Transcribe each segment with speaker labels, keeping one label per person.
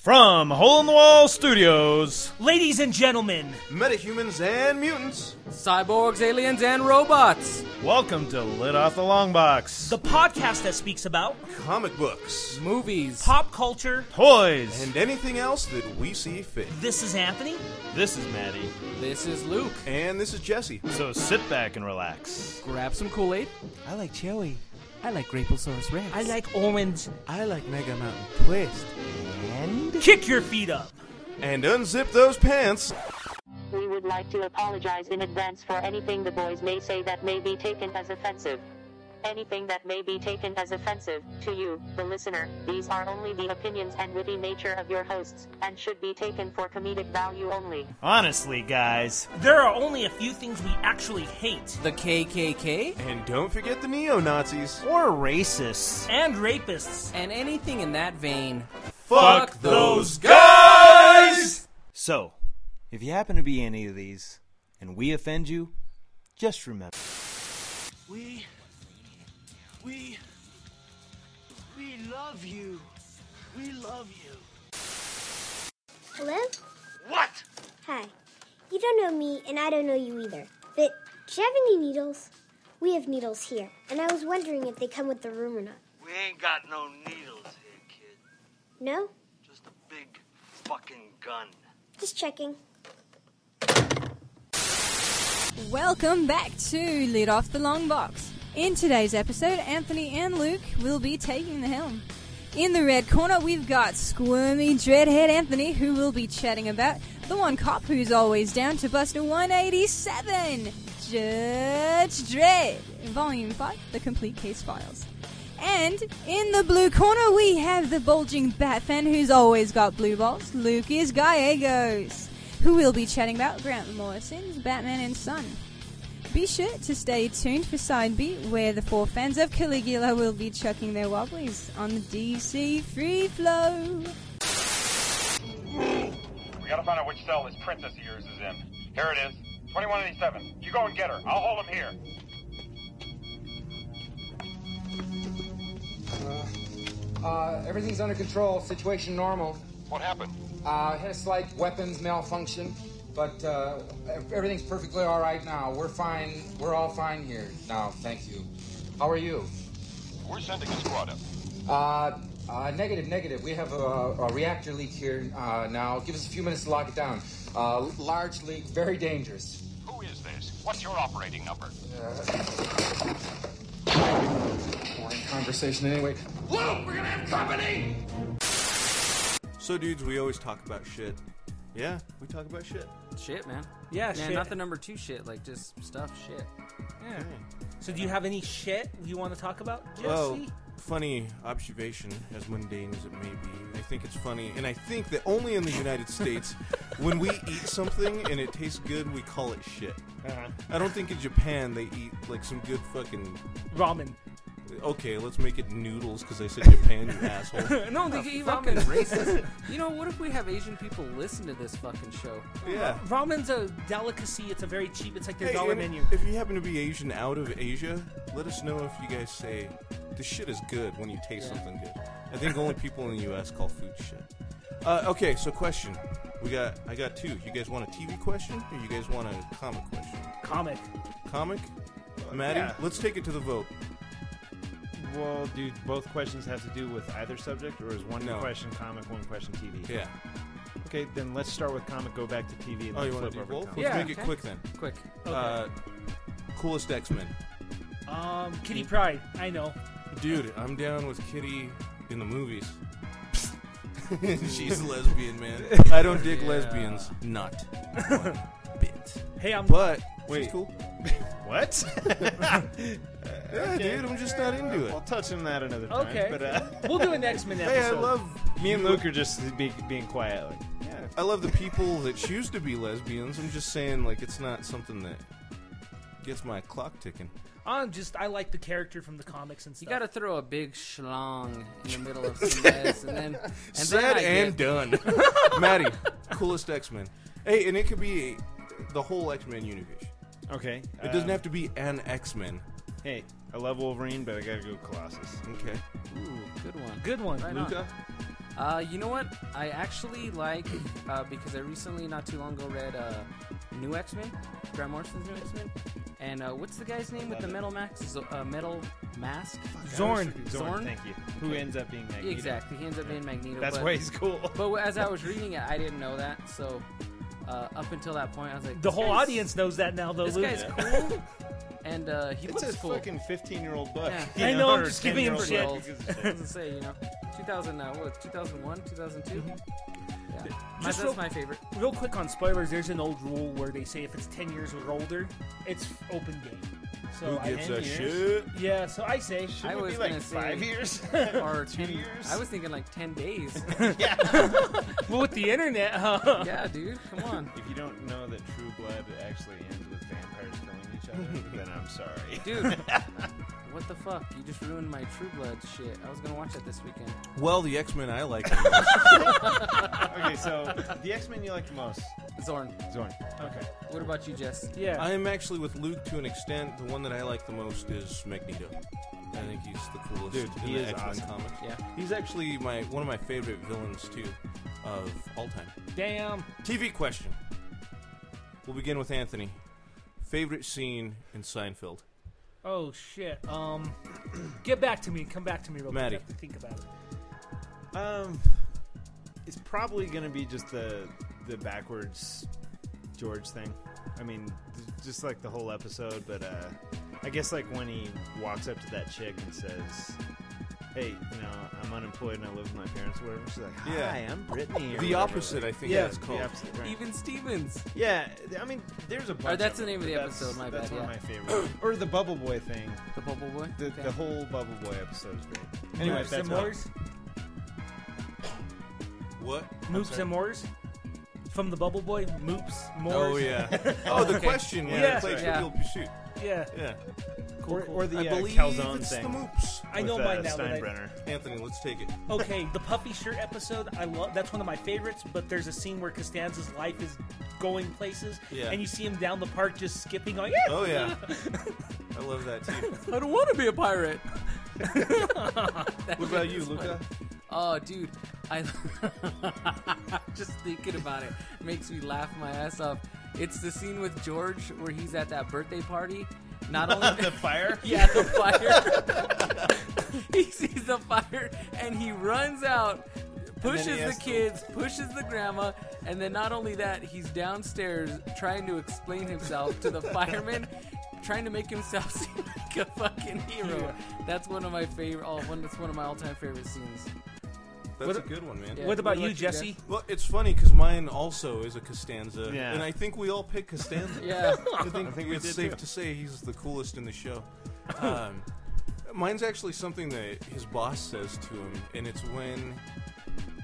Speaker 1: From Hole in the Wall Studios,
Speaker 2: Ladies and gentlemen,
Speaker 3: Metahumans and mutants.
Speaker 4: Cyborgs, aliens, and robots.
Speaker 1: welcome to Lit Off the Long Box.
Speaker 2: the podcast that speaks about
Speaker 3: Comic books.
Speaker 4: Movies.
Speaker 2: pop culture.
Speaker 1: toys.
Speaker 3: And anything else that we see fit.
Speaker 2: This is Anthony.
Speaker 1: this is Maddie.
Speaker 4: This is Luke.
Speaker 3: And this is Jesse.
Speaker 1: So sit back and relax.
Speaker 4: Grab some Kool Aid.
Speaker 5: I like Joey.
Speaker 4: I like Grapeosaurus Rex.
Speaker 2: I like orange.
Speaker 5: I like Mega Mountain Twist. And
Speaker 2: Kick your feet up.
Speaker 3: And unzip those pants.
Speaker 6: We would like to apologize in advance for anything the boys may say that may be taken as offensive. Anything that may be taken as offensive to you, the listener, these are only the opinions and witty nature of your hosts, and should be taken for comedic value only.
Speaker 1: Honestly, guys,
Speaker 2: There are only a few things we actually hate.
Speaker 4: the KKK
Speaker 3: And don't forget the neo Nazis.
Speaker 1: we're racists.
Speaker 2: And rapists.
Speaker 4: and anything in that vein.
Speaker 3: Fuck
Speaker 4: those
Speaker 3: guys!
Speaker 1: So,
Speaker 5: if you happen to be any of these, and we offend you, just remember.
Speaker 7: We. We. We love you. We love you.
Speaker 8: Hello?
Speaker 7: What?
Speaker 8: Hi. You don't know me, and I don't know you either. But do you have any needles? We have needles here, and I was wondering if they come with the room or not.
Speaker 7: We ain't got no needles here, kid.
Speaker 8: No?
Speaker 7: Just a big fucking gun.
Speaker 8: Just checking.
Speaker 9: Welcome back to Lead Off the Long Box. In today's episode, Anthony and Luke will be taking the helm. In the red corner, we've got squirmy dreadhead Anthony, who will be chatting about the one cop who's always down to bust a 187, Judge Dredd, Volume 5, The Complete Case Files. And in the blue corner, we have the bulging bat fan who's always got blue balls, Lucas Gallegos, who will be chatting about Grant Morrison's Batman and Son. Be sure to stay tuned for Side B, where the four fans of Caligula will be chucking their wobblies on the DC Free Flow.
Speaker 10: We gotta find out which cell this princess of yours is in. Here it is. 2187. You go and get her. I'll hold him here.
Speaker 11: Uh, everything's under control. Situation normal.
Speaker 10: What happened?
Speaker 11: Uh, had a slight weapons malfunction, but uh, ev- everything's perfectly all right now. We're fine. We're all fine here now. Thank you. How are you?
Speaker 10: We're sending a squad up.
Speaker 11: Uh, uh, negative, negative. We have a, a reactor leak here uh, now. Give us a few minutes to lock it down. Uh, large leak, very dangerous.
Speaker 10: Who is this? What's your operating number?
Speaker 11: Boring conversation anyway.
Speaker 3: So, dudes, we always talk about shit. Yeah, we talk about shit.
Speaker 4: Shit, man.
Speaker 2: Yeah,
Speaker 4: man,
Speaker 2: shit.
Speaker 4: not the number two shit, like just stuff shit.
Speaker 2: So, do you have any shit you want to talk about, Jesse?
Speaker 3: Well, funny observation, as mundane as it may be. I think it's funny, and I think that only in the United States, when we eat something and it tastes good, we call it shit. I don't think in Japan they eat like some good fucking.
Speaker 2: Ramen.
Speaker 3: Okay, let's make it noodles because I said Japan, you asshole.
Speaker 4: No, they get fucking racist. You know, what if we have Asian people listen to this fucking show?
Speaker 3: Yeah.
Speaker 2: Ramen's a delicacy. It's a very cheap. It's like the
Speaker 3: Hey,
Speaker 2: dollar
Speaker 3: and
Speaker 2: menu.
Speaker 3: If you happen to be Asian out of Asia, let us know if you guys say the shit is good when you taste something good. I think only people in the U.S. call food shit. Uh, okay, so question. We got I got two. You guys want a TV question or you guys want a comic question?
Speaker 2: Comic.
Speaker 3: Comic? Maddie,
Speaker 1: yeah.
Speaker 3: let's take it to the vote.
Speaker 1: Well, do both questions have to do with either subject, or is one
Speaker 3: No.
Speaker 1: question comic, one question TV?
Speaker 3: Yeah.
Speaker 1: Okay, then let's start with comic, go back to TV, and
Speaker 3: Oh,
Speaker 1: then
Speaker 3: you want
Speaker 1: flip
Speaker 3: to do
Speaker 1: over
Speaker 3: both?
Speaker 1: to
Speaker 3: Let's
Speaker 1: comic.
Speaker 4: Yeah,
Speaker 3: make
Speaker 4: okay.
Speaker 3: it quick then.
Speaker 4: Quick.
Speaker 3: Uh, coolest X-Men.
Speaker 2: Um, Kitty Pride. I know.
Speaker 3: Dude, I'm down with Kitty in the movies. She's a lesbian, man. I don't dig
Speaker 4: Yeah.
Speaker 3: lesbians. Not one bit.
Speaker 2: Hey, I'm.
Speaker 3: But
Speaker 1: Wait.
Speaker 3: she's cool.
Speaker 1: What?
Speaker 3: Yeah, dude, I'm just not into it.
Speaker 1: we'll touch on that another time.
Speaker 2: Okay.
Speaker 1: But, uh,
Speaker 2: we'll do an X Men episode.
Speaker 3: Hey, I love
Speaker 1: me and Luke are just be, being quiet. Like, yeah.
Speaker 3: I love the people that choose to be lesbians. I'm just saying, like, it's not something that gets my clock ticking.
Speaker 2: I'm just. I like the character from the comics and stuff.
Speaker 4: You gotta throw a big schlong in the middle of some mess, and then and then
Speaker 3: Said
Speaker 4: I
Speaker 3: and
Speaker 4: get,
Speaker 3: done. Maddie, coolest X-Men. Hey, and it could be the whole X-Men universe.
Speaker 1: Okay.
Speaker 3: It doesn't have to be an X-Men.
Speaker 1: Um, Hey, I love Wolverine, but I gotta go Colossus.
Speaker 3: Okay.
Speaker 4: Ooh, good one.
Speaker 2: Good one.
Speaker 4: Right on.
Speaker 3: Luca?
Speaker 12: Uh, you know what? I actually like uh, because I recently, not too long ago, read uh, New X Men, Grant Morrison's New X Men, and uh, what's the guy's name with the metal mask? Z- uh, metal mask?
Speaker 1: Zorn. Zorn,
Speaker 12: Zorn.
Speaker 1: thank you. Who ends up being Magneto.
Speaker 12: Exactly. He ends up being Magneto.
Speaker 1: That's
Speaker 12: but-
Speaker 1: why he's cool.
Speaker 12: but as I was reading it, I didn't know that. So uh, up until that point, I was like,
Speaker 2: The
Speaker 12: this
Speaker 2: whole
Speaker 12: guy's-
Speaker 2: audience knows that now, though.
Speaker 12: This
Speaker 2: Luke.
Speaker 12: guy's cool, and uh, he
Speaker 3: It's
Speaker 12: looks
Speaker 3: his
Speaker 12: cool.
Speaker 3: fucking 15 year old butt.
Speaker 12: Yeah.
Speaker 2: I know, I'm just giving him shit.
Speaker 12: Doesn't say, you know, 2000. Uh, what? 2001, 2002.
Speaker 1: Mm-hmm.
Speaker 12: Yeah, my,
Speaker 2: Just
Speaker 12: that's
Speaker 2: real-
Speaker 12: my favorite.
Speaker 2: Real quick on spoilers, there's an old rule where they say if it's 10 years or older, it's f- open game. So
Speaker 3: Who gives
Speaker 2: 10
Speaker 3: a
Speaker 2: years.
Speaker 3: shit?
Speaker 2: Yeah, so I say.
Speaker 12: I
Speaker 1: it be
Speaker 12: was
Speaker 1: like
Speaker 12: gonna say
Speaker 1: five years?
Speaker 12: or
Speaker 1: Two
Speaker 12: ten
Speaker 1: years?
Speaker 12: I was thinking like ten days.
Speaker 2: well, with the internet, huh?
Speaker 12: yeah, dude, come on,
Speaker 1: If you don't know that True Blood actually ends with vampires killing each other, then I'm sorry.
Speaker 12: dude. What the fuck? You just ruined my True Blood shit. I was gonna watch it this weekend.
Speaker 3: Well, the X Men I like.
Speaker 1: okay, so the X Men you like the most?
Speaker 12: Zorn,
Speaker 1: Zorn. Okay.
Speaker 12: what about you, Jess?
Speaker 2: Yeah.
Speaker 3: I am actually with Luke to an extent. The one that I like the most is Magneto. I think he's the coolest
Speaker 1: Dude,
Speaker 3: in
Speaker 1: he
Speaker 3: the
Speaker 1: is
Speaker 3: X Men
Speaker 1: awesome.
Speaker 3: comics.
Speaker 12: Yeah.
Speaker 3: He's actually my one of my favorite villains too, of all time.
Speaker 2: Damn.
Speaker 3: TV question. We'll begin with Anthony. Favorite scene in Seinfeld?
Speaker 2: Oh shit. Um, get back to me. Come back to me real quick. I
Speaker 3: Maddie.
Speaker 2: have to think about it.
Speaker 1: Um, it's probably gonna be just the the backwards George thing. I mean, j- just like the whole episode, but uh, I guess like when he walks up to that chick and says, "Hey, you know, I'm unemployed and I live with my parents, or whatever." She's like, "Hi,
Speaker 3: Yeah.
Speaker 1: I'm Brittany." or
Speaker 3: The
Speaker 1: whatever,
Speaker 3: opposite,
Speaker 1: like-
Speaker 3: I think
Speaker 1: Yeah,
Speaker 3: that's called.
Speaker 1: the opposite. Right.
Speaker 12: Even Stevens.
Speaker 1: Yeah, th- I mean, there's a bunch.
Speaker 12: that's
Speaker 1: of
Speaker 12: the
Speaker 1: them,
Speaker 12: name of
Speaker 1: but
Speaker 12: the
Speaker 1: that's-
Speaker 12: episode, my
Speaker 1: That's
Speaker 12: bad,
Speaker 1: one
Speaker 12: yeah.
Speaker 1: of my favorite. or the Bubble Boy thing.
Speaker 12: The Bubble Boy.
Speaker 1: The,
Speaker 12: Okay.
Speaker 1: the whole Bubble Boy episode is great. Anyway,
Speaker 2: Moops
Speaker 1: that's
Speaker 2: and Moors.
Speaker 3: What? I'm
Speaker 2: Moops
Speaker 3: sorry.
Speaker 2: and Moors. From the Bubble Boy. Moops. Moors.
Speaker 3: Oh yeah. Oh, the
Speaker 12: Okay.
Speaker 3: question. when
Speaker 2: Yeah.
Speaker 3: they play
Speaker 12: Yeah.
Speaker 3: Trivial Pursuit.
Speaker 2: Yeah.
Speaker 3: Yeah.
Speaker 1: Or, or the
Speaker 3: I
Speaker 1: uh,
Speaker 3: believe
Speaker 1: calzone
Speaker 3: it's
Speaker 1: thing.
Speaker 3: the Moops.
Speaker 2: I know
Speaker 1: with,
Speaker 2: by
Speaker 1: uh,
Speaker 2: now that I-
Speaker 1: Steinbrenner.
Speaker 3: Anthony, let's take it.
Speaker 2: Okay, the puffy shirt episode, I love. That's one of my favorites. But there's a scene where Costanza's life is going places,
Speaker 3: Yeah.
Speaker 2: and you see him down the park just skipping, going, yeah,
Speaker 3: Oh yeah. I love that too.
Speaker 12: I don't want to be a pirate.
Speaker 3: What about you, Luca?
Speaker 12: Oh, dude, I just thinking about it makes me laugh my ass off. It's the scene with George where he's at that birthday party. Not only
Speaker 1: The fire.
Speaker 12: yeah, the fire. he sees the fire and he runs out, pushes
Speaker 3: he
Speaker 12: the
Speaker 3: has to-
Speaker 12: kids, pushes the grandma, and then not only that, he's downstairs trying to explain himself to the firemen, trying to make himself seem like a fucking hero. That's one of my favorite. Oh, one that's one of my all-time favorite scenes.
Speaker 3: That's a good one, man.
Speaker 12: Yeah.
Speaker 2: What about
Speaker 12: What
Speaker 2: you,
Speaker 12: about you,
Speaker 2: Jesse?
Speaker 3: Well, it's funny because mine also is a Costanza,
Speaker 1: Yeah.
Speaker 3: and I think we all pick Costanza.
Speaker 12: Yeah.
Speaker 3: I think,
Speaker 1: I think we
Speaker 3: it's
Speaker 1: did,
Speaker 3: safe
Speaker 1: too.
Speaker 3: to say he's the coolest in the show. Um, mine's actually something that his boss says to him, and it's when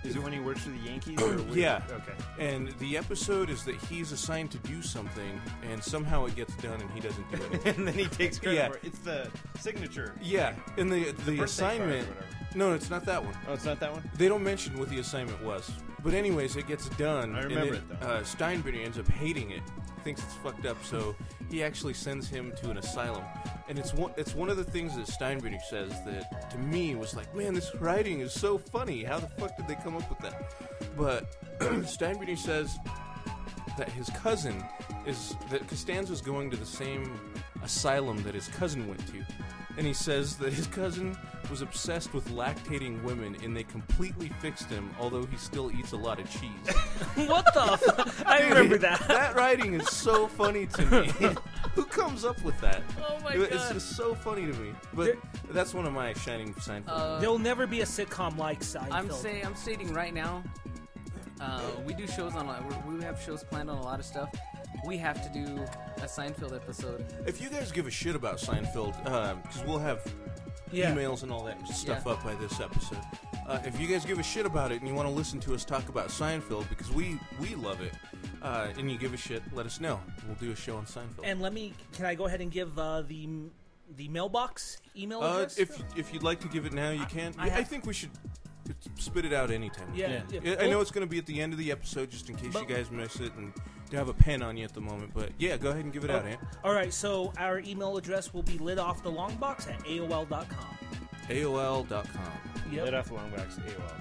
Speaker 1: Is it when he works for the Yankees? Or when-
Speaker 3: Yeah.
Speaker 1: Okay.
Speaker 3: And the episode is that he's assigned to do something, and somehow it gets done, and he doesn't do it.
Speaker 1: And then he takes credit
Speaker 3: Yeah.
Speaker 1: for it. It's the signature.
Speaker 3: yeah, and the the,
Speaker 1: birthday
Speaker 3: assignment.
Speaker 1: card or whatever.
Speaker 3: No, it's not that one.
Speaker 1: Oh, it's not that one.
Speaker 3: They don't mention what the assignment was, but anyways, it gets done.
Speaker 1: I remember
Speaker 3: and
Speaker 1: it, though.
Speaker 3: Uh, Steinbrenner ends up hating it, thinks it's fucked up, so he actually sends him to an asylum. And it's one, it's one of the things that Steinbrenner says that to me was like, man, this writing is so funny. How the fuck did they come up with that? But Steinbrenner says that his cousin is that Costanza's going to the same asylum that his cousin went to. And he says that his cousin was obsessed with lactating women and they completely fixed him, although he still eats a lot of cheese.
Speaker 2: What the? F- I remember that.
Speaker 3: that writing is so funny to me. Who comes up with that?
Speaker 12: Oh my
Speaker 3: It- It's
Speaker 12: God.
Speaker 3: just so funny to me. But that's one of my shining Seinfeld.
Speaker 12: Uh,
Speaker 2: There'll never be a sitcom like Seinfeld.
Speaker 12: I'm saying I'm stating right now. Uh, we do shows on. a- We we have shows planned on a lot of stuff. We have to do a Seinfeld episode.
Speaker 3: if you guys give a shit about Seinfeld, because we'll have
Speaker 2: Yeah.
Speaker 3: emails and all that stuff
Speaker 12: Yeah.
Speaker 3: up by this episode. Uh, if you guys give a shit about it and you want to listen to us talk about Seinfeld because we we love it, uh, and you give a shit, let us know. We'll do a show on Seinfeld.
Speaker 2: And let me. Can I go ahead and give uh, the the mailbox email
Speaker 3: uh,
Speaker 2: address?
Speaker 3: if if you'd like to give it now, you can. I,
Speaker 2: I have-
Speaker 3: think we should spit it out anytime. we
Speaker 2: Yeah,
Speaker 3: can.
Speaker 2: yeah.
Speaker 3: I I know
Speaker 2: Well-
Speaker 3: it's going to be at the end of the episode, just in case
Speaker 2: But-
Speaker 3: you guys miss it and to have a pen on you at the moment. But yeah, go ahead and give it
Speaker 2: Oh.
Speaker 3: out, Ant.
Speaker 2: All right. So our email address will be lit off the long box at aol.com.
Speaker 3: AOL.com.
Speaker 2: Yep.
Speaker 1: Let off the long box. AOL.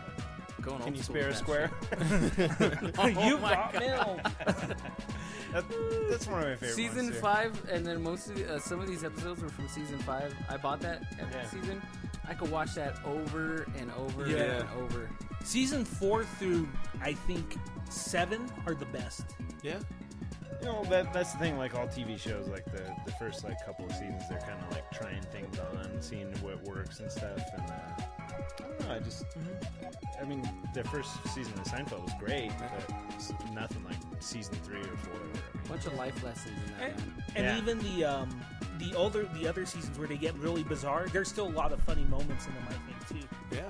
Speaker 12: Going
Speaker 1: Can
Speaker 12: old
Speaker 1: you
Speaker 12: school
Speaker 1: spare a
Speaker 12: with that
Speaker 1: square?
Speaker 12: shit. Oh
Speaker 1: you
Speaker 12: my
Speaker 1: got mail. that, that's one of my favorite
Speaker 12: season
Speaker 1: ones, too.
Speaker 12: five, and then most of the, uh, some of these episodes were from season five. I bought that every
Speaker 2: Yeah.
Speaker 12: season. I could watch that over and over and over.
Speaker 2: Season four through I think seven are the best.
Speaker 3: Yeah.
Speaker 1: You know, that, that's the thing, like all TV shows, like the, the first like couple of seasons, they're kind of like trying things on, seeing what works and stuff. And uh, I don't know, I just, I mean, the first season of Seinfeld was great, but it's nothing like season three or four. I mean,
Speaker 12: Bunch of life lessons in that.
Speaker 2: And,
Speaker 12: man.
Speaker 2: and
Speaker 1: Yeah.
Speaker 2: even the um, the older the other seasons where they get really bizarre, there's still a lot of funny moments in them. I think too.
Speaker 3: Yeah.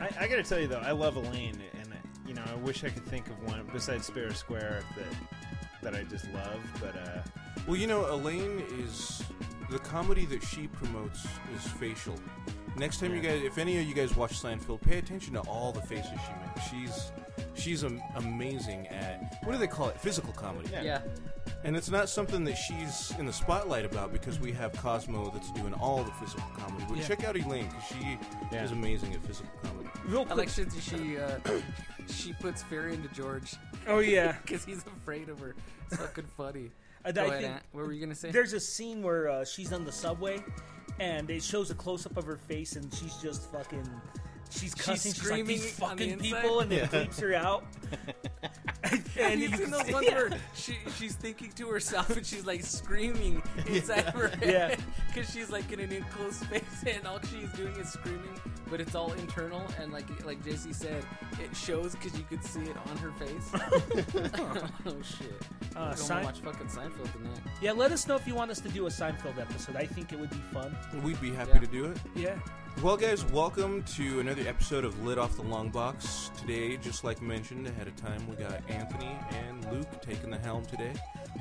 Speaker 1: I, I gotta tell you though, I love Elaine, and you know, I wish I could think of one besides Spare Square that that I just love. But uh,
Speaker 3: Well, you know, Elaine is the comedy that she promotes is facial. Next time you guys, if any of you guys watch Seinfeld, pay attention to all the faces she makes. She's she's am- amazing at what do they call it? Physical comedy.
Speaker 12: Yeah. Yeah.
Speaker 3: And it's not something that she's in the spotlight about because we have Cosmo that's doing all the physical comedy. But
Speaker 12: Yeah.
Speaker 3: check out Elaine because she
Speaker 1: Yeah.
Speaker 3: is amazing at physical comedy.
Speaker 2: Real
Speaker 12: I like shit that she uh, she puts fear into George.
Speaker 2: Oh, yeah.
Speaker 12: because he's afraid of her. It's fucking funny.
Speaker 2: I, I
Speaker 12: Go ahead,
Speaker 2: think-
Speaker 12: Ant. what were you gonna say?
Speaker 2: There's a scene where uh, she's on the subway, and it shows a close up of her face, and she's just fucking. She's cussing. She's, like
Speaker 12: screaming
Speaker 2: these
Speaker 12: on the
Speaker 2: fucking
Speaker 12: inside?"
Speaker 2: people, and
Speaker 12: Yeah.
Speaker 2: it creeps her out.
Speaker 12: And
Speaker 2: you
Speaker 12: you've seen
Speaker 2: can
Speaker 12: those
Speaker 2: see-
Speaker 12: ones where she, she's thinking to herself and she's like screaming inside of her
Speaker 2: Yeah.
Speaker 12: head because she's like in an enclosed space and all she's doing is screaming, but it's all internal and like like JC said, it shows because you could see it on her face. oh shit!
Speaker 2: Uh,
Speaker 12: I'm gonna
Speaker 2: Sein-
Speaker 12: watch fucking Seinfeld tonight.
Speaker 2: Yeah, let us know if you want us to do a Seinfeld episode. I think it would be fun.
Speaker 3: We'd be happy
Speaker 2: Yeah.
Speaker 3: to do it.
Speaker 2: Yeah.
Speaker 3: Well, guys, welcome to another episode of Lit Off the Long Box. Today, just like mentioned ahead of time, we got Anthony and Luke taking the helm today.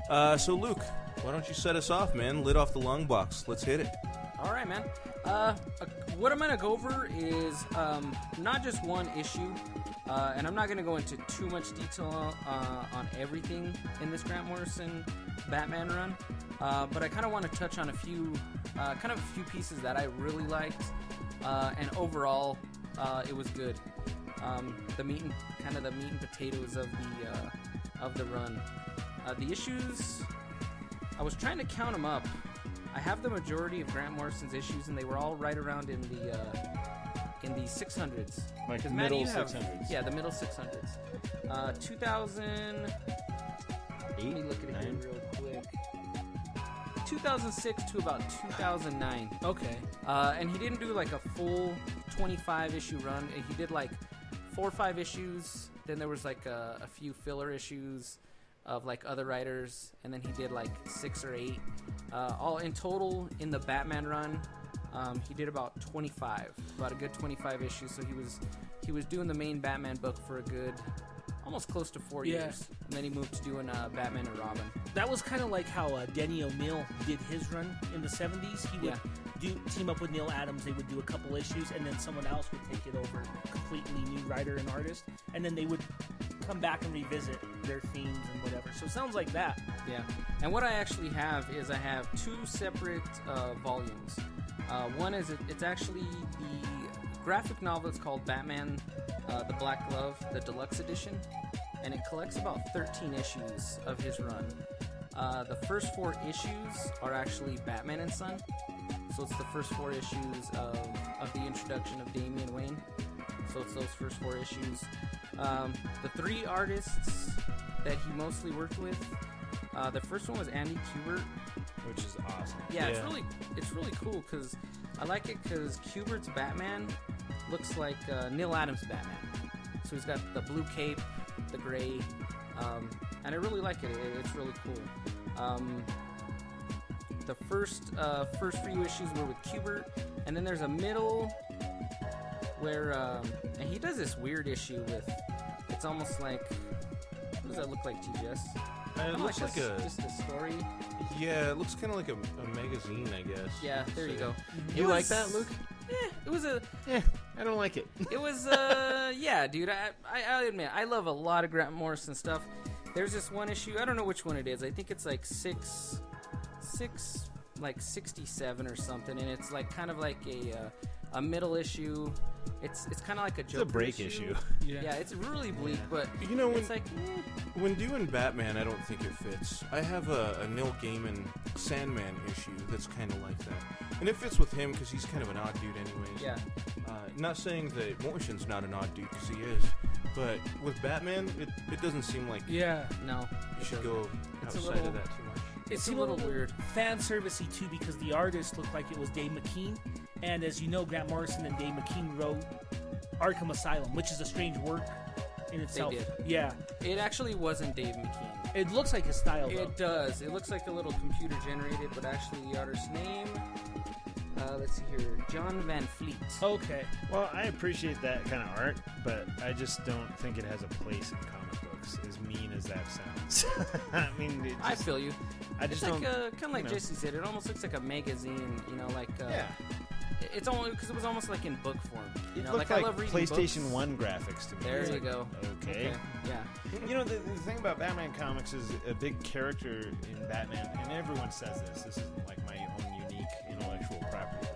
Speaker 3: Uh, so, Luke, why don't you set us off, man? Lit Off the Long Box. Let's hit it.
Speaker 12: All right, man. Uh, uh, what I'm gonna go over is um, not just one issue, uh, and I'm not gonna go into too much detail uh, on everything in this Grant Morrison Batman run, uh, but I kind of want to touch on a few, uh, kind of a few pieces that I really liked, uh, and overall, uh, it was good. Um, the meat and kind of the meat and potatoes of the uh, of the run. Uh, the issues I was trying to count them up. I have the majority of Grant Morrison's issues, and they were all right around in the uh, in the 600s.
Speaker 1: Like
Speaker 12: 'Cause, Matt,
Speaker 1: middle
Speaker 12: you have-
Speaker 1: 600s.
Speaker 12: Yeah, the middle 600s. Uh, 2000. let me look at it here
Speaker 1: nine?
Speaker 12: real quick. 2006 to about 2009. Okay. Uh, and he didn't do like a full 25 issue run. He did like four or five issues. Then there was like a, a few filler issues of like other writers, and then he did like six or eight. Uh, all in total in the Batman run, um, he did about 25, about a good 25 issues. So he was he was doing the main Batman book for a good, almost close to four
Speaker 2: Yeah.
Speaker 12: years, and then he moved to doing uh, Batman and Robin.
Speaker 2: That was kind of like how uh, Denny O'Neil did his run in the 70s. He would
Speaker 12: Yeah.
Speaker 2: do team up with Neil Adams. They would do a couple issues, and then someone else would take it over, completely new writer and artist, and then they would come back and revisit their themes and whatever. So it sounds like that.
Speaker 12: Yeah. And what I actually have is I have two separate uh, volumes. Uh, one is it, it's actually the graphic novel. It's called Batman: uh, The Black Glove, the deluxe edition, and it collects about 13 issues of his run. Uh, the first four issues are actually Batman and Son, so it's the first four issues of, of the introduction of Damian Wayne. So it's those first four issues. Um, the three artists that he mostly worked with. Uh, the first one was Andy Kubert.
Speaker 1: which is awesome.
Speaker 12: Yeah, it's really it's really cool because I like it because Kubert's Batman looks like uh, Neil Adams' Batman. So he's got the blue cape, the gray, um, and I really like it. it it's really cool. Um, the first uh, first few issues were with Kubert, and then there's a middle where um, and he does this weird issue with it's almost like what does that look like, TGS?
Speaker 3: Uh, it
Speaker 12: Kinda
Speaker 3: looks like a-
Speaker 12: just a story.
Speaker 3: Yeah, it looks kind of like a, a magazine, I guess.
Speaker 12: Yeah, there you
Speaker 3: So-
Speaker 12: go.
Speaker 3: You
Speaker 12: It
Speaker 3: like
Speaker 12: was-
Speaker 3: that, Luke?
Speaker 12: Yeah, it was a.
Speaker 1: Yeah, I don't like it.
Speaker 12: It was uh, yeah, dude. I, I I admit I love a lot of Grant Morrison stuff. There's this one issue. I don't know which one it is. I think it's like six, six, like sixty-seven or something, and it's like kind of like a uh, a middle issue. It's it's kind of like a joke.
Speaker 1: break issue.
Speaker 12: Yeah.
Speaker 1: Yeah.
Speaker 12: it's really bleak, but
Speaker 3: you know when
Speaker 12: it's like eh,
Speaker 3: when doing Batman, I don't think it fits. I have a, a Neil Gaiman Sandman issue that's kind of like that, and it fits with him because he's kind of an odd dude, anyways.
Speaker 12: Yeah.
Speaker 3: Uh, not saying that Morrison's not an odd dude because he is, but with Batman, it, it doesn't seem like
Speaker 12: Yeah. No,
Speaker 3: you should go
Speaker 12: It's a
Speaker 3: outside
Speaker 12: little-
Speaker 3: of that too much.
Speaker 12: It's a little weird.
Speaker 2: fan servicey too because the artist looked like it was Dave McKean, and as you know, Grant Morrison and Dave McKean wrote Arkham Asylum, which is a strange work in
Speaker 12: they
Speaker 2: itself.
Speaker 12: did.
Speaker 2: Yeah,
Speaker 12: It actually wasn't Dave McKean.
Speaker 2: it looks like his style. though.
Speaker 12: It does. It looks like a little computer generated, but actually the artist's name. Uh, let's see here, John Van Fleet.
Speaker 1: Oh.
Speaker 2: Okay.
Speaker 1: Well, I appreciate that kind of art, but I just don't think it has a place in comic books. As mean as that sounds, I mean, it
Speaker 12: I
Speaker 1: just-
Speaker 12: feel you.
Speaker 1: I just
Speaker 12: it's like
Speaker 1: don't-
Speaker 12: uh kind of
Speaker 1: you
Speaker 12: like
Speaker 1: know.
Speaker 12: Jesse said. It almost looks like a magazine, you know, like uh,
Speaker 1: Yeah.
Speaker 12: It's only because it was almost like in book form. You
Speaker 1: It
Speaker 12: know,
Speaker 1: looked
Speaker 12: I
Speaker 1: like,
Speaker 12: love reading
Speaker 1: PlayStation
Speaker 12: books.
Speaker 1: One graphics to me.
Speaker 12: There
Speaker 1: It's
Speaker 12: you
Speaker 1: like,
Speaker 12: go.
Speaker 1: Okay.
Speaker 12: Yeah.
Speaker 1: You know the, the thing about Batman comics is a big character in Batman, and everyone says this. This is like my own unique intellectual property.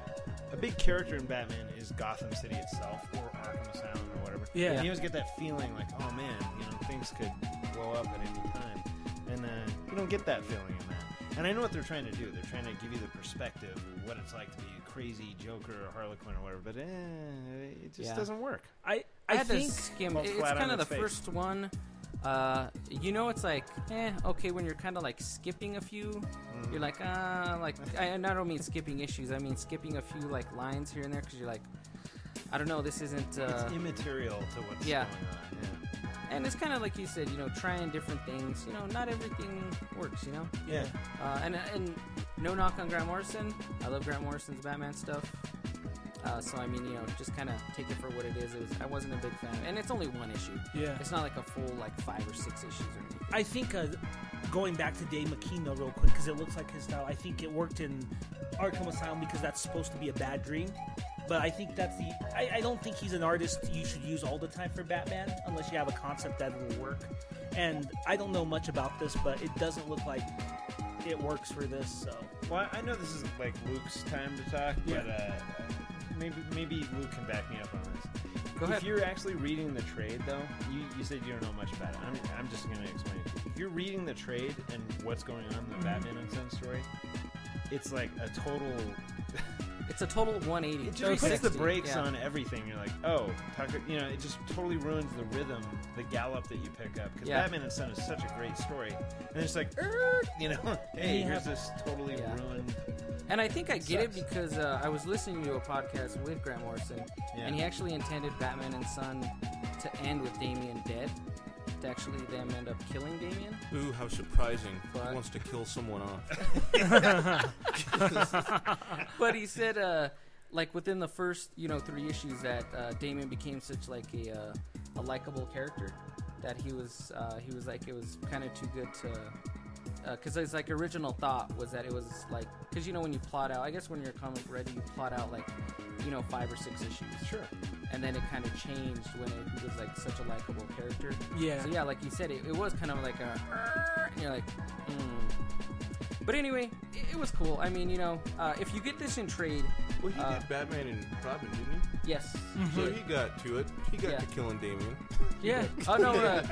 Speaker 1: A big character in Batman is Gotham City itself, or Arkham Asylum, or whatever.
Speaker 2: Yeah.
Speaker 1: And you always get that feeling like, oh man, you know, things could blow up at any time, and uh, you don't get that feeling in that. And I know what they're trying to do. They're trying to give you the perspective of what it's like to be a crazy Joker or Harlequin or whatever. But eh, it just
Speaker 12: Yeah.
Speaker 1: doesn't work.
Speaker 2: I
Speaker 12: I,
Speaker 2: I,
Speaker 12: had
Speaker 2: think
Speaker 12: to skim.
Speaker 1: Fall
Speaker 12: It's
Speaker 1: flat on
Speaker 12: kind of the
Speaker 1: its face.
Speaker 12: first one. Uh, you know, it's like, eh, okay, when you're kind of like skipping a few,
Speaker 1: Mm.
Speaker 12: you're like, ah, like, I, and I don't mean skipping issues. I mean skipping a few like lines here and there because you're like, I don't know, this isn't. Uh,
Speaker 1: It's immaterial to what's
Speaker 12: yeah.
Speaker 1: going on. Yeah.
Speaker 12: and it's kind of like you said, you know, trying different things. You know, not everything works. You know.
Speaker 1: Yeah.
Speaker 12: Uh, and and no knock on Grant Morrison. I love Grant Morrison's Batman stuff. Uh, so I mean, you know, just kind of take it for what it is. It was, I wasn't a big fan, and it's only one issue.
Speaker 2: Yeah.
Speaker 12: It's not like a full like five or six issues or anything.
Speaker 2: I think uh, going back to Dave McKean though, real quick, because it looks like his style. I think it worked in Arkham Asylum because that's supposed to be a bad dream. But I think that's the. I, I don't think he's an artist you should use all the time for Batman unless you have a concept that will work. And I don't know much about this, but it doesn't look like it works for this. So
Speaker 1: Well, I know this is like Luke's time to talk, but uh, maybe maybe Luke can back me up on this.
Speaker 12: Go
Speaker 1: if
Speaker 12: ahead.
Speaker 1: you're actually reading the trade, though, you, you said you don't know much about it. I'm, I'm just going to explain it. to you. If you're reading the trade and what's going on in
Speaker 12: Mm-hmm.
Speaker 1: the Batman and Son story, it's like a total.
Speaker 12: It's a total 180.
Speaker 1: It just puts the
Speaker 12: 360,
Speaker 1: brakes
Speaker 12: yeah.
Speaker 1: on everything. You're like, oh, Tucker, you know, it just totally ruins the rhythm, the gallop that you pick up. Because
Speaker 12: Yeah.
Speaker 1: Batman and Son is such a great story. And it's like, "Er," you know, hey,
Speaker 2: you
Speaker 1: here's
Speaker 2: have-
Speaker 1: this totally
Speaker 12: Yeah.
Speaker 1: ruined.
Speaker 12: And I think I get it
Speaker 1: Sucks.
Speaker 12: because uh, I was listening to a podcast with Grant Morrison,
Speaker 1: Yeah.
Speaker 12: and he actually intended Batman and Son to end with Damien dead, to actually them end up killing Damien.
Speaker 3: Ooh, how surprising!
Speaker 12: But-
Speaker 3: He wants to kill someone off.
Speaker 12: but he said uh like within the first you know three issues that uh, Damon became such like a uh, a likable character that he was uh, he was like it was kind of too good to because his like original thought was that it was like because you know when you plot out I guess when you're comic ready you plot out like you know five or six issues
Speaker 1: Sure.
Speaker 12: and then it kind of changed when it, he was like such a likable character
Speaker 2: Yeah.
Speaker 12: so yeah like you said it, it was kind of like a "Arr," and you're like mm, but anyway, it, it was cool. I mean, you know, uh, if you get this in trade,
Speaker 3: Well, he
Speaker 12: Uh,
Speaker 3: did Batman and Robin, didn't he?
Speaker 12: yes,
Speaker 3: So he got to it. He got
Speaker 12: Yeah.
Speaker 3: to killing Damien.
Speaker 12: Mm-hmm. yeah. Oh no, uh,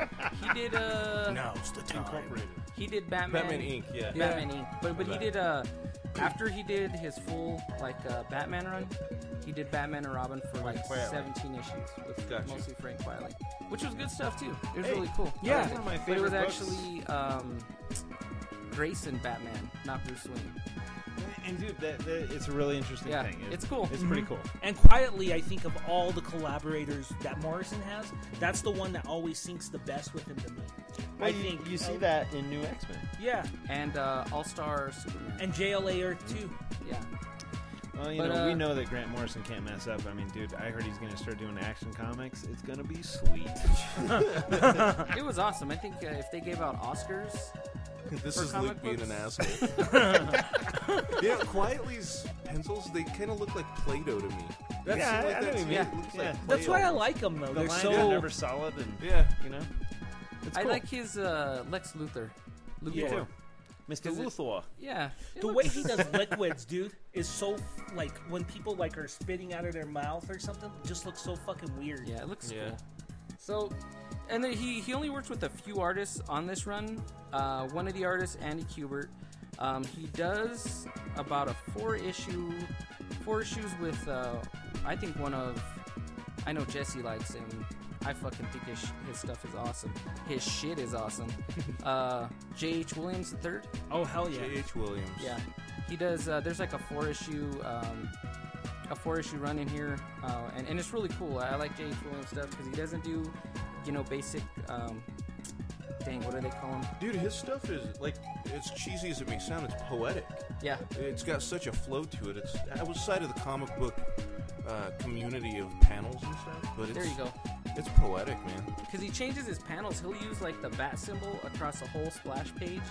Speaker 12: he did. Uh,
Speaker 3: Now's the time. Incorporated.
Speaker 12: he did Batman.
Speaker 3: Batman Inc. Yeah.
Speaker 2: Yeah.
Speaker 12: Batman Inc. But but he
Speaker 3: Batman.
Speaker 12: did. Uh, after he did his full like uh, Batman run, he did Batman and Robin for like
Speaker 1: Quiley.
Speaker 12: 17 issues with
Speaker 3: Gotcha.
Speaker 12: mostly Frank Wiley, which was good stuff too. It was really
Speaker 1: Hey,
Speaker 12: cool.
Speaker 1: Yeah.
Speaker 12: I liked
Speaker 1: one of my
Speaker 12: But it was
Speaker 1: favorite books.
Speaker 12: actually um, Grayson Batman, not Bruce Wayne.
Speaker 1: And dude, that, that it's a really interesting
Speaker 12: Yeah,
Speaker 1: thing. It-
Speaker 12: it's cool.
Speaker 1: It's pretty cool.
Speaker 2: And quietly, I think of all the collaborators that Morrison has, that's the one that always syncs the best with him to me. I
Speaker 1: you,
Speaker 2: think
Speaker 1: you see
Speaker 2: uh,
Speaker 1: that in New X Men.
Speaker 2: Yeah,
Speaker 12: And uh, All Star Superman.
Speaker 2: and JLA Earth too.
Speaker 12: yeah.
Speaker 1: Well, you
Speaker 12: But,
Speaker 1: know,
Speaker 12: uh,
Speaker 1: we know that Grant Morrison can't mess up. I mean, dude, I heard he's going to start doing action comics. It's going to be sweet.
Speaker 12: it was awesome. I think uh, if they gave out Oscars,
Speaker 3: This
Speaker 12: For
Speaker 3: is
Speaker 12: comic
Speaker 3: Luke being an
Speaker 12: books.
Speaker 3: asshole. yeah, Quietly's pencils, they kind of look like Play Doh to me. That's
Speaker 1: Yeah, I-
Speaker 3: like
Speaker 1: I
Speaker 3: that
Speaker 1: know
Speaker 3: to
Speaker 1: what
Speaker 3: me.
Speaker 1: you
Speaker 3: It
Speaker 1: mean.
Speaker 3: looks
Speaker 1: Yeah.
Speaker 3: like
Speaker 2: That's
Speaker 3: Play-Doh.
Speaker 2: why I like them though.
Speaker 1: the
Speaker 2: They're
Speaker 1: line
Speaker 2: so
Speaker 1: is never solid, and
Speaker 3: Yeah.
Speaker 1: you know, it's
Speaker 12: I
Speaker 1: cool.
Speaker 12: like his uh, Lex Luthor. Luthor.
Speaker 2: Yeah.
Speaker 1: Mr. Luthor.
Speaker 12: Yeah.
Speaker 2: The way he does liquids, dude, is so f- like when people like are spitting out of their mouth or something, it just looks so fucking weird.
Speaker 12: Yeah, it looks cool. So, and then he he only worked with a few artists on this run. Uh, one of the artists, Andy Kubert, um, he does about a four issue, four issues with. Uh, I think one of, I know Jesse likes him. I fucking think his, sh- his stuff is awesome. His shit is awesome. Uh, J.H. Williams the third.
Speaker 2: Oh hell yeah.
Speaker 3: J.H. Williams.
Speaker 12: Yeah, he does. Uh, there's like a four issue, um, a four issue run in here, uh, and, and it's really cool. I, I like J.H. Williams stuff because he doesn't do, you know, basic. Um, dang, what do they call him?
Speaker 3: Dude, his stuff is like as cheesy as it may sound. It's poetic.
Speaker 12: Yeah.
Speaker 3: It's got such a flow to it. It's outside of the comic book uh, community of panels and stuff, but it's,
Speaker 12: There you go.
Speaker 3: It's poetic, man.
Speaker 12: Because he changes his panels, he'll use like the bat symbol across the whole splash page,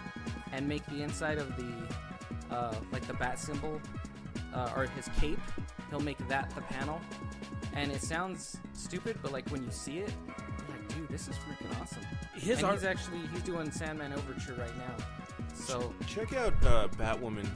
Speaker 12: and make the inside of the, uh, like the bat symbol, uh, or his cape. He'll make that the panel, and it sounds stupid, but like when you see it, you're like, dude, this is freaking awesome.
Speaker 2: His
Speaker 12: and
Speaker 2: art-
Speaker 12: he's actually he's doing Sandman Overture right now. So
Speaker 3: check out uh, Batwoman.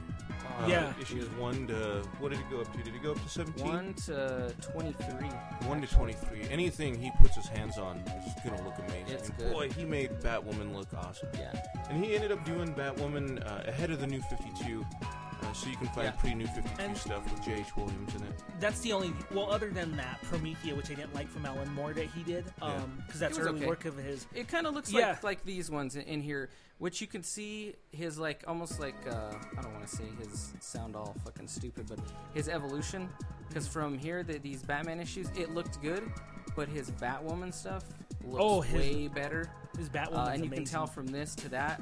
Speaker 3: Uh,
Speaker 12: Yeah.
Speaker 3: Issues one to what did it go up to? Did it go up to seventeen?
Speaker 12: One to twenty-three.
Speaker 3: One to twenty-three. Anything he puts his hands on is gonna look amazing.
Speaker 12: It's
Speaker 3: And
Speaker 12: good.
Speaker 3: Boy, he made Batwoman look awesome.
Speaker 12: Yeah.
Speaker 3: And he ended up doing Batwoman uh, ahead of the New Fifty Two, uh, so you can find
Speaker 2: Yeah.
Speaker 3: pre-New Fifty Two
Speaker 2: And-
Speaker 3: stuff with J.H. Williams in it.
Speaker 2: That's the only well, other than that, Promethea, which I didn't like from Alan Moore that he did, because that's
Speaker 12: It was
Speaker 2: early
Speaker 12: okay.
Speaker 2: work of his.
Speaker 12: It kind of looks
Speaker 2: Yeah.
Speaker 12: like like these ones in, in here, which you can see his like almost like uh, I don't want to say his sound all fucking stupid, but his evolution. Because from here, the, these Batman issues, it looked good, but his Batwoman stuff looks
Speaker 2: Oh, his-
Speaker 12: way better.
Speaker 2: his
Speaker 12: uh,
Speaker 2: Batwoman's
Speaker 12: and you can
Speaker 2: amazing.
Speaker 12: tell from this to that,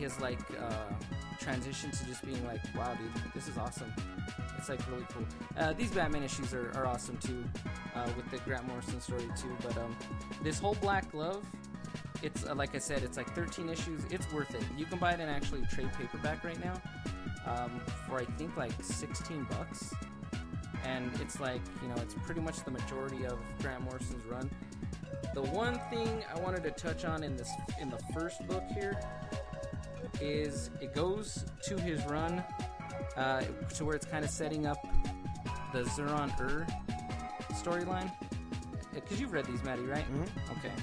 Speaker 12: his like uh, transition to just being like, wow, dude, this is awesome. It's like really cool. Uh, these Batman issues are, are awesome too, uh, with the Grant Morrison story too. But um, this whole Black Glove, it's uh, like I said, it's like 13 issues. It's worth it. You can buy it in actually trade paperback right now um, for I think like 16 bucks, and it's like you know it's pretty much the majority of Grant Morrison's run. The one thing I wanted to touch on in this in the first book here is it goes to his run uh, to where it's kind of setting up the Zeron Ur storyline. Because you've read these, Maddie, right? Mm-hmm. Okay.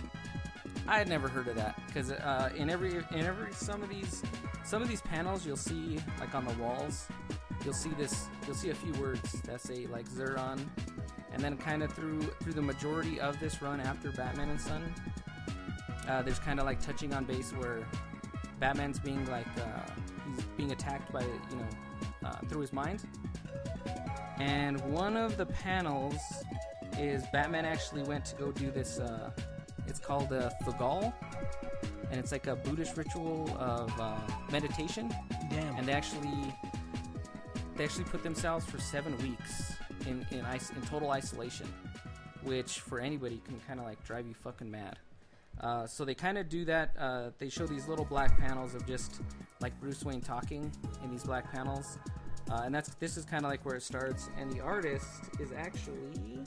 Speaker 12: I had never heard of that because uh, in every in every some of these some of these panels you'll see like on the walls you'll see this you'll see a few words that say like Zeron, and then kind of through through the majority of this run after Batman and Son, uh, there's kind of like touching on base where Batman's being like uh, he's being attacked by you know uh, through his mind, and one of the panels is Batman actually went to go do this. Uh, it's called uh, Thugal, and it's like a Buddhist ritual of uh, meditation.
Speaker 2: Damn.
Speaker 12: And they actually they actually put themselves for seven weeks in in, is- in total isolation, which for anybody can kind of like drive you fucking mad. Uh, so they kind of do that. Uh, they show these little black panels of just like Bruce Wayne talking in these black panels, uh, and that's this is kind of like where it starts. And the artist is actually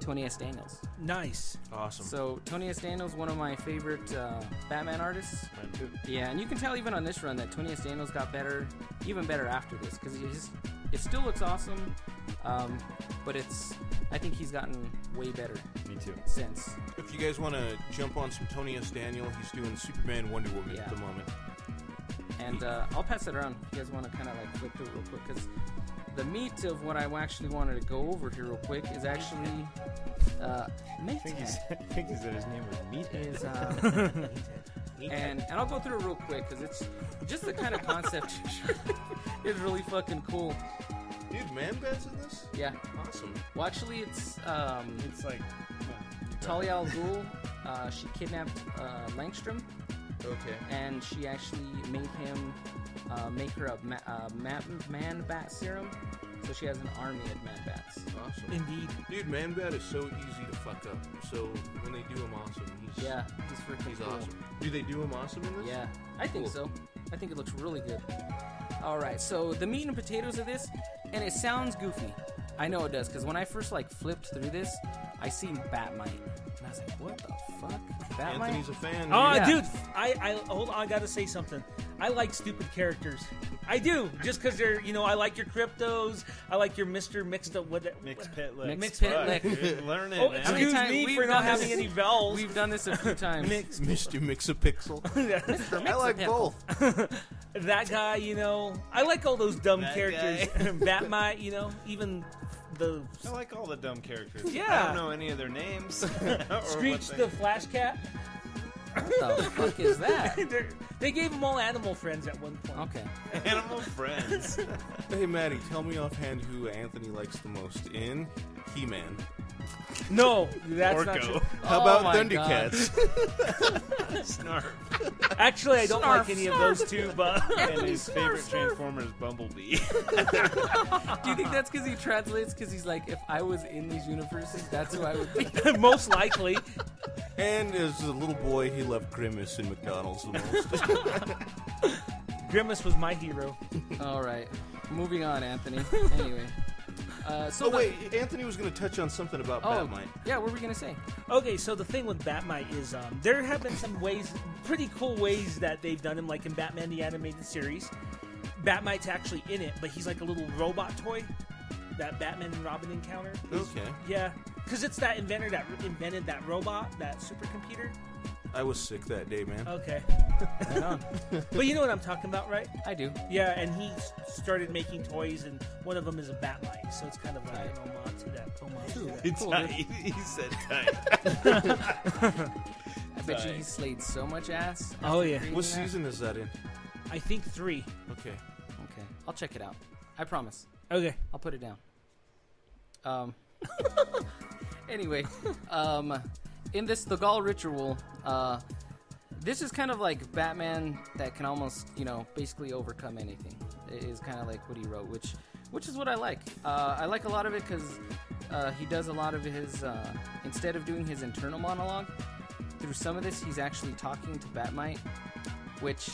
Speaker 12: Tony S. Daniels.
Speaker 2: Nice.
Speaker 12: Oh.
Speaker 3: Awesome.
Speaker 12: So Tony S. Daniels, one of my favorite uh, Batman artists.
Speaker 3: Mine too.
Speaker 12: Yeah, and you can tell even on this run that Tony S. Daniels got better, even better after this, because it still looks awesome, um, but it's I think he's gotten way better.
Speaker 1: Me too.
Speaker 12: Since
Speaker 3: If you guys want to jump on some Tony S. Daniel, he's doing Superman Wonder Woman at the moment.
Speaker 12: and uh, I'll pass it around if you guys want to kind of like flip through it real quick because the meat of what I actually wanted to go over here real quick is actually uh,
Speaker 1: I think, he said, I think he said his name was Meathead.
Speaker 12: is uh, and and I'll go through it real quick because it's just the kind of concept is really fucking cool.
Speaker 3: Dude, man bats in this?
Speaker 12: Yeah.
Speaker 3: Awesome.
Speaker 12: Well, actually, it's um,
Speaker 1: it's like
Speaker 12: Talia al Ghul. Uh, she kidnapped uh, Langstrom.
Speaker 3: Okay.
Speaker 12: And she actually made him uh, make her a ma- uh, ma- man bat serum, so she has an army of man bats.
Speaker 3: Awesome.
Speaker 2: Indeed.
Speaker 3: Dude, Man Bat is so easy to fuck up. So when they do him awesome, he's
Speaker 12: Yeah, he's freaking
Speaker 3: he's
Speaker 12: cool.
Speaker 3: awesome. Do they do him awesome in this?
Speaker 12: Yeah, I think
Speaker 3: Cool.
Speaker 12: so. I think it looks really good. All right, so the meat and potatoes of this, and it sounds goofy. I know it does, because when I first like flipped through this, I seen Batmite, and I was like, what the fuck? Batmite?
Speaker 3: Anthony's a fan.
Speaker 2: Oh,
Speaker 12: Yeah.
Speaker 2: dude, I, I hold on. I gotta say something. I like stupid characters. I do, just because they're you know I like your cryptos. I like your Mister mixed up with mixed
Speaker 1: pit lick.
Speaker 2: Mixed
Speaker 1: Fuck,
Speaker 2: pit lick.
Speaker 1: dude, learn it,
Speaker 2: Oh,
Speaker 1: man.
Speaker 12: How many
Speaker 2: excuse
Speaker 12: times-
Speaker 2: me
Speaker 12: we've
Speaker 2: for not
Speaker 12: done
Speaker 2: having
Speaker 12: this-
Speaker 2: any vowels.
Speaker 12: We've done this a few times.
Speaker 2: Mix-
Speaker 3: Mr. Mixapixel.
Speaker 2: Mr.
Speaker 3: I like
Speaker 2: Mixapixel.
Speaker 3: both.
Speaker 2: that guy, you know, I like all those dumb
Speaker 1: That
Speaker 2: characters.
Speaker 1: guy.
Speaker 2: Batmite, you know, even the
Speaker 1: I like all the dumb characters. I
Speaker 2: Yeah.
Speaker 1: don't know any of their names. or
Speaker 2: Screech
Speaker 1: what
Speaker 2: the Flash Cat.
Speaker 12: What the fuck is that?
Speaker 2: They're- they gave them all animal friends at one point.
Speaker 12: Okay.
Speaker 1: they- Animal friends.
Speaker 3: hey, Maddie, tell me offhand who Anthony likes the most in He-Man.
Speaker 2: No, that's not
Speaker 3: Orko.
Speaker 2: true.
Speaker 3: How
Speaker 2: Oh
Speaker 3: about
Speaker 2: my
Speaker 3: Thundercats?
Speaker 1: Snarf.
Speaker 2: Actually, I don't
Speaker 1: Snarf,
Speaker 2: like any
Speaker 1: snarf.
Speaker 2: of those two, but
Speaker 1: and his favorite Transformer is Bumblebee.
Speaker 12: Do you think that's because he translates? Because he's like, if I was in these universes, that's who I would be.
Speaker 2: most likely.
Speaker 3: And as a little boy, he loved Grimace in McDonald's the most.
Speaker 2: Grimace was my hero.
Speaker 12: All right, moving on, Anthony. Anyway, uh, so
Speaker 3: oh
Speaker 12: the-
Speaker 3: wait, Anthony was going to touch on something about
Speaker 12: Oh,
Speaker 3: Batmite.
Speaker 12: yeah. What were we gonna say?
Speaker 2: Okay, so the thing with Batmite is um, there have been some ways, pretty cool ways that they've done him, like in Batman the Animated Series. Batmite's actually in it, but he's like a little robot toy that Batman and Robin encounter.
Speaker 3: Okay,
Speaker 2: Yeah, because it's that inventor that re- invented that robot, that supercomputer.
Speaker 3: I was sick that day, man.
Speaker 12: Oh,
Speaker 2: Okay. but you know what I'm talking about, right?
Speaker 12: I do.
Speaker 2: Yeah, and he s- started making toys, and one of them is a Batmite, so it's kind of like an homage to that. Homage to that.
Speaker 1: It's
Speaker 12: Cool,
Speaker 1: tight.
Speaker 12: dude.
Speaker 1: He said tight.
Speaker 12: I bet you
Speaker 1: Sorry.
Speaker 12: he slayed so much ass.
Speaker 2: Oh,
Speaker 12: after
Speaker 2: yeah.
Speaker 12: creating
Speaker 3: What
Speaker 12: that.
Speaker 3: season is that in?
Speaker 2: I think three.
Speaker 3: Okay.
Speaker 12: Okay, I'll check it out. I promise.
Speaker 2: Okay.
Speaker 12: I'll put it down. Um. anyway, um, in this the Gaul ritual, uh, this is kind of like Batman that can almost you know basically overcome anything. It Is kind of like what he wrote, which which is what I like. Uh, I like a lot of it because uh, he does a lot of his uh, instead of doing his internal monologue. Through some of this, he's actually talking to Batmite, which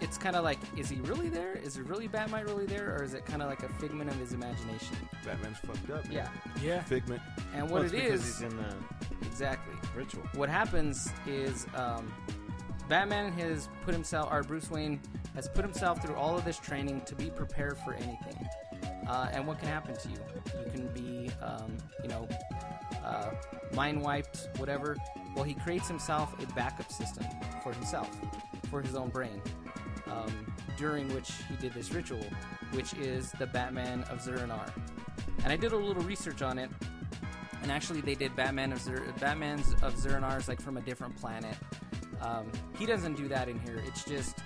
Speaker 12: it's kind of like, is he really there? Is it really Batmite really there, or is it kind of like a figment of his imagination?
Speaker 3: Batman's fucked up. Man.
Speaker 12: Yeah,
Speaker 2: Yeah.
Speaker 3: Figment.
Speaker 12: and
Speaker 1: Well,
Speaker 12: what
Speaker 1: it's
Speaker 12: it
Speaker 1: because
Speaker 12: is
Speaker 1: he's in the
Speaker 12: exactly
Speaker 1: ritual.
Speaker 12: what happens is um, Batman has put himself, or Bruce Wayne has put himself through all of this training to be prepared for anything. Uh, and what can happen to you? You can be, um, you know, uh, mind wiped, whatever. Well, he creates himself a backup system for himself, for his own brain, um, during which he did this ritual, which is the Batman of Zurinar. And I did a little research on it, and actually they did Batman of Zur- Batman's of Zurinar's like from a different planet. Um, he doesn't do that in here. It's just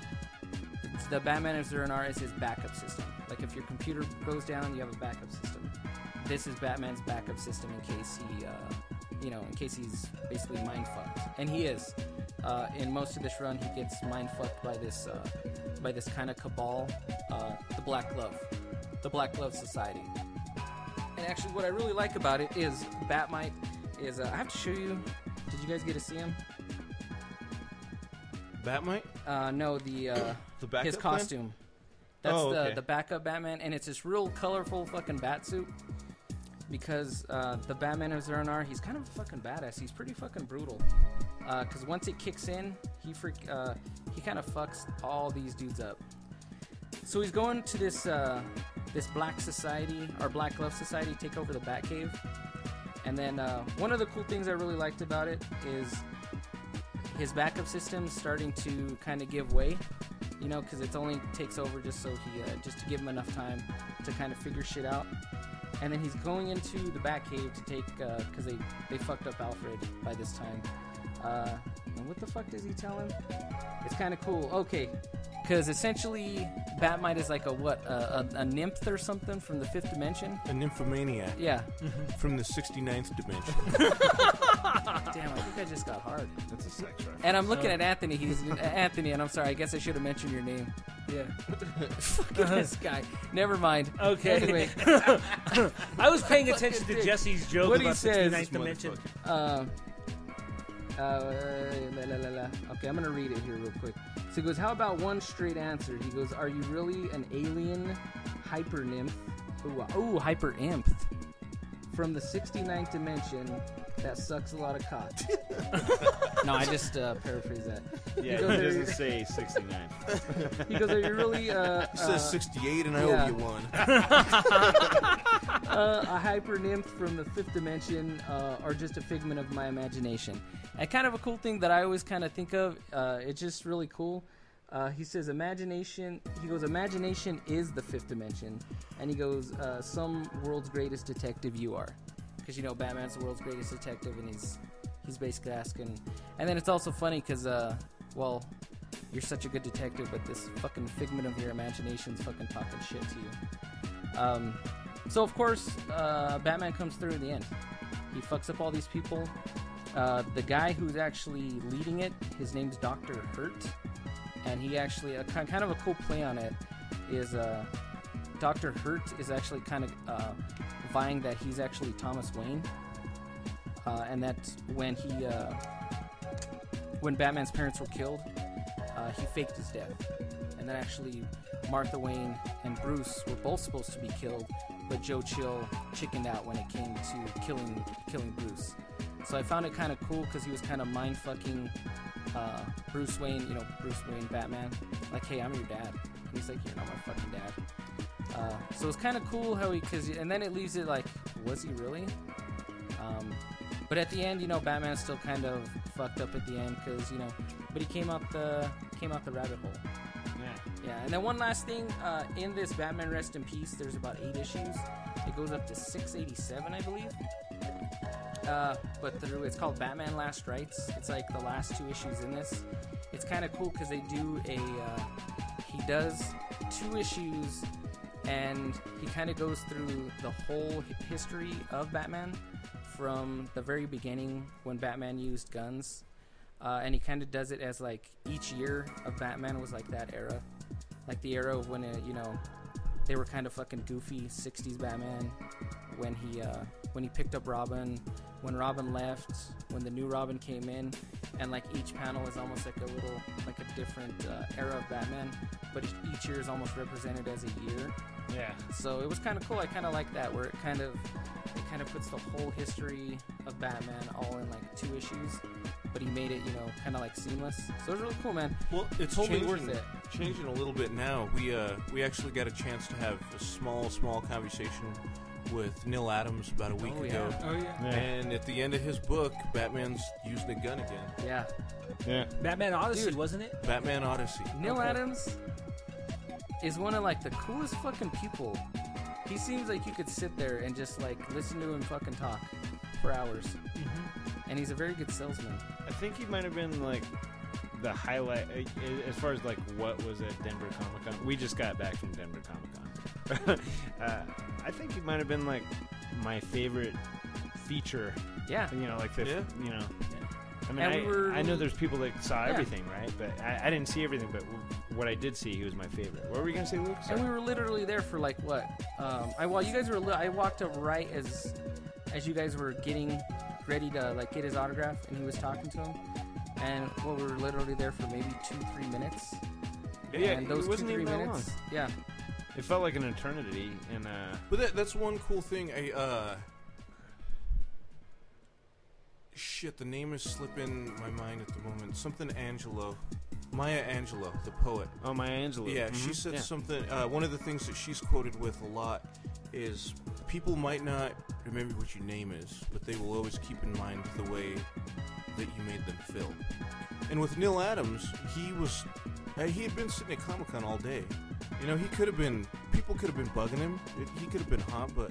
Speaker 12: it's the Batman of Zurinar is his backup system. Like if your computer goes down, you have a backup system. This is Batman's backup system in case he, uh, you know, in case he's basically mind fucked, and he is. Uh, in most of this run, he gets mind fucked by this, uh, by this kind of cabal, uh, the Black Glove, the Black Glove Society. And actually, what I really like about it is Batmite is. Uh, I have to show you. Did you guys get to see him?
Speaker 3: Batmite.
Speaker 12: Uh, no, the uh,
Speaker 3: The backup
Speaker 12: his
Speaker 3: plan?
Speaker 12: costume. That's
Speaker 3: Oh,
Speaker 12: the
Speaker 3: okay.
Speaker 12: the backup Batman, and it's this real colorful fucking batsuit. Because uh, the Batman of Zurinar, he's kind of a fucking badass. He's pretty fucking brutal. Because once it kicks in, he freak uh, he kind of fucks all these dudes up. So he's going to this uh, this Black Society or Black Glove Society take over the Batcave, and then uh, one of the cool things I really liked about it is his backup system starting to kind of give way, you know, because it only takes over just so he, uh, just to give him enough time to kind of figure shit out. And then he's going into the Batcave to take, because they, they fucked up Alfred by this time. Uh, and what the fuck does he tell him? It's kind of cool. Okay, because essentially Batmite is like a what, a, a, a nymph or something from the fifth dimension?
Speaker 3: A nymphomaniac
Speaker 12: Yeah.
Speaker 3: from the 69th dimension.
Speaker 12: Damn, I think I just got hard.
Speaker 1: That's a sex reference.
Speaker 12: And I'm looking at Anthony. He's uh, Anthony, and I'm sorry. I guess I should have mentioned your name.
Speaker 2: Yeah.
Speaker 12: Fucking this guy. Never mind.
Speaker 2: Okay.
Speaker 12: Anyway,
Speaker 2: I was paying attention to Jesse's joke
Speaker 12: What he
Speaker 2: about
Speaker 12: says-
Speaker 2: 69th dimension.
Speaker 12: uh, uh, la, la, la, la. Okay, I'm gonna read it here real quick. So he goes, "How about one straight answer?" He goes, "Are you really an alien hyper nymph?" Ooh, uh, ooh hyper imp. from the 69th dimension that sucks a lot of cock.
Speaker 4: No, I just uh, paraphrase that.
Speaker 1: Yeah, he
Speaker 12: goes,
Speaker 1: doesn't say 69.
Speaker 12: He goes, "Are you really?" Uh,
Speaker 1: He says
Speaker 12: uh,
Speaker 1: 68 and I owe you one.
Speaker 12: uh, a hyper nymph from the fifth dimension, uh, or just a figment of my imagination. And kind of a cool thing that I always kind of think of. Uh, it's just really cool. Uh, he says, "Imagination." He goes, "Imagination is the fifth dimension," and he goes, uh, "Some world's greatest detective you are," because you know Batman's the world's greatest detective, and he's he's basically asking. And then it's also funny because, uh, well, you're such a good detective, but this fucking figment of your imagination's fucking talking shit to you. Um, so of course, uh, Batman comes through in the end. He fucks up all these people. Uh, the guy who's actually leading it, his name's Doctor Hurt, and he actually a ki- kind of a cool play on it is uh, Doctor Hurt is actually kind of uh, vying that he's actually Thomas Wayne, uh, and that when he uh, when Batman's parents were killed, uh, he faked his death. And then actually, Martha Wayne and Bruce were both supposed to be killed, but Joe Chill chickened out when it came to killing killing Bruce. So I found it kind of cool because he was kind of mind fucking uh, Bruce Wayne, you know, Bruce Wayne Batman. Like, hey, I'm your dad. And he's like, you're not my fucking dad. Uh, so it's kind of cool how he, cause, and then it leaves it like, was he really? Um, but at the end, you know, Batman's still kind of fucked up at the end because you know, but he came out the came out the rabbit hole.
Speaker 1: Yeah.
Speaker 12: Yeah, and then one last thing uh, in this Batman Rest in Peace, there's about eight issues. It goes up to 687, I believe. Uh, but through it's called Batman Last Rites. It's like the last two issues in this. It's kind of cool because they do a uh, he does two issues, and he kind of goes through the whole hi- history of Batman from the very beginning when Batman used guns. Uh, and he kind of does it as like each year of Batman was like that era, like the era of when it, you know they were kind of fucking goofy 60s Batman when he uh, when he picked up Robin, when Robin left, when the new Robin came in, and like each panel is almost like a little like a different uh, era of Batman, but each- each year is almost represented as a year.
Speaker 1: Yeah.
Speaker 12: So it was kind of cool. I kind of like that where it kind of it kind of puts the whole history of Batman all in like two issues, but he made it you know kind of like seamless. So it was really cool, man.
Speaker 3: Well, it's
Speaker 12: totally
Speaker 3: changing,
Speaker 12: worth it.
Speaker 3: Changing a little bit now. We uh, we actually got a chance to have a small, small conversation with Neil Adams about a week
Speaker 12: Oh, yeah.
Speaker 3: ago.
Speaker 12: Oh, yeah. Yeah.
Speaker 3: And at the end of his book, Batman's using a gun again.
Speaker 12: Yeah.
Speaker 1: Yeah.
Speaker 2: Batman Odyssey, wasn't it?
Speaker 3: Batman Odyssey.
Speaker 12: Neil Adams is one of like the coolest fucking people. He seems like you could sit there and just like listen to him fucking talk for hours.
Speaker 1: Mm-hmm.
Speaker 12: And he's a very good salesman.
Speaker 1: I think he might have been like the highlight uh, as far as like what was at Denver Comic Con. We just got back from Denver Comic Con. uh, I think he might have been like my favorite feature.
Speaker 12: Yeah.
Speaker 1: You know, like the
Speaker 12: Yeah.
Speaker 1: you know. I mean,
Speaker 12: And
Speaker 1: I,
Speaker 12: we were-
Speaker 1: I know there's people that saw
Speaker 12: Yeah.
Speaker 1: everything, right? But I, I didn't see everything. But w- what I did see, he was my favorite. What were we gonna say, Luke?
Speaker 12: And we were literally there for like what? Um, I well, you guys were. Li- I walked up right as as you guys were getting ready to like get his autograph, and he was talking to him. And well, we were literally there for maybe two, three minutes.
Speaker 1: Yeah,
Speaker 12: and
Speaker 1: it wasn't even that long.
Speaker 12: Yeah.
Speaker 1: It felt like an eternity, and uh,
Speaker 3: But that, that's one cool thing. I uh, shit, the name is slipping my mind at the moment. Something Angelo, Maya Angelo, the poet.
Speaker 1: Oh, Maya Angelou.
Speaker 3: Mm-hmm. Yeah, she
Speaker 2: Mm-hmm.
Speaker 1: Mhm.
Speaker 3: said
Speaker 1: Yeah.
Speaker 3: something. Uh, one of the things that she's quoted with a lot is people might not remember what your name is, but they will always keep in mind the way that you made them feel. And with Neil Adams, he was uh, he had been sitting at Comic Con all day. You know, he could have been people could have been bugging him. It, he could have been hot, but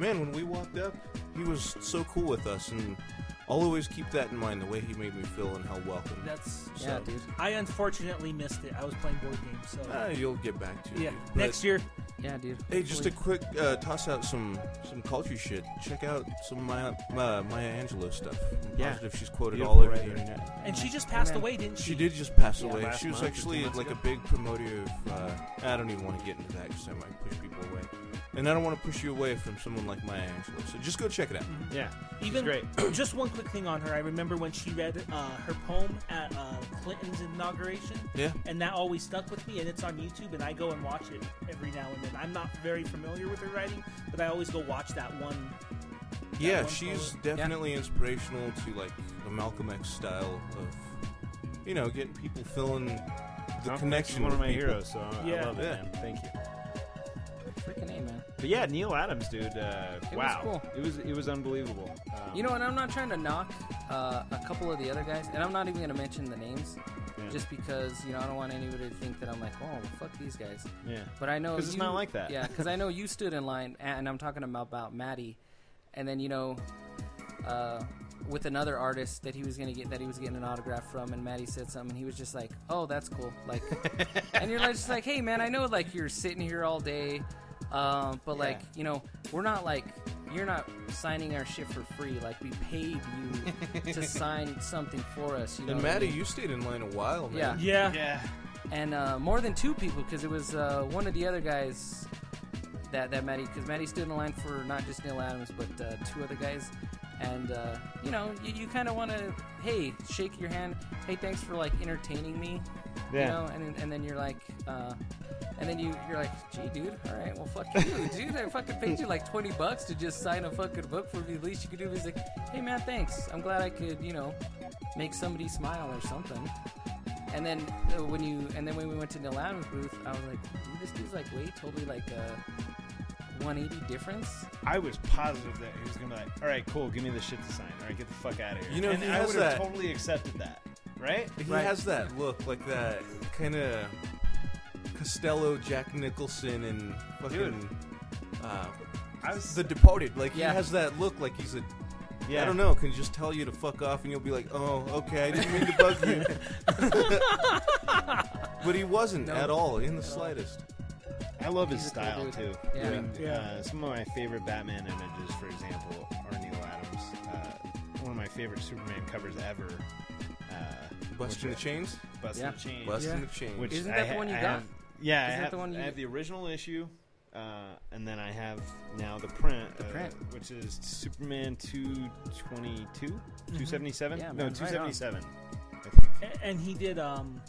Speaker 3: man, when we walked up, he was so cool with us, and I'll always keep that in mind—the way he made me feel and how welcome.
Speaker 2: That's
Speaker 3: So-
Speaker 2: I unfortunately missed it. I was playing board games, so
Speaker 3: Ah, you'll get back to it.
Speaker 2: Yeah,
Speaker 3: dude. But-
Speaker 2: next year.
Speaker 12: Yeah, dude.
Speaker 3: Hey, just a quick uh, toss out some some culture shit. Check out some of Maya, uh, Maya Angelou stuff. I'm
Speaker 2: Yeah.
Speaker 3: positive she's quoted
Speaker 2: Beautiful
Speaker 3: all over
Speaker 2: writer.
Speaker 3: the internet.
Speaker 2: And she just passed away, didn't she?
Speaker 3: She did just pass
Speaker 2: Yeah,
Speaker 3: away.
Speaker 2: last
Speaker 3: She was
Speaker 2: month or two
Speaker 3: actually
Speaker 2: months
Speaker 3: like
Speaker 2: ago.
Speaker 3: a big promoter of. Uh, I don't even want to get into that because I might push people away, and I don't want to push you away from someone like Maya Angelou. So just go check it out.
Speaker 1: Yeah,
Speaker 2: Mm-hmm. Even just one quick thing on her. I remember when she read uh, her poem at uh, Clinton's inauguration.
Speaker 3: Yeah.
Speaker 2: And that always stuck with me, and it's on YouTube, and I go and watch it every now and then. I'm not very familiar with her writing, but I always go watch that one
Speaker 12: that
Speaker 3: yeah,
Speaker 12: one
Speaker 3: she's
Speaker 12: forward. Yeah.
Speaker 3: definitely inspirational to like a Malcolm X style of, you know, getting people feeling the
Speaker 1: Malcolm X is
Speaker 3: connection.
Speaker 1: one of
Speaker 3: with
Speaker 1: my
Speaker 3: people.
Speaker 1: heroes, so I- I Yeah. love it, man. Thank you.
Speaker 12: Freaking A, man.
Speaker 1: But yeah, Neil Adams, dude. Uh,
Speaker 12: was
Speaker 1: wow,
Speaker 12: cool.
Speaker 1: it was it was unbelievable. Um,
Speaker 12: You know, and I'm not trying to knock uh, a couple of the other guys, and I'm not even going to mention the names,
Speaker 1: Yeah.
Speaker 12: just because you know I don't want anybody to think that I'm like, oh, fuck these guys.
Speaker 1: Yeah.
Speaker 12: But I know
Speaker 1: 'Cause it's
Speaker 12: you-
Speaker 1: not like that.
Speaker 12: Yeah, because I know you stood in line, and I'm talking about, about Maddie, and then you know, uh, with another artist that he was going to get that he was getting an autograph from, and Maddie said something, and he was just like, oh, that's cool, like, and you're like, just like, hey, man, I know like you're sitting here all day. Um, but
Speaker 4: Yeah.
Speaker 12: like you know, we're not like you're not signing our shit for free. Like we paid you to sign something for us. You know
Speaker 3: and
Speaker 12: what I
Speaker 3: Maddie,
Speaker 12: mean?
Speaker 3: you stayed in line a while,
Speaker 12: Yeah.
Speaker 3: man.
Speaker 1: Yeah.
Speaker 12: And uh, more than two people, because it was uh, one of the other guys that that Maddie, because Maddie stood in line for not just Neil Adams, but uh, two other guys. And uh, you know, you, you kind of want to, hey, shake your hand, hey, thanks for like entertaining me, you
Speaker 1: Yeah.
Speaker 12: know. And then, and then you're like, uh, and then you you're like, gee, dude, all right, well, fuck you, dude. I fucking paid you like twenty bucks to just sign a fucking book for me. The least you could do is like, hey, man, thanks. I'm glad I could, you know, make somebody smile or something. And then uh, when you and then when we went to Neil Adams' booth, I was like, dude, this dude's like way totally like a 180 difference.
Speaker 1: I was positive that he was gonna be like, all right, cool, give me the shit to sign. All right, get the fuck out of here.
Speaker 3: You know,
Speaker 1: and
Speaker 3: he
Speaker 1: I
Speaker 3: has
Speaker 1: would have
Speaker 3: that-
Speaker 1: totally accepted that, right?
Speaker 3: He has that look, like that kind of Costello, Jack Nicholson, and fucking uh, the Departed. Like
Speaker 1: Yeah.
Speaker 3: he has that look, like he's a.
Speaker 1: Yeah.
Speaker 3: I don't know. Can just tell you to fuck off, and you'll be like, "Oh, okay, I didn't mean to bug you." but he wasn't
Speaker 1: No.
Speaker 3: at all, in the slightest.
Speaker 1: I love his
Speaker 3: He's a cool
Speaker 1: style
Speaker 3: dude.
Speaker 1: too.
Speaker 3: Yeah.
Speaker 1: I mean,
Speaker 3: Yeah.
Speaker 1: Uh, some of my favorite Batman images, for example, are Neil Adams. Uh, one of my favorite Superman covers ever. Uh,
Speaker 3: Busting
Speaker 1: which
Speaker 3: the Chains?
Speaker 1: Busting
Speaker 3: Yeah.
Speaker 1: the chains.
Speaker 3: Busting Yeah. the Chains.
Speaker 1: Which
Speaker 3: Isn't
Speaker 1: I
Speaker 3: that the
Speaker 1: ha-
Speaker 3: one you
Speaker 1: I
Speaker 3: got?
Speaker 1: have- yeah, I
Speaker 3: Isn't that
Speaker 1: have,
Speaker 3: the one you-
Speaker 1: I have the original issue, uh, and then I have now the print,
Speaker 12: The
Speaker 1: uh,
Speaker 12: print.
Speaker 1: which is Superman two twenty two, two seventy seven.
Speaker 2: Yeah,
Speaker 1: No,
Speaker 2: man,
Speaker 1: two
Speaker 2: right
Speaker 1: seventy
Speaker 2: on.
Speaker 1: seven.
Speaker 2: A- and he did um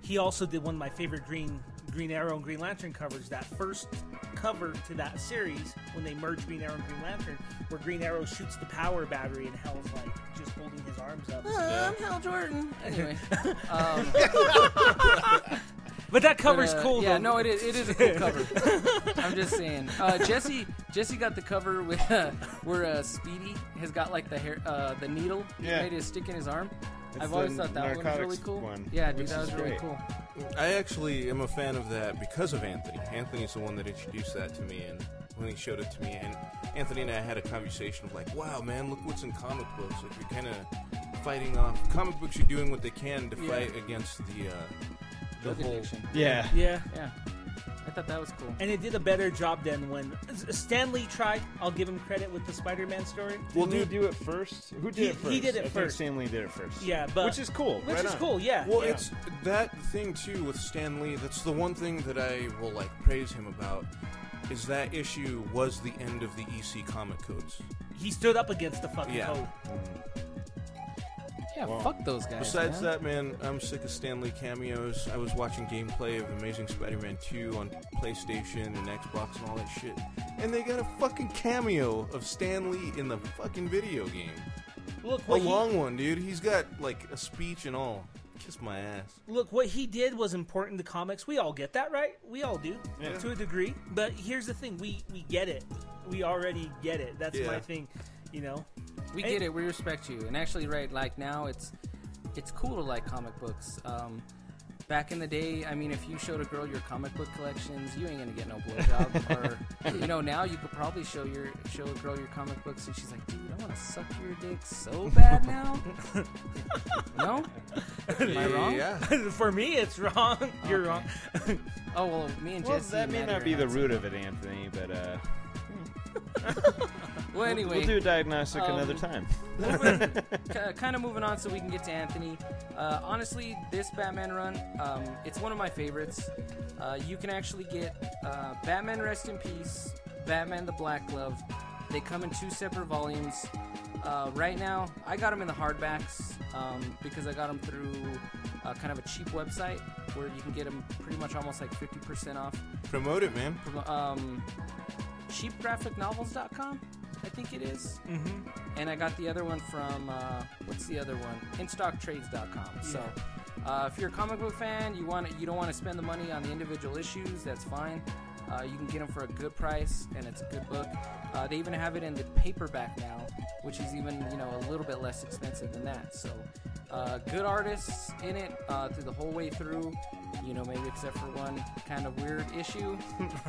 Speaker 2: he also did one of my favorite green green arrow and green lantern covers that first cover to that series when they merged green arrow and green lantern where green arrow shoots the power battery and hell's like just holding his arms up
Speaker 12: Uh, I'm Hal Jordan. Anyway, um,
Speaker 2: but that cover's
Speaker 12: uh,
Speaker 2: cool
Speaker 12: Yeah,
Speaker 2: though.
Speaker 12: no, it is, it is a cool cover. I'm just saying. Uh, Jesse Jesse got the cover with uh, where uh, Speedy has got like the hair uh, the needle
Speaker 3: Yeah.
Speaker 12: ready to stick in his arm.
Speaker 1: It's
Speaker 12: I've always
Speaker 1: the
Speaker 12: thought that one was really
Speaker 1: narcotics
Speaker 12: cool.
Speaker 1: one,
Speaker 12: yeah, dude,
Speaker 1: which
Speaker 12: that
Speaker 1: is
Speaker 12: was really
Speaker 1: great.
Speaker 12: cool.
Speaker 3: I actually am a fan of that because of Anthony. Anthony's the one that introduced that to me, and when he showed it to me, and Anthony and I had a conversation of like, "Wow, man, look what's in comic books! Like you're kind of fighting off comic books. You're doing what they can to
Speaker 12: Yeah.
Speaker 3: fight against the uh, the
Speaker 12: Drug
Speaker 3: whole
Speaker 12: addiction.
Speaker 2: yeah
Speaker 12: yeah I thought that was cool.
Speaker 2: and it did a better job than when Stanley tried. I'll give him credit with the Spider-Man story.
Speaker 1: Well, did he do it first? Who did
Speaker 2: He-
Speaker 1: it first?
Speaker 2: He did
Speaker 1: I
Speaker 2: it
Speaker 1: think
Speaker 2: first.
Speaker 1: Stanley did it first.
Speaker 2: Yeah, but-
Speaker 1: which is cool.
Speaker 2: Which
Speaker 1: right
Speaker 2: is
Speaker 1: on.
Speaker 2: cool, yeah.
Speaker 3: Well, it's that thing too with Stan Lee. That's the one thing that I will like praise him about is that issue was the end of the EC comic codes.
Speaker 2: He stood up against the fucking
Speaker 3: Yeah.
Speaker 2: code.
Speaker 12: Yeah, fuck those guys.
Speaker 3: Besides
Speaker 12: man.
Speaker 3: that, man, I'm sick of Stanley cameos. I was watching gameplay of Amazing Spider-Man 2 on PlayStation and Xbox and all that shit, and they got a fucking cameo of Stan Lee in the fucking video game.
Speaker 2: Look,
Speaker 3: a
Speaker 2: what he-
Speaker 3: long one, dude. He's got like a speech and all. Kiss my ass.
Speaker 2: Look, what he did was important to comics. We all get that, right? We all do
Speaker 3: Yeah.
Speaker 2: to a degree. But here's the thing: we we get it. We already get it. That's
Speaker 12: Yeah.
Speaker 2: my thing. You know,
Speaker 12: We
Speaker 2: And-
Speaker 12: get it. We respect you. And actually, right, like now, it's it's cool to like comic books. Um, back in the day, I mean, if you showed a girl your comic book collections, you ain't gonna get no blowjob. or you know, now you could probably show your show a girl your comic books, and she's like, dude, I want to suck your dick so bad now. no, am I wrong?
Speaker 3: Yeah.
Speaker 2: For me, it's wrong. You're
Speaker 12: Okay.
Speaker 2: wrong.
Speaker 12: Oh well, me and
Speaker 2: Well,
Speaker 12: Jesse.
Speaker 1: that may
Speaker 12: and Matt
Speaker 1: not
Speaker 12: are
Speaker 1: be the
Speaker 12: hot.
Speaker 1: root of it, Anthony, but uh,
Speaker 12: Well, anyway,
Speaker 1: we'll do a diagnostic
Speaker 12: um,
Speaker 1: another time.
Speaker 12: kind of moving on so we can get to Anthony. Uh, honestly, this Batman run, um, it's one of my favorites. Uh, you can actually get uh, Batman Rest in Peace, Batman the Black Glove. They come in two separate volumes. Uh, right now, I got them in the hardbacks um, because I got them through uh, kind of a cheap website where you can get them pretty much almost like 50% off.
Speaker 3: Promote it, man.
Speaker 12: Promo- um, cheapgraphicnovels.com? I think it is. And I got the other one from uh, what's the other one? InStockTrades.com. So uh, if you're a comic book fan, you want you don't want to spend the money on the individual issues. That's fine. Uh, you can get them for a good price, and it's a good book. Uh, they even have it in the paperback now, which is even you know a little bit less expensive than that. So uh, good artists in it uh, through the whole way through. You know, maybe except for one kind of weird issue.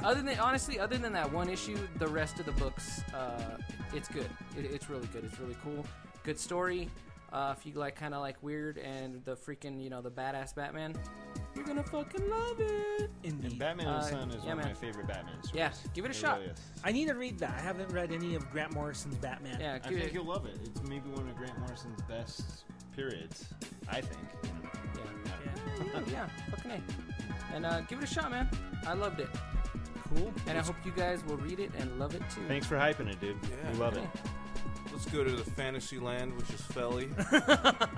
Speaker 12: other than honestly, other than that one issue, the rest of the books, uh, it's good. It, it's really good. It's really cool. Good story. Uh, if you like kind of like weird and the freaking you know the badass Batman, you're gonna fucking love it.
Speaker 1: And Batman and
Speaker 12: Uh,
Speaker 1: Son is
Speaker 12: yeah,
Speaker 1: one of
Speaker 12: man.
Speaker 1: my favorite Batman stories.
Speaker 12: Yeah, give it a
Speaker 1: It
Speaker 12: shot.
Speaker 1: really is.
Speaker 2: I need to read that. I haven't read any of Grant Morrison's Batman.
Speaker 12: Yeah,
Speaker 1: I think you'll love it. It's maybe one of Grant Morrison's best periods. I think.
Speaker 12: Yeah, yeah, fucking A. And uh, give it a shot, man. I loved it.
Speaker 2: Cool.
Speaker 12: And I hope you guys will read it and love it too.
Speaker 1: Thanks for hyping it, dude. We love it.
Speaker 3: Let's go to the fantasy land, which is Felly,
Speaker 2: Well-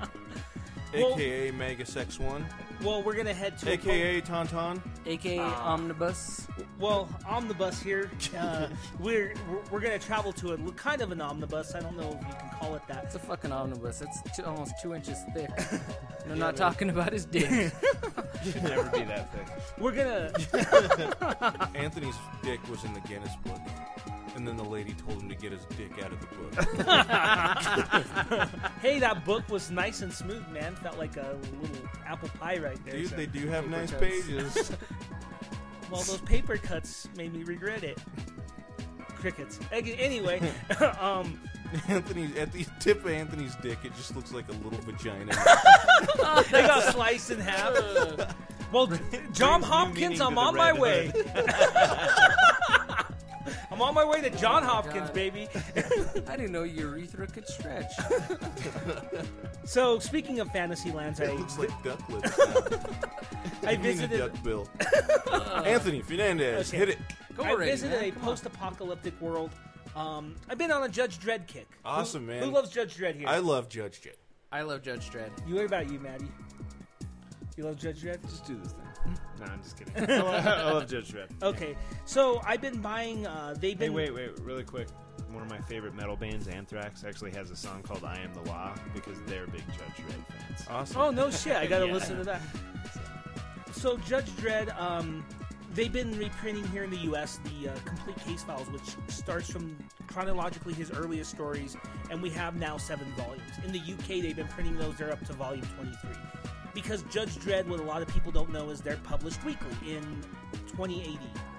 Speaker 3: aka Magus X1,
Speaker 2: Well, we're gonna head to
Speaker 3: aka Tauntaun.
Speaker 12: aka
Speaker 2: Ah.
Speaker 12: Omnibus.
Speaker 2: Well, omnibus here. Uh, we're, we're we're gonna travel to a l- kind of an omnibus. I don't know if you can call it that. It's
Speaker 12: a fucking omnibus. It's two, almost two inches thick. And I'm
Speaker 2: Yeah,
Speaker 12: not
Speaker 2: man.
Speaker 12: talking about his dick.
Speaker 3: Should never be that thick.
Speaker 2: We're gonna. uh.
Speaker 3: Anthony's dick was in the Guinness book, and then the lady told him to get his dick out of the book.
Speaker 2: hey, that book was nice and smooth, man. Felt like a little apple pie right there.
Speaker 3: Dude,
Speaker 2: so-
Speaker 3: they do have
Speaker 2: Paper
Speaker 3: nice
Speaker 2: cuts.
Speaker 3: pages.
Speaker 2: well, those paper cuts made me regret it. Crickets. Ag- Anyway, um,
Speaker 3: Anthony's at the tip of Anthony's dick, it just looks like a little vagina.
Speaker 2: they got sliced in half. well, John
Speaker 3: new
Speaker 2: Hopkins,
Speaker 3: meaning
Speaker 2: I'm
Speaker 3: to the
Speaker 2: on my
Speaker 3: Red
Speaker 2: way. I'm on my way
Speaker 3: Oh
Speaker 2: to John Hopkins,
Speaker 12: God.
Speaker 2: baby.
Speaker 12: I didn't know urethra could stretch.
Speaker 2: So, speaking of fantasy lands, I,
Speaker 3: it looks like duck lips. now.
Speaker 2: I
Speaker 3: You mean a
Speaker 2: visited.
Speaker 3: duck bill. Anthony Fernandez,
Speaker 2: Okay.
Speaker 3: hit it.
Speaker 12: Go
Speaker 2: I
Speaker 12: already,
Speaker 2: visited
Speaker 12: man.
Speaker 2: a post-apocalyptic world. Um, I've been on a Judge Dredd kick. Who-
Speaker 3: Awesome, man.
Speaker 2: Who loves Judge Dredd here?
Speaker 3: I love Judge J.
Speaker 12: I love Judge Dredd.
Speaker 2: You. What about you, Maddie? You love Judge Dredd?
Speaker 1: Just do this thing. no, I'm just kidding. I love, I love Judge Dredd.
Speaker 2: Okay, so I've been buying. Uh, they've
Speaker 1: Hey,
Speaker 2: been.
Speaker 1: wait, wait, really quick. One of my favorite metal bands, Anthrax, actually has a song called "I Am the Law" because they're big Judge Dredd fans.
Speaker 3: Awesome.
Speaker 2: Oh no shit! I gotta
Speaker 1: Yeah.
Speaker 2: listen to that. So Judge Dredd, um, they've been reprinting here in the U.S. the uh, complete case files, which starts from chronologically his earliest stories, and we have now seven volumes. In the U.K., they've been printing those; they're up to volume twenty-three. Because Judge Dredd, what a lot of people don't know is they're published weekly in 2080,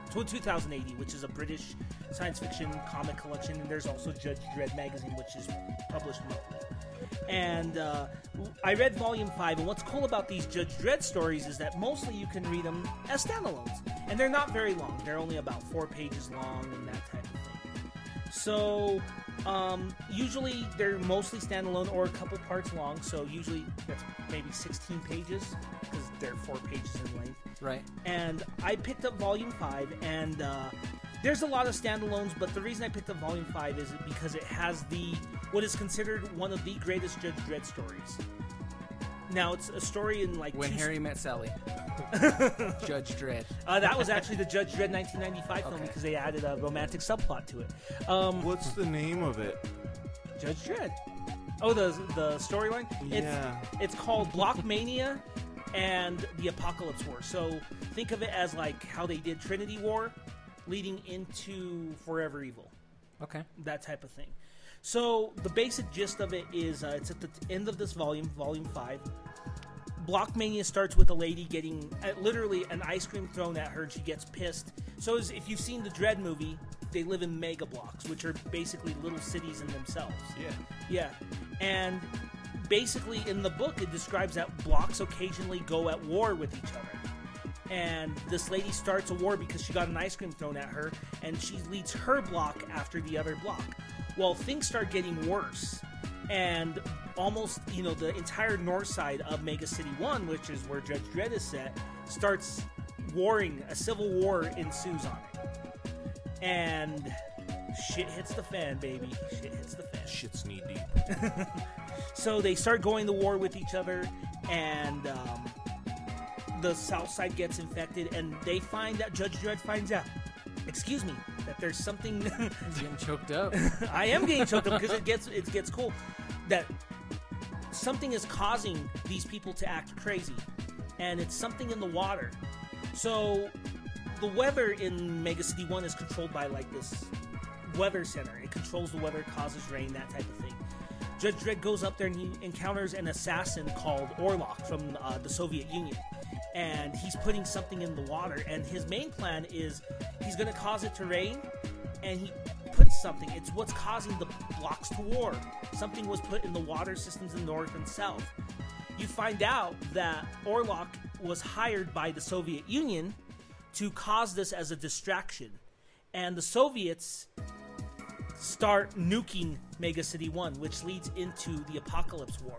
Speaker 2: tw- 2080, which is a British science fiction comic collection, and there's also Judge Dredd magazine, which is published monthly and uh, I read Volume Five. And what's cool about these Judge Dredd stories is that mostly you can read them as standalones, and they're not very long. They're only about four pages long and that type of thing. So um, usually they're mostly standalone or a couple parts long. So usually that's maybe 16 pages because they're four pages in length.
Speaker 12: Right.
Speaker 2: And I picked up Volume Five, and uh, there's a lot of standalones, but the reason I picked up Volume Five is because it has the what is considered one of the greatest Judge Dredd stories. Now it's a story in like
Speaker 12: When
Speaker 2: two-
Speaker 12: Harry Met Sally. Judge Dredd.
Speaker 2: uh, that was actually the Judge Dredd 1995 film
Speaker 12: Okay.
Speaker 2: because they added a romantic subplot to it. Um,
Speaker 3: What's the name of it?
Speaker 2: Judge Dredd. Oh, the the storyline.
Speaker 3: Yeah.
Speaker 2: It's it's called Block Mania and the Apocalypse War. So think of it as like how they did Trinity War, leading into Forever Evil.
Speaker 12: Okay.
Speaker 2: That type of thing. So the basic gist of it is uh, it's at the t- end of this volume, volume five. Block Mania starts with a lady getting uh, literally an ice cream thrown at her and she gets pissed. So as, if you've seen the Dread movie, they live in mega blocks, which are basically little cities in themselves.
Speaker 1: Yeah.
Speaker 2: Yeah. And basically in the book it describes that blocks occasionally go at war with each other and this lady starts a war because she got an ice cream thrown at her, and she leads her block after the other block. Well, things start getting worse, and almost you know the entire north side of Mega City One, which is where Judge Dredd is set, starts warring. A civil war ensues on it, and shit hits the fan, baby. Shit hits the fan.
Speaker 3: Shit's knee deep.
Speaker 2: So they start going to war with each other, and um, the South Side gets infected, and they find that Judge Dredd finds out. Excuse me, that there's something. getting
Speaker 4: choked up.
Speaker 2: I am getting choked up because it gets it gets cool that something is causing these people to act crazy, and it's something in the water. So the weather in Mega City One is controlled by like this weather center. It controls the weather, causes rain, that type of thing. Judge Dredd goes up there and he encounters an assassin called Orlok from uh, the Soviet Union. And he's putting something in the water. And his main plan is he's going to cause it to rain. And he puts something. It's what's causing the blocks to war. Something was put in the water systems in north and south. You find out that Orlok was hired by the Soviet Union to cause this as a distraction. And the Soviets start nuking Mega City 1, which leads into the Apocalypse War.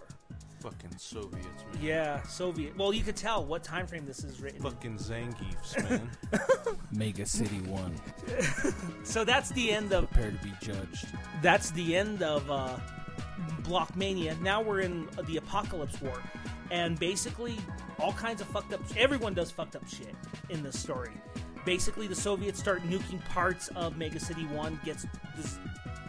Speaker 3: Fucking Soviets, man.
Speaker 2: Yeah, Soviet. Well, you could tell what time frame this is written.
Speaker 3: Fucking Zangiefs, man.
Speaker 13: Mega City One.
Speaker 2: So that's the end of
Speaker 13: Prepare to be judged.
Speaker 2: that's the end of uh, Block Mania. Now we're in the Apocalypse War, and basically all kinds of fucked up. Everyone does fucked up shit in this story. Basically, the Soviets start nuking parts of Mega City One, gets dis-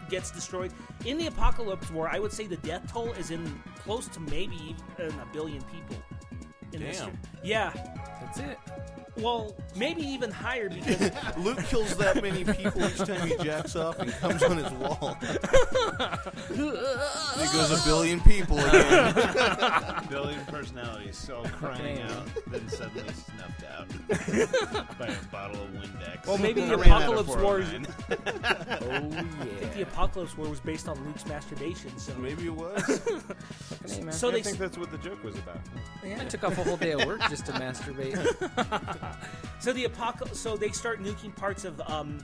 Speaker 2: gets destroyed. In the Apocalypse War, I would say the death toll is in close to maybe even a billion people. In This
Speaker 3: Damn.
Speaker 2: year. Yeah,
Speaker 4: that's it.
Speaker 2: Well, maybe even higher because
Speaker 3: Luke kills that many people each time he jacks off and comes on his wall. There goes a billion people again.
Speaker 1: billion personalities all crying
Speaker 3: Damn.
Speaker 1: out, then suddenly snuffed out by a bottle of Windex.
Speaker 2: Well, maybe
Speaker 1: I
Speaker 2: the
Speaker 1: ran out of
Speaker 2: Apocalypse War. is-
Speaker 1: 409.
Speaker 2: Oh, I think the Apocalypse War was based on Luke's masturbation. So
Speaker 3: maybe it was.
Speaker 2: so
Speaker 1: I
Speaker 2: they
Speaker 1: think that's what the joke was about.
Speaker 12: I took off a whole day of work just to masturbate.
Speaker 2: so the apocalypse. So they start nuking parts of um,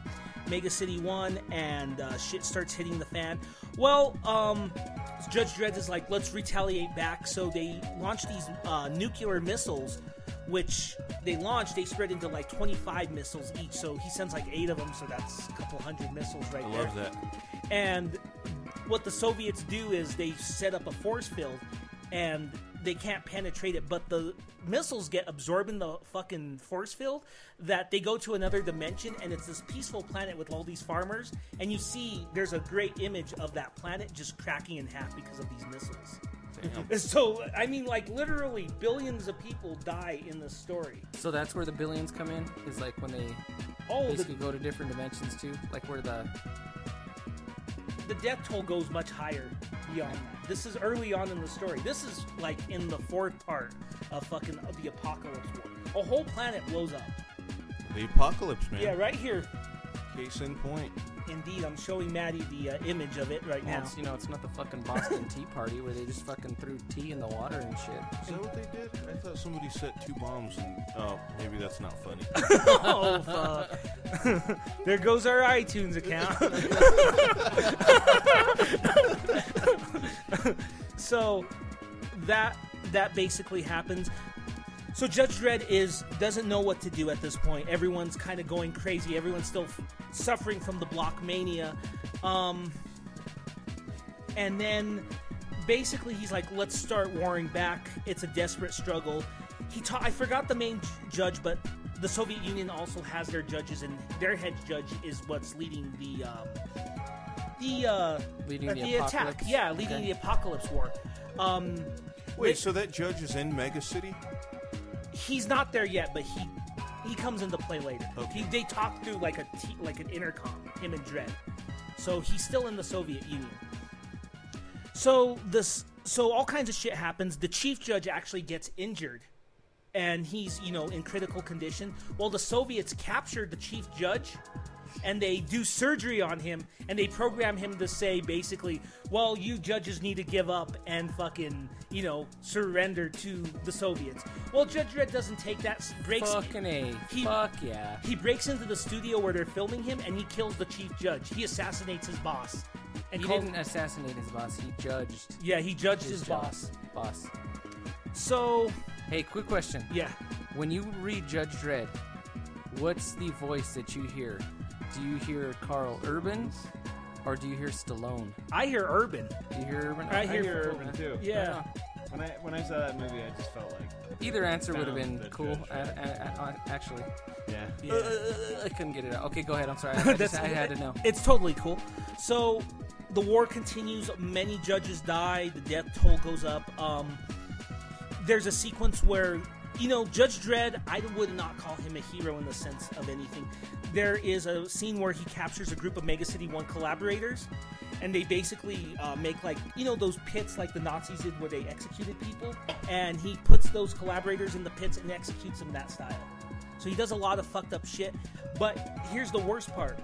Speaker 2: Mega City One, and uh, shit starts hitting the fan. Well, um, Judge Dredd is like, let's retaliate back. So they launch these uh, nuclear missiles, which they launch. They spread into like 25 missiles each. So he sends like eight of them. So that's a couple hundred missiles right
Speaker 3: I
Speaker 2: there.
Speaker 3: love that.
Speaker 2: And what the Soviets do is they set up a force field and they can't penetrate it, but the missiles get absorbed in the fucking force field that they go to another dimension and it's this peaceful planet with all these farmers. And you see there's a great image of that planet just cracking in half because of these missiles. So, I mean, like literally billions of people die in this story.
Speaker 12: So that's where the billions come in. Is like when they
Speaker 2: Oh, the-
Speaker 12: basically go to different dimensions too. Like where the
Speaker 2: the death toll goes much higher beyond that. This is early on in the story. This is like in the fourth part of fucking of the apocalypse war. A whole planet blows up.
Speaker 3: The apocalypse, man.
Speaker 2: Yeah, right here.
Speaker 3: Case in point.
Speaker 2: Indeed, I'm showing Maddie the uh, image of it right
Speaker 12: Well,
Speaker 2: now.
Speaker 12: it's- you know, it's not the fucking Boston Tea Party where they just fucking threw tea in the water and shit.
Speaker 3: Is that what they did? I thought somebody set two bombs and. Oh, maybe that's not funny.
Speaker 2: oh fuck! there goes our iTunes account. so that that basically happens. So Judge Dredd is doesn't know what to do at this point. Everyone's kind of going crazy. Everyone's still f- suffering from the block mania. Um, and then basically he's like, let's start warring back. It's a desperate struggle. He ta- I forgot the main j- judge, but the Soviet Union also has their judges, and their head judge is what's leading the um, the uh,
Speaker 12: Leading
Speaker 2: uh,
Speaker 12: the
Speaker 2: attack.
Speaker 12: apocalypse?
Speaker 2: Yeah, leading
Speaker 12: Okay.
Speaker 2: the apocalypse war. Um,
Speaker 3: Wait, so that judge is in Mega City?
Speaker 2: he's not there yet, but he he comes into play later. He, they talk through like a t- like an intercom, him and Dredd. So he's still in the Soviet Union. So this so all kinds of shit happens. The chief judge actually gets injured and he's, you know, in critical condition. Well, the Soviets captured the chief judge and they do surgery on him and they program him to say basically, well, you judges need to give up and fucking, you know, surrender to the Soviets. Well, Judge Dredd doesn't take that. s- Breaks
Speaker 12: Fucking A.
Speaker 2: He-
Speaker 12: Fuck yeah.
Speaker 2: he breaks into the studio where they're filming him and he kills the chief judge. He assassinates his boss. And
Speaker 12: he
Speaker 2: calls-
Speaker 12: didn't assassinate his boss. He judged.
Speaker 2: Yeah, he judged his
Speaker 12: job-
Speaker 2: boss.
Speaker 12: Boss.
Speaker 2: So.
Speaker 12: Hey, quick question.
Speaker 2: Yeah.
Speaker 12: When you read Judge Dredd, what's the voice that you hear? Do you hear Carl Urban, or do you hear Stallone?
Speaker 2: I hear Urban.
Speaker 12: You hear Urban. Uh-huh.
Speaker 2: I
Speaker 12: Okay.
Speaker 2: hear Urban too. Yeah.
Speaker 12: Right
Speaker 1: When I when I saw that movie, I just felt like
Speaker 4: Either answer would have
Speaker 1: found
Speaker 4: been
Speaker 1: the
Speaker 4: cool. uh,
Speaker 1: judge.
Speaker 4: I, I, I, I- actually,
Speaker 1: Yeah.
Speaker 2: Yeah.
Speaker 4: Uh, I couldn't get it out. Okay, go ahead. I'm sorry. I, I, just, I had to know.
Speaker 2: It's totally cool. So the war continues. Many judges die. The death toll goes up. Um, there's a sequence where you know Judge Dredd. I would not call him a hero in the sense of anything. There is a scene where he captures a group of Mega City One collaborators, and they basically uh, make like you know those pits like the Nazis did where they executed people, and he puts those collaborators in the pits and executes them that style. So he does a lot of fucked up shit. But here's the worst part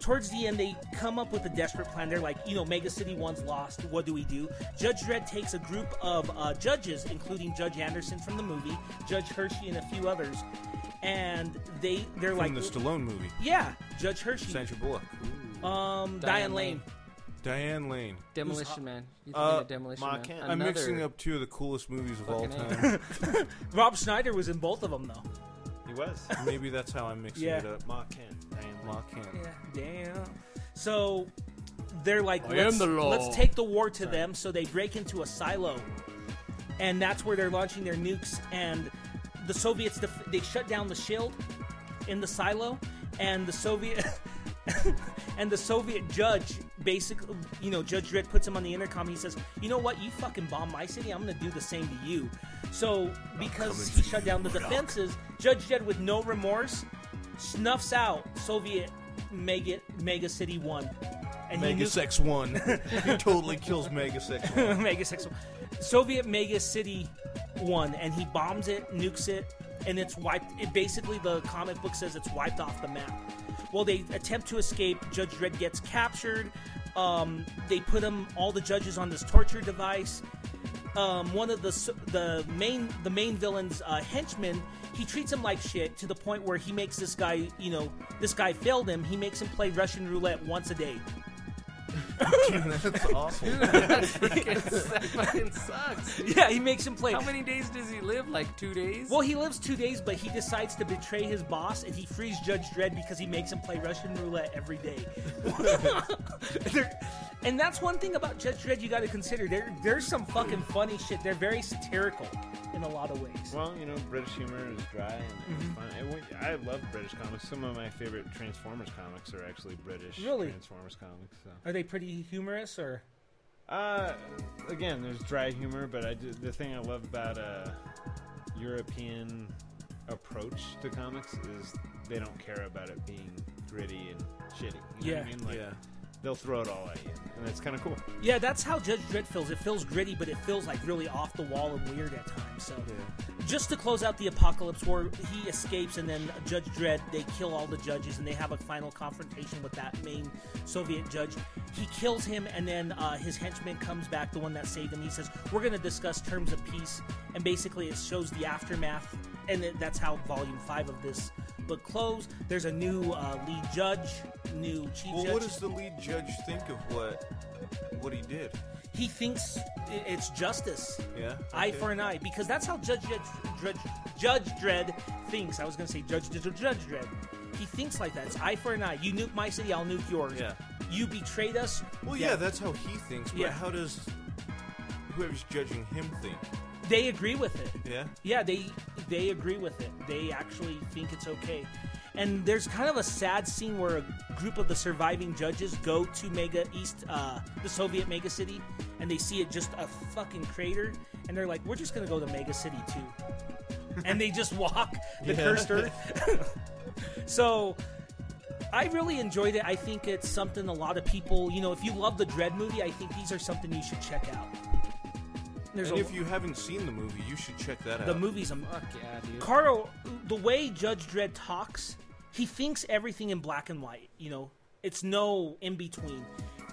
Speaker 2: towards the end, they come up with a desperate plan. They're like, you know, Mega City 1's lost. What do we do? Judge Dredd takes a group of uh, judges, including Judge Anderson from the movie, Judge Hershey, and a few others. And they, they're
Speaker 3: From
Speaker 2: like.
Speaker 3: the Stallone movie.
Speaker 2: Yeah, Judge Hershey.
Speaker 3: Sandra Bullock.
Speaker 2: Um, Diane,
Speaker 4: Diane
Speaker 2: Lane.
Speaker 4: Lane.
Speaker 3: Diane Lane.
Speaker 4: Demolition Man. You
Speaker 3: Uh,
Speaker 4: thinking of Demolition
Speaker 3: Ma
Speaker 4: Man?
Speaker 3: Kent. I'm
Speaker 4: Another-
Speaker 3: mixing up two of the coolest movies of all
Speaker 4: Fucking A.
Speaker 3: time.
Speaker 2: Rob Schneider was in both of them, though.
Speaker 1: He was.
Speaker 3: Maybe that's how I'm mixing
Speaker 2: Yeah.
Speaker 3: it up. Ma Kent. Diane Ma Kent.
Speaker 2: Damn. So they're like,
Speaker 3: I
Speaker 2: let's,
Speaker 3: am the law."
Speaker 2: let's take the war to them. So they break into a silo, and that's where they're launching their nukes. And the Soviets def- they shut down the shield in the silo, and the Soviet. and the Soviet judge, basically, you know, Judge Dredd puts him on the intercom. He says, "You know what? You fucking bomb my city. I'm gonna do the same to you." So because he shut down the defenses, Judge Dredd, with no remorse, snuffs out Soviet Mega Mega City One, and he
Speaker 3: Mega
Speaker 2: nukes-
Speaker 3: Sex One. he totally kills Mega Sex One.
Speaker 2: Mega Six, Soviet Mega City One, and he bombs it, nukes it, and it's wiped. It basically the comic book says it's wiped off the map. Well, they attempt to escape. Judge Dredd gets captured. Um, they put him, all the judges, on this torture device. Um, one of the s- the main the main villain's uh, henchmen, he treats him like shit to the point where he makes this guy, you know, this guy failed him. He makes him play Russian roulette once a day.
Speaker 3: That's awful.
Speaker 4: that fucking sucks. dude.
Speaker 2: Yeah, he makes him play.
Speaker 4: How many days does he live? Like two days?
Speaker 2: Well, he lives two days, but he decides to betray his boss, and he frees Judge Dredd because he makes him play Russian roulette every day. There- and that's one thing about Judge Dredd you got to consider. There, there's some fucking funny shit. They're very satirical in a lot of ways.
Speaker 1: Well, you know, British humor is dry and it's
Speaker 2: Mhm.
Speaker 1: fun. I went- I, love British comics. Some of my favorite Transformers comics are actually British
Speaker 2: Really?
Speaker 1: Transformers comics. So.
Speaker 2: Are they pretty humorous or?
Speaker 1: Uh, again, there's dry humor, but I do, the thing I love about uh, European approach to comics is they don't care about it being gritty and shitty. You know
Speaker 2: Yeah.
Speaker 1: what I mean? Like, They'll throw it all at you, and it's kind of cool.
Speaker 2: Yeah, that's how Judge Dredd feels. It feels gritty, but it feels like really off the wall and weird at times. So, just to close out the apocalypse war, he escapes, and then Judge Dredd they kill all the judges, and they have a final confrontation with that main Soviet judge. He kills him, and then uh, his henchman comes back, the one that saved him. He says, "We're going to discuss terms of peace," and basically it shows the aftermath, and it- that's how Volume Five of this book closed. There's a new uh, lead judge, new chief
Speaker 3: Well,
Speaker 2: judge.
Speaker 3: what does the lead judge think of what what he did?
Speaker 2: He thinks i- it's justice.
Speaker 3: Yeah,
Speaker 2: Eye
Speaker 3: okay.
Speaker 2: for an eye, because that's how Judge Judge, Judge, Judge Dredd thinks. I was going to say Judge Judge Judge Dredd. He thinks like that. It's eye for an eye. You nuke my city, I'll nuke yours.
Speaker 3: Yeah.
Speaker 2: You betrayed us.
Speaker 3: Well, yeah, that's how he thinks. But
Speaker 2: Yeah.
Speaker 3: how does whoever's judging him think?
Speaker 2: They agree with it.
Speaker 3: Yeah.
Speaker 2: Yeah, they they agree with it. They actually think it's okay. And there's kind of a sad scene where a group of the surviving judges go to Mega East, uh, the Soviet Mega City, and they see it just a fucking crater, and they're like, "We're just gonna go to Mega City too," and they just walk the
Speaker 7: Yeah.
Speaker 2: cursed earth. so. I really enjoyed it. I think it's something a lot of people, you know, if you love the Dread movie, I think these are something you should check out. There's
Speaker 3: and
Speaker 2: a-
Speaker 3: if you haven't seen the movie, you should check that out.
Speaker 2: The movie's a
Speaker 4: fuck yeah, dude.
Speaker 2: Carl, the way Judge Dredd talks, he thinks everything in black and white. You know, it's no in between,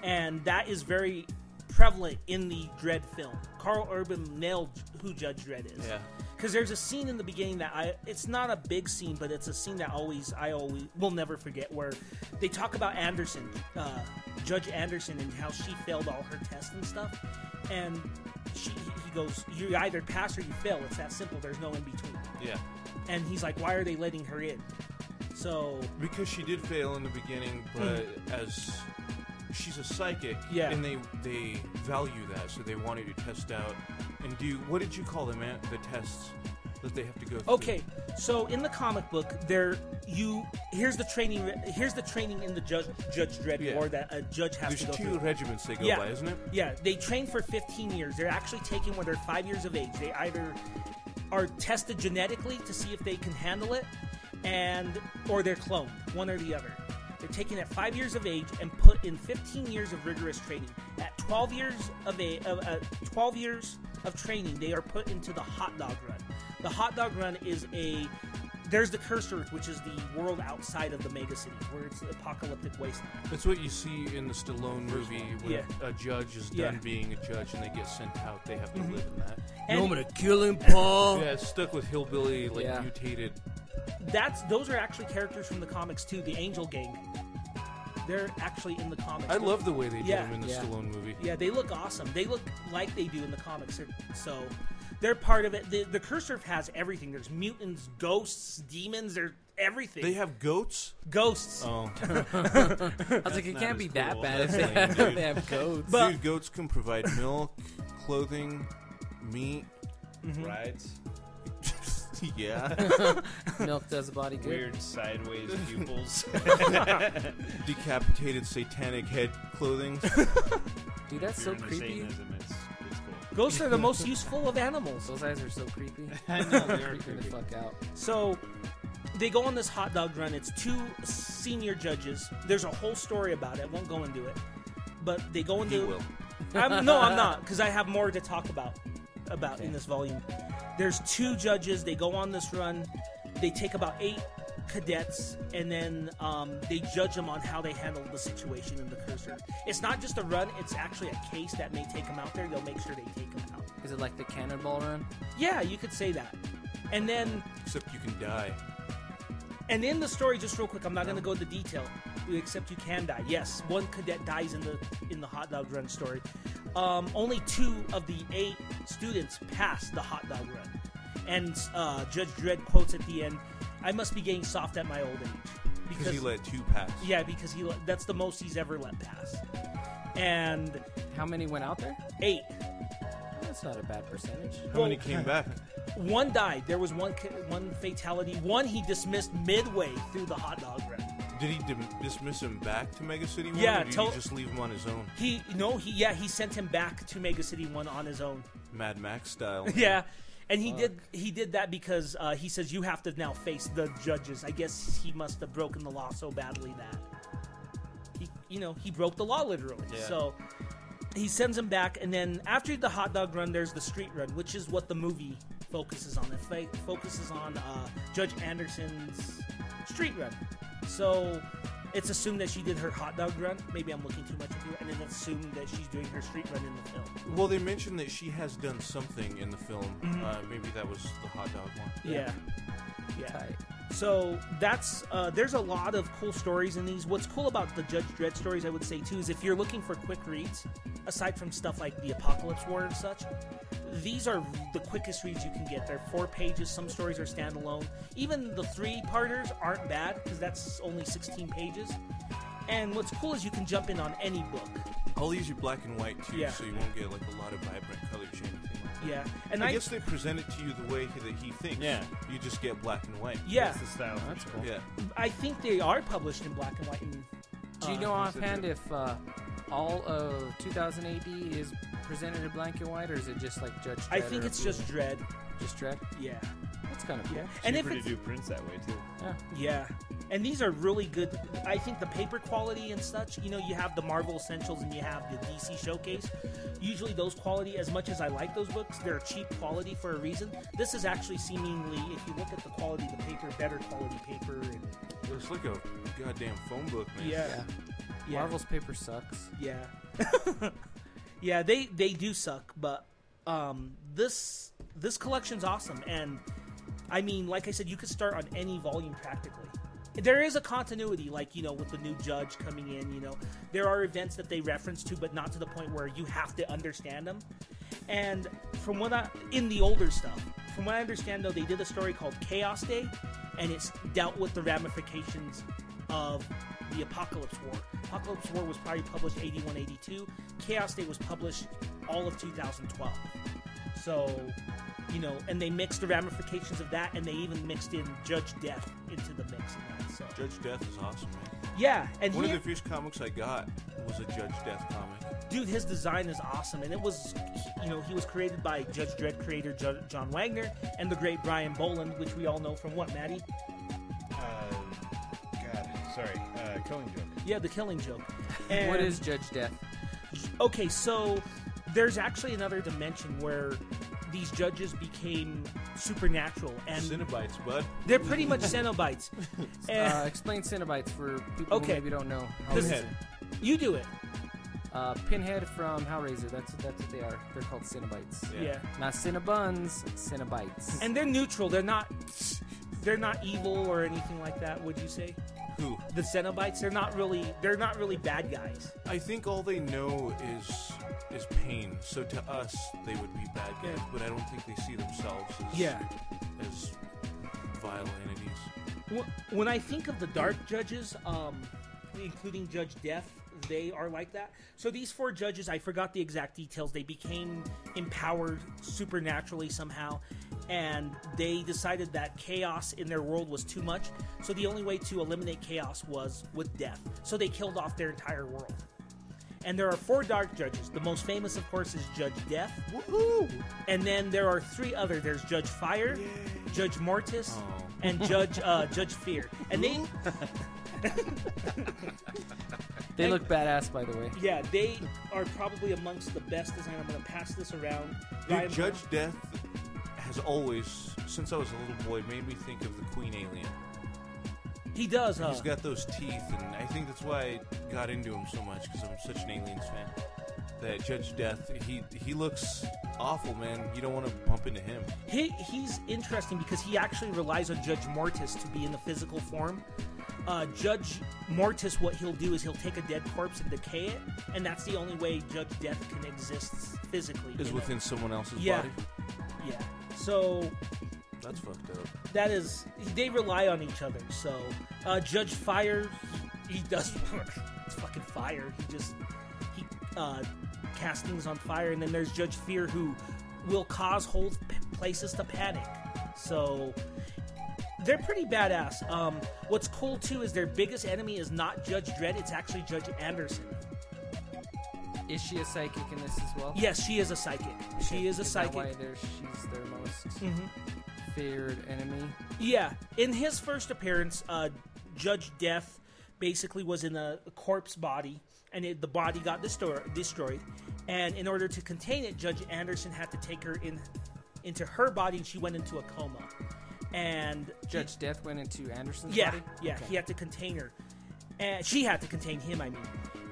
Speaker 2: and that is very prevalent in the Dredd film. Carl Urban nailed who Judge Dredd is.
Speaker 3: Yeah.
Speaker 2: Because there's a scene in the beginning that I, it's not a big scene, but it's a scene that always, I always will never forget where they talk about Anderson, uh, Judge Anderson, and how she failed all her tests and stuff. And she, he goes, You either pass or you fail. It's that simple. There's no in between.
Speaker 3: Yeah.
Speaker 2: And he's like, Why are they letting her in? So,
Speaker 3: Because she did fail in the beginning, but as she's a psychic,
Speaker 2: Yeah.
Speaker 3: and they they value that, so they wanted to test out And do you, what did you call them, Matt? The tests that they have to go through.
Speaker 2: Okay, so in the comic book, there you here's the training. re- Here's the training in the judge Judge Dredd
Speaker 3: Yeah.
Speaker 2: War that a judge has
Speaker 3: There's
Speaker 2: to go
Speaker 3: two
Speaker 2: through.
Speaker 3: regiments they go
Speaker 2: yeah.
Speaker 3: by, isn't it?
Speaker 2: Yeah, they train for 15 years. They're actually taken when they're five years of age. They either are tested genetically to see if they can handle it, and or they're cloned, one or the other. They're taken at five years of age and put in 15 years of rigorous training. At 12 years of a of, uh, 12 years of training, they are put into the hot dog run. The hot dog run is a there's the cursed earth, which is the world outside of the mega city, where it's the apocalyptic wasteland.
Speaker 3: That's what you see in the Stallone movie when
Speaker 2: Yeah.
Speaker 3: a judge is
Speaker 2: Yeah.
Speaker 3: done being a judge and they get sent out. They have to
Speaker 2: Mhm.
Speaker 3: live in that.
Speaker 2: And-
Speaker 13: want me to kill him,
Speaker 3: Paul? yeah, stuck with hillbilly, like
Speaker 2: Yeah.
Speaker 3: mutated.
Speaker 2: That's those are actually characters from the comics too. The Angel Gang, they're actually in the comics.
Speaker 3: I love the way they did
Speaker 2: Yeah.
Speaker 3: them in the
Speaker 2: Yeah.
Speaker 3: Stallone movie.
Speaker 2: Yeah, they look awesome. They look like they do in the comics. They're- So they're part of it. The, the Curse Earth has everything. There's mutants, ghosts, demons. There's everything.
Speaker 3: They have goats.
Speaker 2: Ghosts.
Speaker 3: Oh,
Speaker 2: I was
Speaker 4: like, it
Speaker 3: Not
Speaker 4: can't
Speaker 3: as
Speaker 4: be that
Speaker 3: cool.
Speaker 4: bad if
Speaker 3: That's
Speaker 4: they-
Speaker 3: lame, dude.
Speaker 4: they have goats.
Speaker 2: But-
Speaker 3: dude, goats can provide milk, clothing, meat,
Speaker 2: Mm-hmm.
Speaker 3: rides. yeah.
Speaker 4: Milk does a body good.
Speaker 1: Weird sideways pupils.
Speaker 3: Decapitated satanic head clothing.
Speaker 4: Dude, that's so
Speaker 1: If you're into
Speaker 4: creepy.
Speaker 1: Satanism, it's, it's cool.
Speaker 2: Ghosts are the most useful of animals.
Speaker 4: Those eyes are so creepy.
Speaker 2: I know, they
Speaker 4: Creep
Speaker 2: are
Speaker 4: me the
Speaker 2: creepy.
Speaker 4: fuck out.
Speaker 2: So they go on this hot dog run. It's two senior judges. There's a whole story about it. I won't go into it, but they go into.
Speaker 4: You will.
Speaker 2: I'm, no, I'm not, because I have more to talk about about in this volume. There's two judges. They go on this run. They take about eight cadets, and then um, they judge them on how they handle the situation in the cursor. It's not just a run. It's actually a case that may take them out there. They'll make sure they take them out.
Speaker 4: Is it like the cannonball run?
Speaker 2: Yeah, you could say that. And then
Speaker 3: Except you can die.
Speaker 2: And in the story, just real quick, I'm not going to go into detail, except you can die. Yes, one cadet dies in the in the hot dog run story. Um, only two of the eight students pass the hot dog run, and uh, Judge Dredd quotes at the end, "I must be getting soft at my old age."
Speaker 3: Because he let two pass.
Speaker 2: Yeah, because he let- that's the most he's ever let pass. And
Speaker 4: how many went out there?
Speaker 2: Eight.
Speaker 4: That's not a bad percentage.
Speaker 3: How many came back?
Speaker 2: One died. There was one ca- one fatality. One he dismissed midway through the hot dog run.
Speaker 3: Did he dim- dismiss him back to Mega City One?
Speaker 2: Yeah,
Speaker 3: or did
Speaker 2: tell-
Speaker 3: he just leave him on his own,
Speaker 2: He no, he yeah, he sent him back to Mega City One on his own.
Speaker 3: Mad Max style?
Speaker 2: yeah, and he did he did that because uh, he says you have to now face the judges. I guess he must have broken the law so badly that he you know he broke the law literally.
Speaker 1: Yeah.
Speaker 2: So he sends him back, and then after the hot dog run, there's the street run, which is what the movie focuses on. It fa- focuses on uh, Judge Anderson's street run. So it's assumed that she did her hot dog run. Maybe I'm looking too much into it, and then it's assumed that she's doing her street run in the film.
Speaker 3: Well, they mentioned that she has done something in the film.
Speaker 2: Mhm.
Speaker 3: Uh, maybe that was the hot dog one.
Speaker 2: Yeah. Yeah. So that's uh, there's a lot of cool stories in these. What's cool about the Judge Dredd stories, I would say too, is if you're looking for quick reads, aside from stuff like the Apocalypse War and such, these are the quickest reads you can get. They're four pages. Some stories are standalone. Even the three parters aren't bad because that's only 16 pages. And what's cool is you can jump in on any book.
Speaker 3: I'll use your black and white too,
Speaker 2: Yeah.
Speaker 3: so you won't get like a lot of vibrant color change.
Speaker 2: Yeah, and
Speaker 3: I,
Speaker 2: I-
Speaker 3: guess they present it to you the way he- that he thinks.
Speaker 1: Yeah.
Speaker 3: you just get black and white.
Speaker 2: Yeah.
Speaker 1: That's the style. That's cool.
Speaker 3: Yeah,
Speaker 2: I think they are published in black and white. And,
Speaker 4: Do you
Speaker 2: uh,
Speaker 4: know offhand if uh, all of 2000 AD is presented in black and white, or is it just like Judge? Dredd
Speaker 2: I
Speaker 4: or
Speaker 2: think
Speaker 4: a
Speaker 2: it's
Speaker 4: few
Speaker 2: just
Speaker 4: of them?
Speaker 2: Dread.
Speaker 4: Just Dredd.
Speaker 2: Yeah.
Speaker 4: That's kind of cool.
Speaker 2: Yeah.
Speaker 1: And
Speaker 2: And
Speaker 1: Cheaper
Speaker 2: if
Speaker 1: to
Speaker 2: it's-
Speaker 1: do prints that way too.
Speaker 4: Yeah.
Speaker 2: Yeah. And these are really good. I think the paper quality and such, you know, you have the Marvel Essentials and you have the DC Showcase. Usually, those quality, as much as I like those books, they're cheap quality for a reason. This is actually seemingly, if you look at the quality of the paper, better quality paper. And,
Speaker 3: looks like a goddamn phone book, man.
Speaker 2: yeah. Yeah.
Speaker 4: Marvel's paper sucks.
Speaker 2: Yeah. yeah, they they do suck, but um this this collection's awesome and I mean, like I said, you could start on any volume practically. There is a continuity, like, you know, with the new judge coming in, you know. There are events that they reference to, but not to the point where you have to understand them. And from what I, in the older stuff, from what I understand though, they did a story called Chaos Day, and it's dealt with the ramifications of the Apocalypse War. Apocalypse War was probably published 81, 82. Chaos Day was published all of 2012. So, you know, and they mixed the ramifications of that, and they even mixed in Judge Death into the mix of that. So,
Speaker 3: Judge Death is awesome, man.
Speaker 2: Yeah, and
Speaker 3: one
Speaker 2: he-
Speaker 3: of the first comics I got was a Judge Death comic.
Speaker 2: dude, his design is awesome, and it was, you know, he was created by Judge Dredd creator Ju- John Wagner and the great Brian Boland, which we all know from what, Maddie?
Speaker 1: Uh, God, sorry. Uh, killing joke.
Speaker 2: Yeah, the Killing Joke.
Speaker 1: What
Speaker 12: is
Speaker 4: Judge Death?
Speaker 2: Okay, so there's actually another dimension where these judges became supernatural and
Speaker 3: Cenobites, bud.
Speaker 2: They're pretty much Cenobites.
Speaker 12: Uh, explain Cenobites for people
Speaker 2: eh. Okay.
Speaker 12: who maybe don't know.
Speaker 2: This- You do it.
Speaker 12: Uh, Pinhead from Hellraiser. That's that's what they are. They're called Cenobites.
Speaker 2: Yeah. Yeah.
Speaker 12: Not Cinnabuns, Cenobites.
Speaker 2: and they're neutral. They're not. They're not evil or anything like that. Would you say?
Speaker 3: Who?
Speaker 2: The Cenobites. They're not really. They're not really bad guys.
Speaker 3: I think all they know is is pain. So to us, they would be bad guys,
Speaker 2: Yeah.
Speaker 3: but I don't think they see themselves as
Speaker 2: Yeah.
Speaker 3: as vile entities.
Speaker 2: Wh- When I think of the dark judges, um, including Judge Death, they are like that. So these four judges, I forgot the exact details. They became empowered supernaturally somehow, and they decided that chaos in their world was too much. So the only way to eliminate chaos was with death. So they killed off their entire world. And there are four dark judges. The most famous, of course, is Judge Death. Woohoo! And then there are three other. There's Judge Fire, Judge Mortis,
Speaker 3: Oh.
Speaker 2: and Judge uh, Judge Fear. And they
Speaker 12: They look badass, by the way.
Speaker 2: yeah, they are probably amongst the best design. I'm gonna pass this around.
Speaker 3: Dude,
Speaker 2: Ryan-
Speaker 3: Judge Death has always, since I was a little boy, made me think of the Queen Alien.
Speaker 2: He does, huh?
Speaker 3: He's got those teeth, and I think that's why I got into him so much because I'm such an Aliens fan. That Judge Death, he he looks awful, man. You don't want to bump into him.
Speaker 2: He, he's interesting because he actually relies on Judge Mortis to be in the physical form. Uh, Judge Mortis, what he'll do is he'll take a dead corpse and decay it, and that's the only way Judge Death can exist physically.
Speaker 3: Is
Speaker 2: you know?
Speaker 3: within someone else's
Speaker 2: yeah,
Speaker 3: body.
Speaker 2: yeah. So
Speaker 3: That's fucked up.
Speaker 2: that is they rely on each other. So uh, Judge Fire, he, he does work. It's fucking fire. He just he uh, casts things on fire, and then there's Judge Fear who will cause whole p- places to panic. So they're pretty badass. Um, what's cool too is their biggest enemy is not Judge Dredd; it's actually Judge Anderson.
Speaker 12: Is she a psychic in this as well?
Speaker 2: Yes, she is a psychic. She is a
Speaker 12: that
Speaker 2: psychic.
Speaker 12: why they're- she's their most
Speaker 2: Mhm.
Speaker 12: feared enemy?
Speaker 2: Yeah, in his first appearance, uh, Judge Death basically was in a corpse body, and it, the body got destor- destroyed. And in order to contain it, Judge Anderson had to take her in into her body, and she went into a coma. And
Speaker 12: Judge Death went into Anderson's
Speaker 2: yeah,
Speaker 12: body?
Speaker 2: yeah,
Speaker 12: Okay.
Speaker 2: he had to contain her, and she had to contain him. I mean,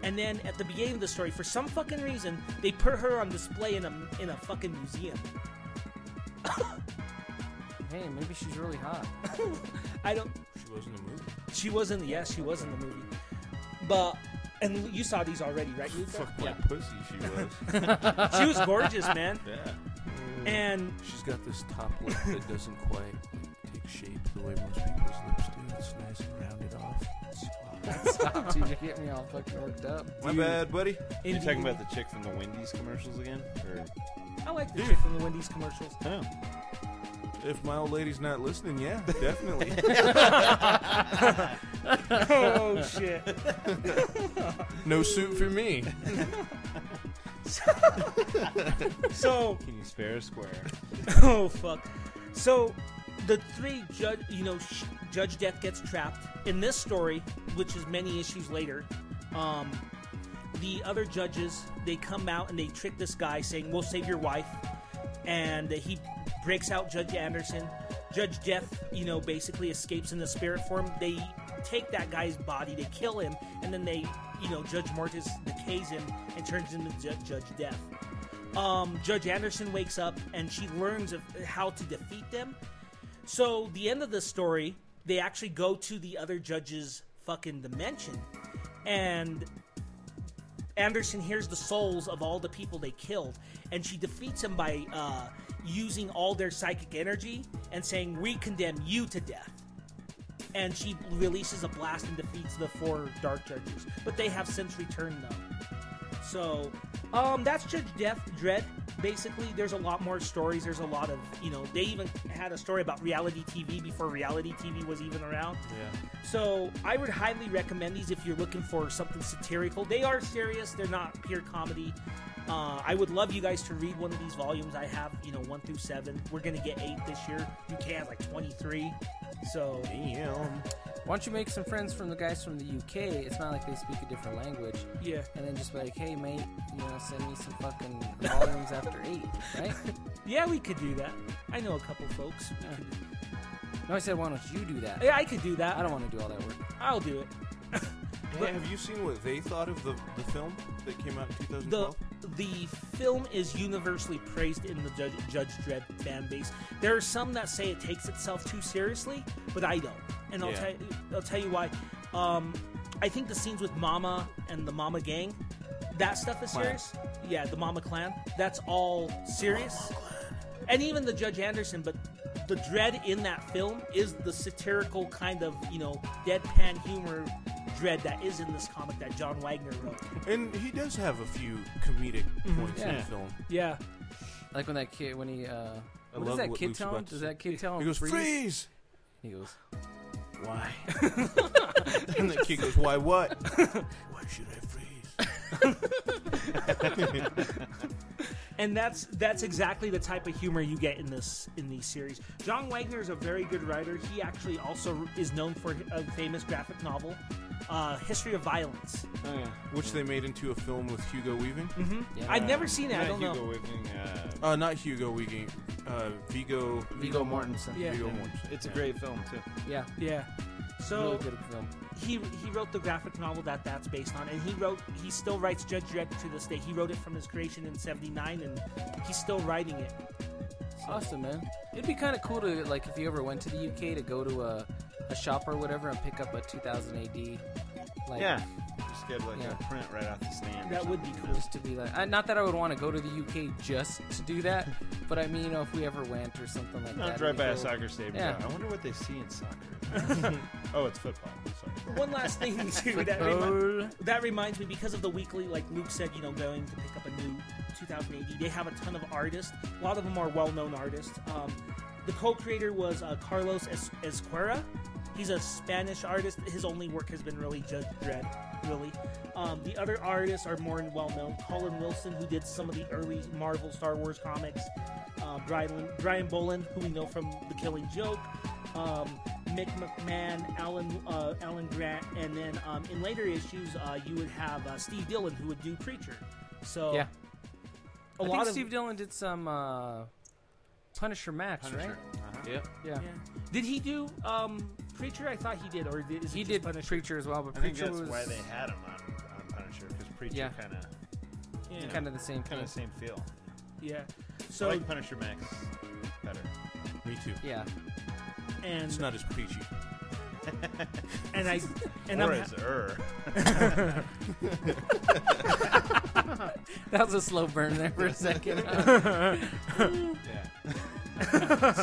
Speaker 2: and then at the beginning of the story, for some fucking reason, they put her on display in a in a fucking museum.
Speaker 12: Hey, maybe she's really hot.
Speaker 2: I don't.
Speaker 3: She was in the movie.
Speaker 2: She was in the yes, she was in the movie. But and you saw these already, right? Luca?
Speaker 3: Fuck my pussy, she was.
Speaker 2: she was gorgeous, man.
Speaker 3: Yeah.
Speaker 2: And
Speaker 3: she's got this top lip that doesn't quite like, take shape the way most people's lips do. It's nice and rounded off.
Speaker 12: Stop, dude. You're getting me all fucking worked up.
Speaker 1: Do you- You talking
Speaker 12: Indeed.
Speaker 1: about the chick from the Wendy's commercials again? Or
Speaker 2: I like the
Speaker 3: Dude.
Speaker 2: chick from the Wendy's commercials.
Speaker 1: Oh.
Speaker 3: If my old lady's not listening, yeah, definitely.
Speaker 2: Oh, shit.
Speaker 3: no suit for me.
Speaker 2: so
Speaker 1: can you spare a square?
Speaker 2: oh fuck. So the three judge, you know, sh- Judge Death gets trapped in this story, which is many issues later. Um, the other judges they come out and they trick this guy, saying, "We'll save your wife," and he breaks out Judge Anderson. Judge Death, you know, basically escapes in the spirit form. They take that guy's body, they kill him, and then they, you know, Judge Mortis decays him and turns into Ju- Judge Death um, Judge Anderson wakes up and she learns of how to defeat them. So the end of the story, they actually go to the other judge's fucking dimension, and Anderson hears the souls of all the people they killed, and she defeats him by uh, using all their psychic energy and saying, "We condemn you to death." And she releases a blast and defeats the four dark judges, but they have since returned though. So Um, that's Judge Death Dread. Basically, there's a lot more stories. There's a lot of you know. They even had a story about reality TV before reality TV was even around.
Speaker 1: Yeah.
Speaker 2: So I would highly recommend these if you're looking for something satirical. They are serious. They're not pure comedy. Uh, I would love you guys to read one of these volumes. I have you know one through seven. We're gonna get eight this year. UK has like 23. So
Speaker 1: damn.
Speaker 12: Why don't you make some friends from the guys from the UK? It's not like they speak a different language.
Speaker 2: Yeah.
Speaker 12: And then just be like, hey, mate, you know, send me some fucking volumes after eight, right?
Speaker 2: Yeah, we could do that. I know a couple folks. We could do-
Speaker 12: No, I said, why don't you do that?
Speaker 2: Yeah, I could do that.
Speaker 12: I don't want to do all that work.
Speaker 2: I'll do it.
Speaker 3: But have you seen what they thought of the, the film that came out in 2012?
Speaker 2: the the film is universally praised in the Judge, Judge Dredd fan base. There are some that say it takes itself too seriously, but I don't, and I'll
Speaker 12: Yeah.
Speaker 2: tell I'll tell you why. Um, I think the scenes with Mama and the Mama gang, that stuff is
Speaker 12: Clan.
Speaker 2: serious. Yeah, the Mama Clan, that's all serious. And even the Judge Anderson, but the dread in that film is the satirical kind of you know deadpan humor dread that is in this comic that John Wagner wrote.
Speaker 3: And he does have a few comedic
Speaker 2: Mhm.
Speaker 3: points in
Speaker 2: Yeah.
Speaker 3: the film.
Speaker 2: Yeah.
Speaker 12: Like when that kid, when he, uh,
Speaker 3: I
Speaker 12: what does
Speaker 3: love
Speaker 12: that
Speaker 3: what
Speaker 12: kid
Speaker 3: Luke's
Speaker 12: tell him?
Speaker 3: about to
Speaker 12: Does
Speaker 3: say.
Speaker 12: that kid tell him?
Speaker 3: He goes,
Speaker 12: freeze?
Speaker 3: "Freeze!"
Speaker 12: He goes,
Speaker 3: Why? and the kid goes, Why what? Why should I freeze?
Speaker 2: and that's that's exactly the type of humor you get in this in these series. John Wagner is a very good writer. He actually also is known for a famous graphic novel, uh, History of Violence.
Speaker 1: Oh, yeah.
Speaker 3: Which they made into a film with Hugo Weaving.
Speaker 2: Mm-hmm. I've never seen it. I don't
Speaker 1: Hugo
Speaker 2: know.
Speaker 1: Weaving, uh,
Speaker 3: Uh, not Hugo Weaving. Uh, Vigo.
Speaker 12: Viggo Mortensen.
Speaker 2: Yeah.
Speaker 3: Viggo Mortensen.
Speaker 1: It's
Speaker 3: yeah.
Speaker 1: a great film too.
Speaker 12: Yeah.
Speaker 2: Yeah. So
Speaker 12: Really good film.
Speaker 2: he he wrote the graphic novel that that's based on, and he wrote he still writes Judge Dredd to this day. He wrote it from his creation in '79, and he's still writing it.
Speaker 12: Awesome, man. It'd be kind of cool to like if you ever went to the UK to go to a, a shop or whatever and pick up a 2000 AD. Like,
Speaker 1: yeah. Just get like
Speaker 12: Yeah.
Speaker 1: a print right off the stand. or
Speaker 2: That would be
Speaker 1: something, you know?
Speaker 12: Just to be like, I, not that I would want to go to the UK just to do that, but I mean, you know, if we ever went or something like
Speaker 1: No,
Speaker 12: that.
Speaker 1: drive
Speaker 12: it'd be
Speaker 1: by a
Speaker 12: cool.
Speaker 1: soccer stadium.
Speaker 12: Yeah.
Speaker 1: I wonder what they see in soccer. oh, it's football. Sorry.
Speaker 2: One last thing too that, remi- that reminds me because of the weekly, like Luke said, you know, going to pick up a new 2080. They have a ton of artists. A lot of them are well-known artists. Um, the co-creator was uh, Carlos es- Esquera. He's a Spanish artist. His only work has been really Judge Dredd, really. Um, the other artists are more well-known. Colin Wilson, who did some of the early Marvel Star Wars comics. Uh, Brian, Brian Bolin, who we know from The Killing Joke um, Mick McMahon, Alan uh, Alan Grant, and then um, in later issues uh, you would have uh, Steve Dillon who would do Preacher. So
Speaker 12: Yeah.
Speaker 2: a
Speaker 12: I
Speaker 2: lot of
Speaker 12: think Steve Dillon did some uh, Punisher match, right?
Speaker 3: Yep.
Speaker 12: Yeah.
Speaker 2: Uh-huh. did he do um, Preacher? I thought he did, or did, is
Speaker 12: He
Speaker 2: it
Speaker 12: did
Speaker 2: just Punisher?
Speaker 12: Preacher as well, but
Speaker 1: I think
Speaker 12: Preacher
Speaker 1: that's
Speaker 12: was
Speaker 1: why they had him on, on Punisher because Preacher
Speaker 12: Yeah.
Speaker 1: kind of
Speaker 2: Yeah.
Speaker 12: kind of the same
Speaker 1: kind
Speaker 12: thing.
Speaker 1: of same feel.
Speaker 2: yeah.
Speaker 1: I
Speaker 2: So
Speaker 1: like Punisher Max better.
Speaker 3: Me too.
Speaker 12: Yeah.
Speaker 2: and
Speaker 3: It's not as preachy.
Speaker 2: and I and
Speaker 1: or
Speaker 2: I'm
Speaker 1: as er.
Speaker 12: That was a slow burn there for a second.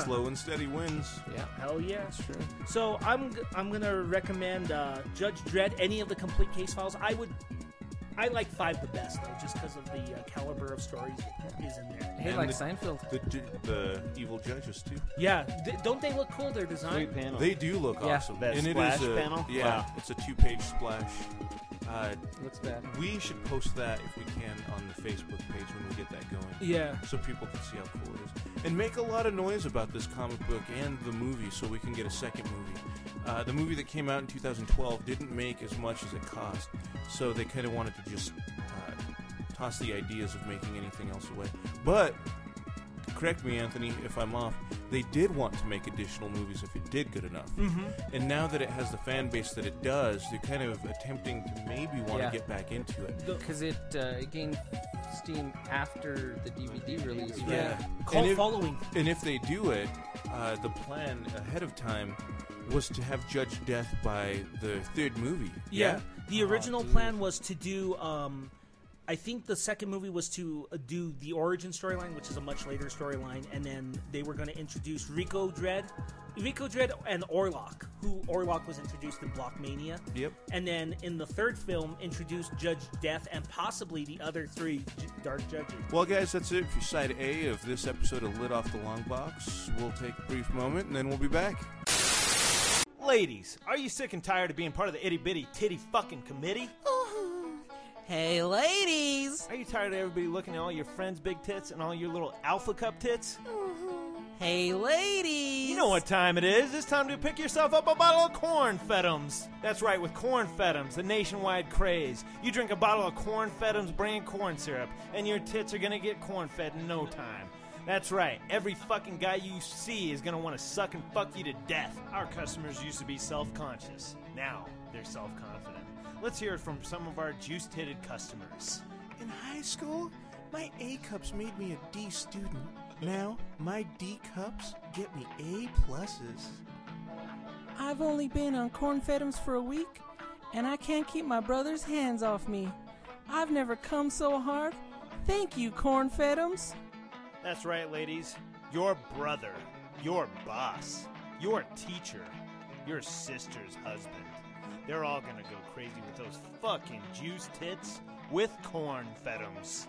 Speaker 3: Slow and steady wins.
Speaker 12: yeah.
Speaker 2: hell yeah.
Speaker 12: That's true.
Speaker 2: So I'm g- I'm gonna recommend uh, Judge Dredd. Any of the complete case files, I would. I like five the best though, just because of the uh, caliber of stories that is in there.
Speaker 12: Hey,
Speaker 3: And
Speaker 12: like
Speaker 3: the-
Speaker 12: Seinfeld.
Speaker 3: The, ju- the evil judges too.
Speaker 2: Yeah, th- don't they look cool? Their design.
Speaker 1: Sweet panel.
Speaker 3: They do look
Speaker 12: Yeah.
Speaker 3: awesome.
Speaker 1: That
Speaker 3: and
Speaker 1: splash
Speaker 3: it is a,
Speaker 1: panel?
Speaker 3: Yeah,
Speaker 1: Wow.
Speaker 3: it's a two-page splash. Uh,
Speaker 12: Looks bad.
Speaker 3: we should post that if we can on the Facebook page when we get that going.
Speaker 2: Yeah.
Speaker 3: So people can see how cool it is. And make a lot of noise about this comic book and the movie so we can get a second movie. Uh, the movie that came out in 2012 didn't make as much as it cost, so they kind of wanted to just uh, toss the ideas of making anything else away. But correct me, Anthony, if I'm off. They did want to make additional movies if it did good enough.
Speaker 2: Mhm.
Speaker 3: And now that it has the fan base that it does, they're kind of attempting to maybe want
Speaker 12: Yeah.
Speaker 3: to get back into it.
Speaker 12: Because it, uh, it gained steam after the DVD release. right?
Speaker 2: Yeah. Cult
Speaker 3: and if,
Speaker 2: following.
Speaker 3: And if they do it, uh, the plan ahead of time was to have Judge Death by the third movie.
Speaker 2: The original plan was to do. Um, I I think the second movie was to uh, do the origin storyline, which is a much later storyline, and then they were going to introduce Rico Dread, Rico Dread, and Orlok, who Orlok was introduced in Blockmania.
Speaker 3: Yep.
Speaker 2: And then in the third film, introduce Judge Death and possibly the other three j- Dark Judges.
Speaker 3: Well, guys, that's it for side A of this episode of Lit Off the Long Box. We'll take a brief moment and then we'll be back.
Speaker 14: Ladies, are you sick and tired of being part of the itty bitty titty fucking committee? Hey, ladies! Are you tired of everybody looking at all your friends' big tits and all your little alpha cup tits? Hey, ladies! You know what time it is. It's time to pick yourself up a bottle of corn fetums. That's right, with corn fetums, the nationwide craze. You drink a bottle of corn fetums brand corn syrup, and your tits are gonna get corn fed in no time. That's right, every fucking guy you see is gonna wanna suck and fuck you to death. Our customers used to be self conscious, now they're self confident. Let's hear it from some of our juice titted customers.
Speaker 3: In high school, my A cups made me a D student. Now, my D cups get me A pluses.
Speaker 15: I've only been on corn fetums for a week, and I can't keep my brother's hands off me. I've never come so hard. Thank you, corn fetums.
Speaker 14: That's right, ladies. Your brother, your boss, your teacher, your sister's husband. They're all gonna go crazy with those fucking juice tits with corn fetums.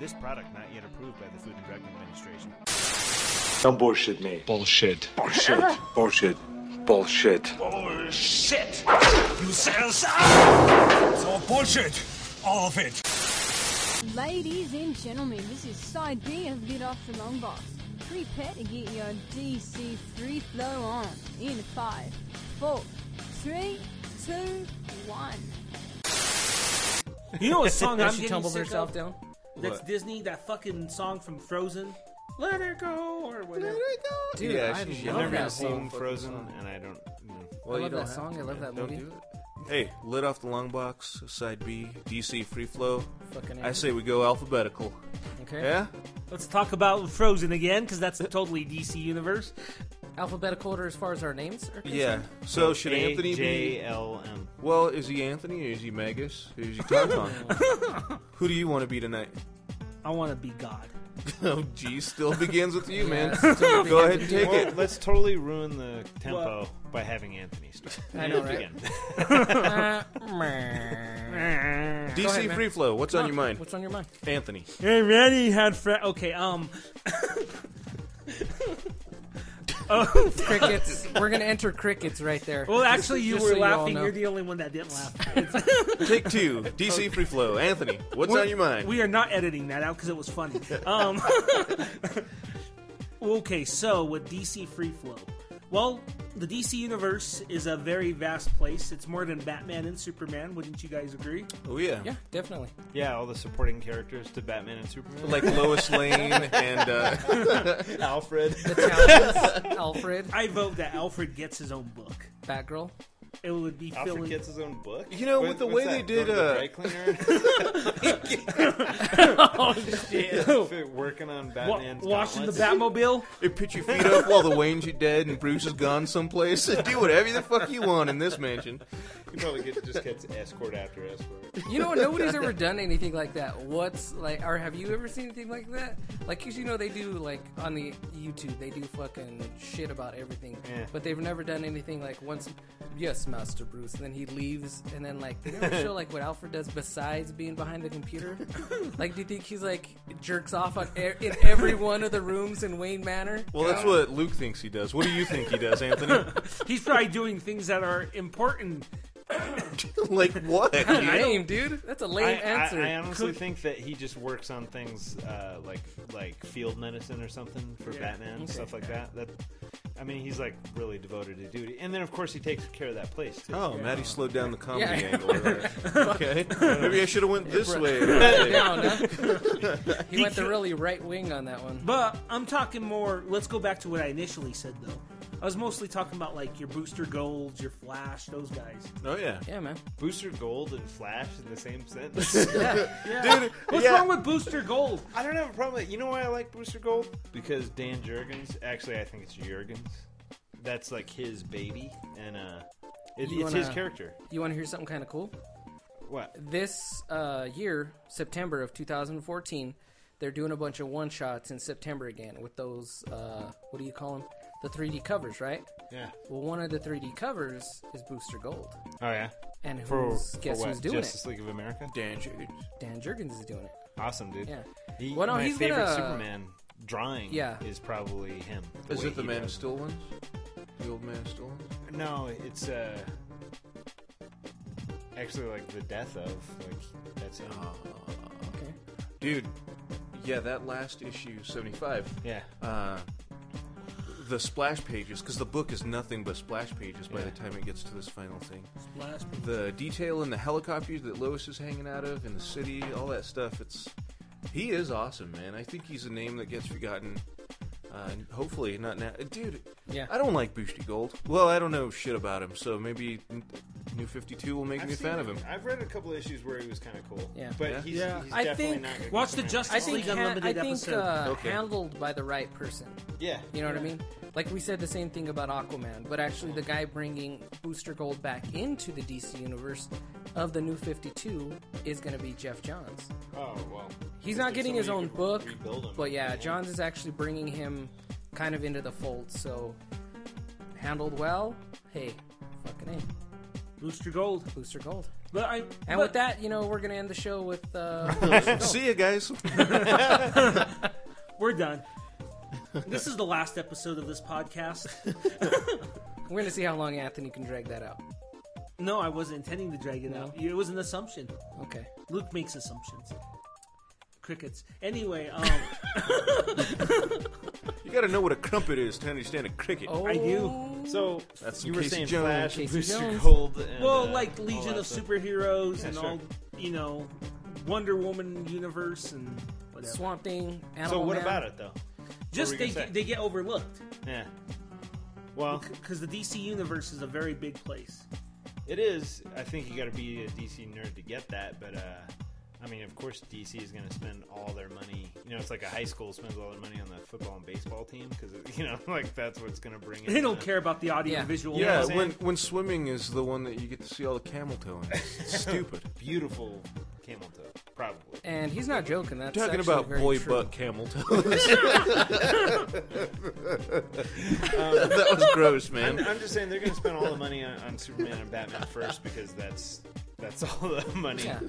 Speaker 14: This product not yet approved by the Food and Drug Administration.
Speaker 16: Don't bullshit me. Bullshit. Bullshit.
Speaker 1: Uh-huh.
Speaker 16: bullshit. Bullshit.
Speaker 7: Bullshit! You sales are It's all bullshit! All of it!
Speaker 9: Ladies and gentlemen, this is side B of Get Off the Long Box. Prepare to get your DC3 flow on in 5, 4, 3, 2, 1.
Speaker 2: You know what song
Speaker 12: As
Speaker 2: I'm
Speaker 12: she
Speaker 2: getting
Speaker 12: tumbles
Speaker 2: sick
Speaker 12: herself
Speaker 2: of?
Speaker 12: down?
Speaker 2: That's
Speaker 12: What?
Speaker 2: Disney. That fucking song from Frozen. Let her go or whatever. Let her go.
Speaker 12: Dude,
Speaker 1: yeah,
Speaker 12: I
Speaker 1: she's
Speaker 12: love
Speaker 1: I've never
Speaker 12: that whole
Speaker 1: seen
Speaker 12: fucking
Speaker 1: Frozen,
Speaker 12: song.
Speaker 1: and I don't. You know.
Speaker 12: Well, I you love don't that have song, to, I love yeah. that Don't movie. do
Speaker 3: Hey, Lit Off the Long Box, side B, DC Free Flow.
Speaker 12: Fucking
Speaker 3: I
Speaker 12: A.
Speaker 3: say we go alphabetical.
Speaker 12: Okay.
Speaker 3: Yeah?
Speaker 2: Let's talk about Frozen again because that's totally DC universe.
Speaker 12: Alphabetical order as far as our names are concerned.
Speaker 3: Yeah. So should
Speaker 1: A,
Speaker 3: Anthony
Speaker 1: J,
Speaker 3: be
Speaker 1: L, M.
Speaker 3: Well, is he Anthony or is he Magus? Or is he Tauntaun? Who do you want to be tonight?
Speaker 2: I want to be God.
Speaker 3: oh, G still begins with you, man.
Speaker 1: Yeah, still
Speaker 3: Go ahead and take
Speaker 1: Well,
Speaker 3: it.
Speaker 1: Let's totally ruin the tempo by having Anthony start.
Speaker 3: I know, right?
Speaker 2: Go
Speaker 3: DC
Speaker 2: ahead, man.
Speaker 3: Free Flow, what's
Speaker 2: Come
Speaker 3: on your mind?
Speaker 12: What's on your mind?
Speaker 3: Anthony.
Speaker 2: Hey, Randy had fra- okay. Um. oh,
Speaker 12: crickets. We're gonna enter crickets right there.
Speaker 2: Well, actually, you
Speaker 12: Just
Speaker 2: were
Speaker 12: so all
Speaker 2: laughing.
Speaker 12: know.
Speaker 2: You're the only one that didn't laugh.
Speaker 3: Take two. DC Free Flow. Anthony, what's
Speaker 2: We're-
Speaker 3: on your mind?
Speaker 2: We are not editing that out because it was funny. Um, okay, so with DC Free Flow, well, the DC universe is a very vast place. It's more than Batman and Superman. Wouldn't you guys agree?
Speaker 3: Oh yeah.
Speaker 12: Yeah, definitely.
Speaker 1: Yeah, all the supporting characters to Batman and Superman,
Speaker 3: Like Lois Lane and, uh,
Speaker 1: Alfred.
Speaker 12: Alfred.
Speaker 2: I vote that Alfred gets his own book.
Speaker 12: Batgirl.
Speaker 2: It would be
Speaker 1: Alfred
Speaker 2: filling-
Speaker 1: gets his own book.
Speaker 3: You know, with the way they did, uh,
Speaker 1: oh shit! Working on Batman's
Speaker 2: washing the
Speaker 1: gauntlets.
Speaker 2: Batmobile.
Speaker 3: Hey, put your feet up while the Waynes are dead and Bruce is gone someplace. Do whatever the fuck you want in this mansion.
Speaker 1: You probably get, just gets escort after escort.
Speaker 12: You know what? Nobody's ever done anything like that. What's like, or have you ever seen anything like that? Like, 'cause you know they do like on the YouTube, they do fucking shit about everything.
Speaker 15: Yeah.
Speaker 12: But they've never done anything like once. Yes, Master Bruce. And then he leaves, and then like they never show like what Alfred does besides being behind the computer. like, do you think he's like jerks off on e- in every one of the rooms in Wayne Manor?
Speaker 3: Well, that's what Luke thinks he does. What do you think he does, Anthony?
Speaker 2: He's probably doing things that are important.
Speaker 3: like what?
Speaker 12: Lame, dude. That's a lame
Speaker 1: I-
Speaker 12: answer.
Speaker 1: I, I honestly think that he just works on things uh, like like field medicine or something for
Speaker 2: Yeah.
Speaker 1: Batman
Speaker 2: Okay.
Speaker 1: stuff like that. That I mean, he's like really devoted to duty, and then of course he takes care of that place too.
Speaker 3: Oh, Maddie slowed down the comedy
Speaker 1: Yeah.
Speaker 3: angle. there. okay, maybe I should have went this way.
Speaker 12: Down, huh? he went the really right wing on that one.
Speaker 2: But I'm talking more. Let's go back to what I initially said, though. I was mostly talking about like your Booster Golds, your Flash, those guys.
Speaker 3: Oh yeah,
Speaker 12: yeah, man.
Speaker 1: Booster Gold and Flash in the same sentence,
Speaker 2: Dude, What's wrong with Booster Gold?
Speaker 1: I don't have a problem. with You know why I like Booster Gold? Because Dan Jurgens, actually, I think it's Jurgens. That's like his baby, and uh, it, it's
Speaker 12: You
Speaker 1: his
Speaker 12: wanna-
Speaker 1: character.
Speaker 12: You want to hear something kind of cool?
Speaker 1: What?
Speaker 12: This uh, year, September of 2014, they're doing a bunch of one shots in September again with those, uh, what do you call them? The 3D covers, right?
Speaker 1: Yeah.
Speaker 12: Well, one of the 3D covers is Booster Gold.
Speaker 1: Oh yeah.
Speaker 12: And
Speaker 1: For-
Speaker 12: who's,
Speaker 1: for
Speaker 12: guess
Speaker 1: what?
Speaker 12: who's doing
Speaker 1: Justice
Speaker 12: it?
Speaker 1: League of America.
Speaker 12: Dan Jurgens. Dan Jurgens is doing it.
Speaker 1: Awesome, dude.
Speaker 12: Yeah.
Speaker 1: He,
Speaker 12: Well, no,
Speaker 1: my
Speaker 12: he's
Speaker 1: favorite
Speaker 12: gonna-
Speaker 1: Superman drawing.
Speaker 12: Yeah.
Speaker 1: Is probably him.
Speaker 3: Is
Speaker 1: way
Speaker 3: it the
Speaker 1: he
Speaker 3: Man of
Speaker 1: does
Speaker 3: Steel ones? The old Man of Steel ones?
Speaker 1: it. No, it's uh. Actually, like the death of like that's him.
Speaker 12: okay.
Speaker 3: Dude, yeah, that last issue, 75.
Speaker 1: Yeah.
Speaker 3: Uh, the splash pages, because the book is nothing but splash pages by
Speaker 1: Yeah.
Speaker 3: the time it gets to this final thing.
Speaker 2: Splash pages.
Speaker 3: The detail in the helicopters that Lois is hanging out of, in the city, all that stuff. It's He is awesome, man. I think he's a name that gets forgotten. Uh, and hopefully not now. Uh, Dude,
Speaker 12: Yeah.
Speaker 3: I don't like Boosty Gold. Well, I don't know shit about him, so maybe New 52 will make
Speaker 1: I've
Speaker 3: me a
Speaker 1: seen
Speaker 3: fan of him.
Speaker 1: I've read a couple issues where he was kind of cool.
Speaker 12: Yeah.
Speaker 1: But
Speaker 3: Yeah.
Speaker 1: he's,
Speaker 3: Yeah.
Speaker 1: he's
Speaker 12: I
Speaker 1: definitely
Speaker 12: think-
Speaker 1: not. gonna
Speaker 2: Watch
Speaker 1: come
Speaker 2: the
Speaker 1: out.
Speaker 2: Justice
Speaker 12: I think,
Speaker 2: League Unlimited
Speaker 12: I think
Speaker 2: episode.
Speaker 12: uh,
Speaker 1: Okay.
Speaker 12: handled by the right person.
Speaker 1: Yeah.
Speaker 12: You know what I
Speaker 1: Yeah.
Speaker 12: mean? Like we said the same thing about Aquaman, but actually the guy bringing Booster Gold back into the DC universe of the New 52 is going to be Jeff Johns.
Speaker 1: Oh well.
Speaker 12: He's
Speaker 1: If
Speaker 12: not
Speaker 1: there's
Speaker 12: getting his
Speaker 1: somebody who
Speaker 12: own
Speaker 1: could
Speaker 12: book,
Speaker 1: rebuild him,
Speaker 12: but yeah, Johns is actually bringing him kind of into the fold. So handled well, hey, fucking a.
Speaker 2: Booster Gold.
Speaker 12: Booster Gold.
Speaker 2: But I
Speaker 12: And
Speaker 2: but-
Speaker 12: with that, you know, we're gonna end the show with. Uh,
Speaker 3: See ya, guys.
Speaker 2: We're done. This is the last episode of this podcast.
Speaker 12: We're gonna see how long Anthony can drag that out.
Speaker 2: No, I wasn't intending to drag it out. It was an assumption.
Speaker 12: Okay.
Speaker 2: Luke makes assumptions. Crickets. Anyway, um,
Speaker 3: You gotta know what a crumpet is to understand a cricket.
Speaker 2: I do.
Speaker 1: So
Speaker 3: That's some
Speaker 1: you were
Speaker 3: Casey
Speaker 1: saying
Speaker 3: Jones.
Speaker 1: Flash, and
Speaker 3: Casey
Speaker 1: Booster
Speaker 3: Jones.
Speaker 1: Gold, and,
Speaker 2: well,
Speaker 1: uh,
Speaker 2: like
Speaker 1: all
Speaker 2: Legion
Speaker 1: that
Speaker 2: of
Speaker 1: stuff.
Speaker 2: Superheroes
Speaker 1: Yeah,
Speaker 2: and
Speaker 1: sure.
Speaker 2: all, you know, Wonder Woman universe and whatever.
Speaker 12: Swamp Thing.
Speaker 1: So what about it though?
Speaker 2: Just
Speaker 1: What were
Speaker 2: they
Speaker 1: you gonna say?
Speaker 2: they get overlooked.
Speaker 1: Yeah. Well,
Speaker 2: because the DC universe is a very big place.
Speaker 1: It is. I think you got to be a DC nerd to get that, but uh, I mean, of course, DC is going to spend all their money. You know, it's like a high school spends all their money on the football and baseball team because you know, like that's what's going to bring. in
Speaker 2: They don't
Speaker 1: the-
Speaker 2: care about the audio and visual.
Speaker 1: You know
Speaker 3: Yeah,
Speaker 1: what I'm
Speaker 3: when
Speaker 1: saying?
Speaker 3: when swimming is the one that you get to see all the camel toe in. It's stupid.
Speaker 1: beautiful camel toe, probably.
Speaker 12: And he's not joking. That's
Speaker 3: Talking
Speaker 12: actually
Speaker 3: about
Speaker 12: very
Speaker 3: boy
Speaker 12: true.
Speaker 3: butt camel toes. Uh, that was gross, man.
Speaker 1: I'm, I'm just saying they're going to spend all the money on, on Superman and Batman first because that's that's all the money.
Speaker 12: Yeah.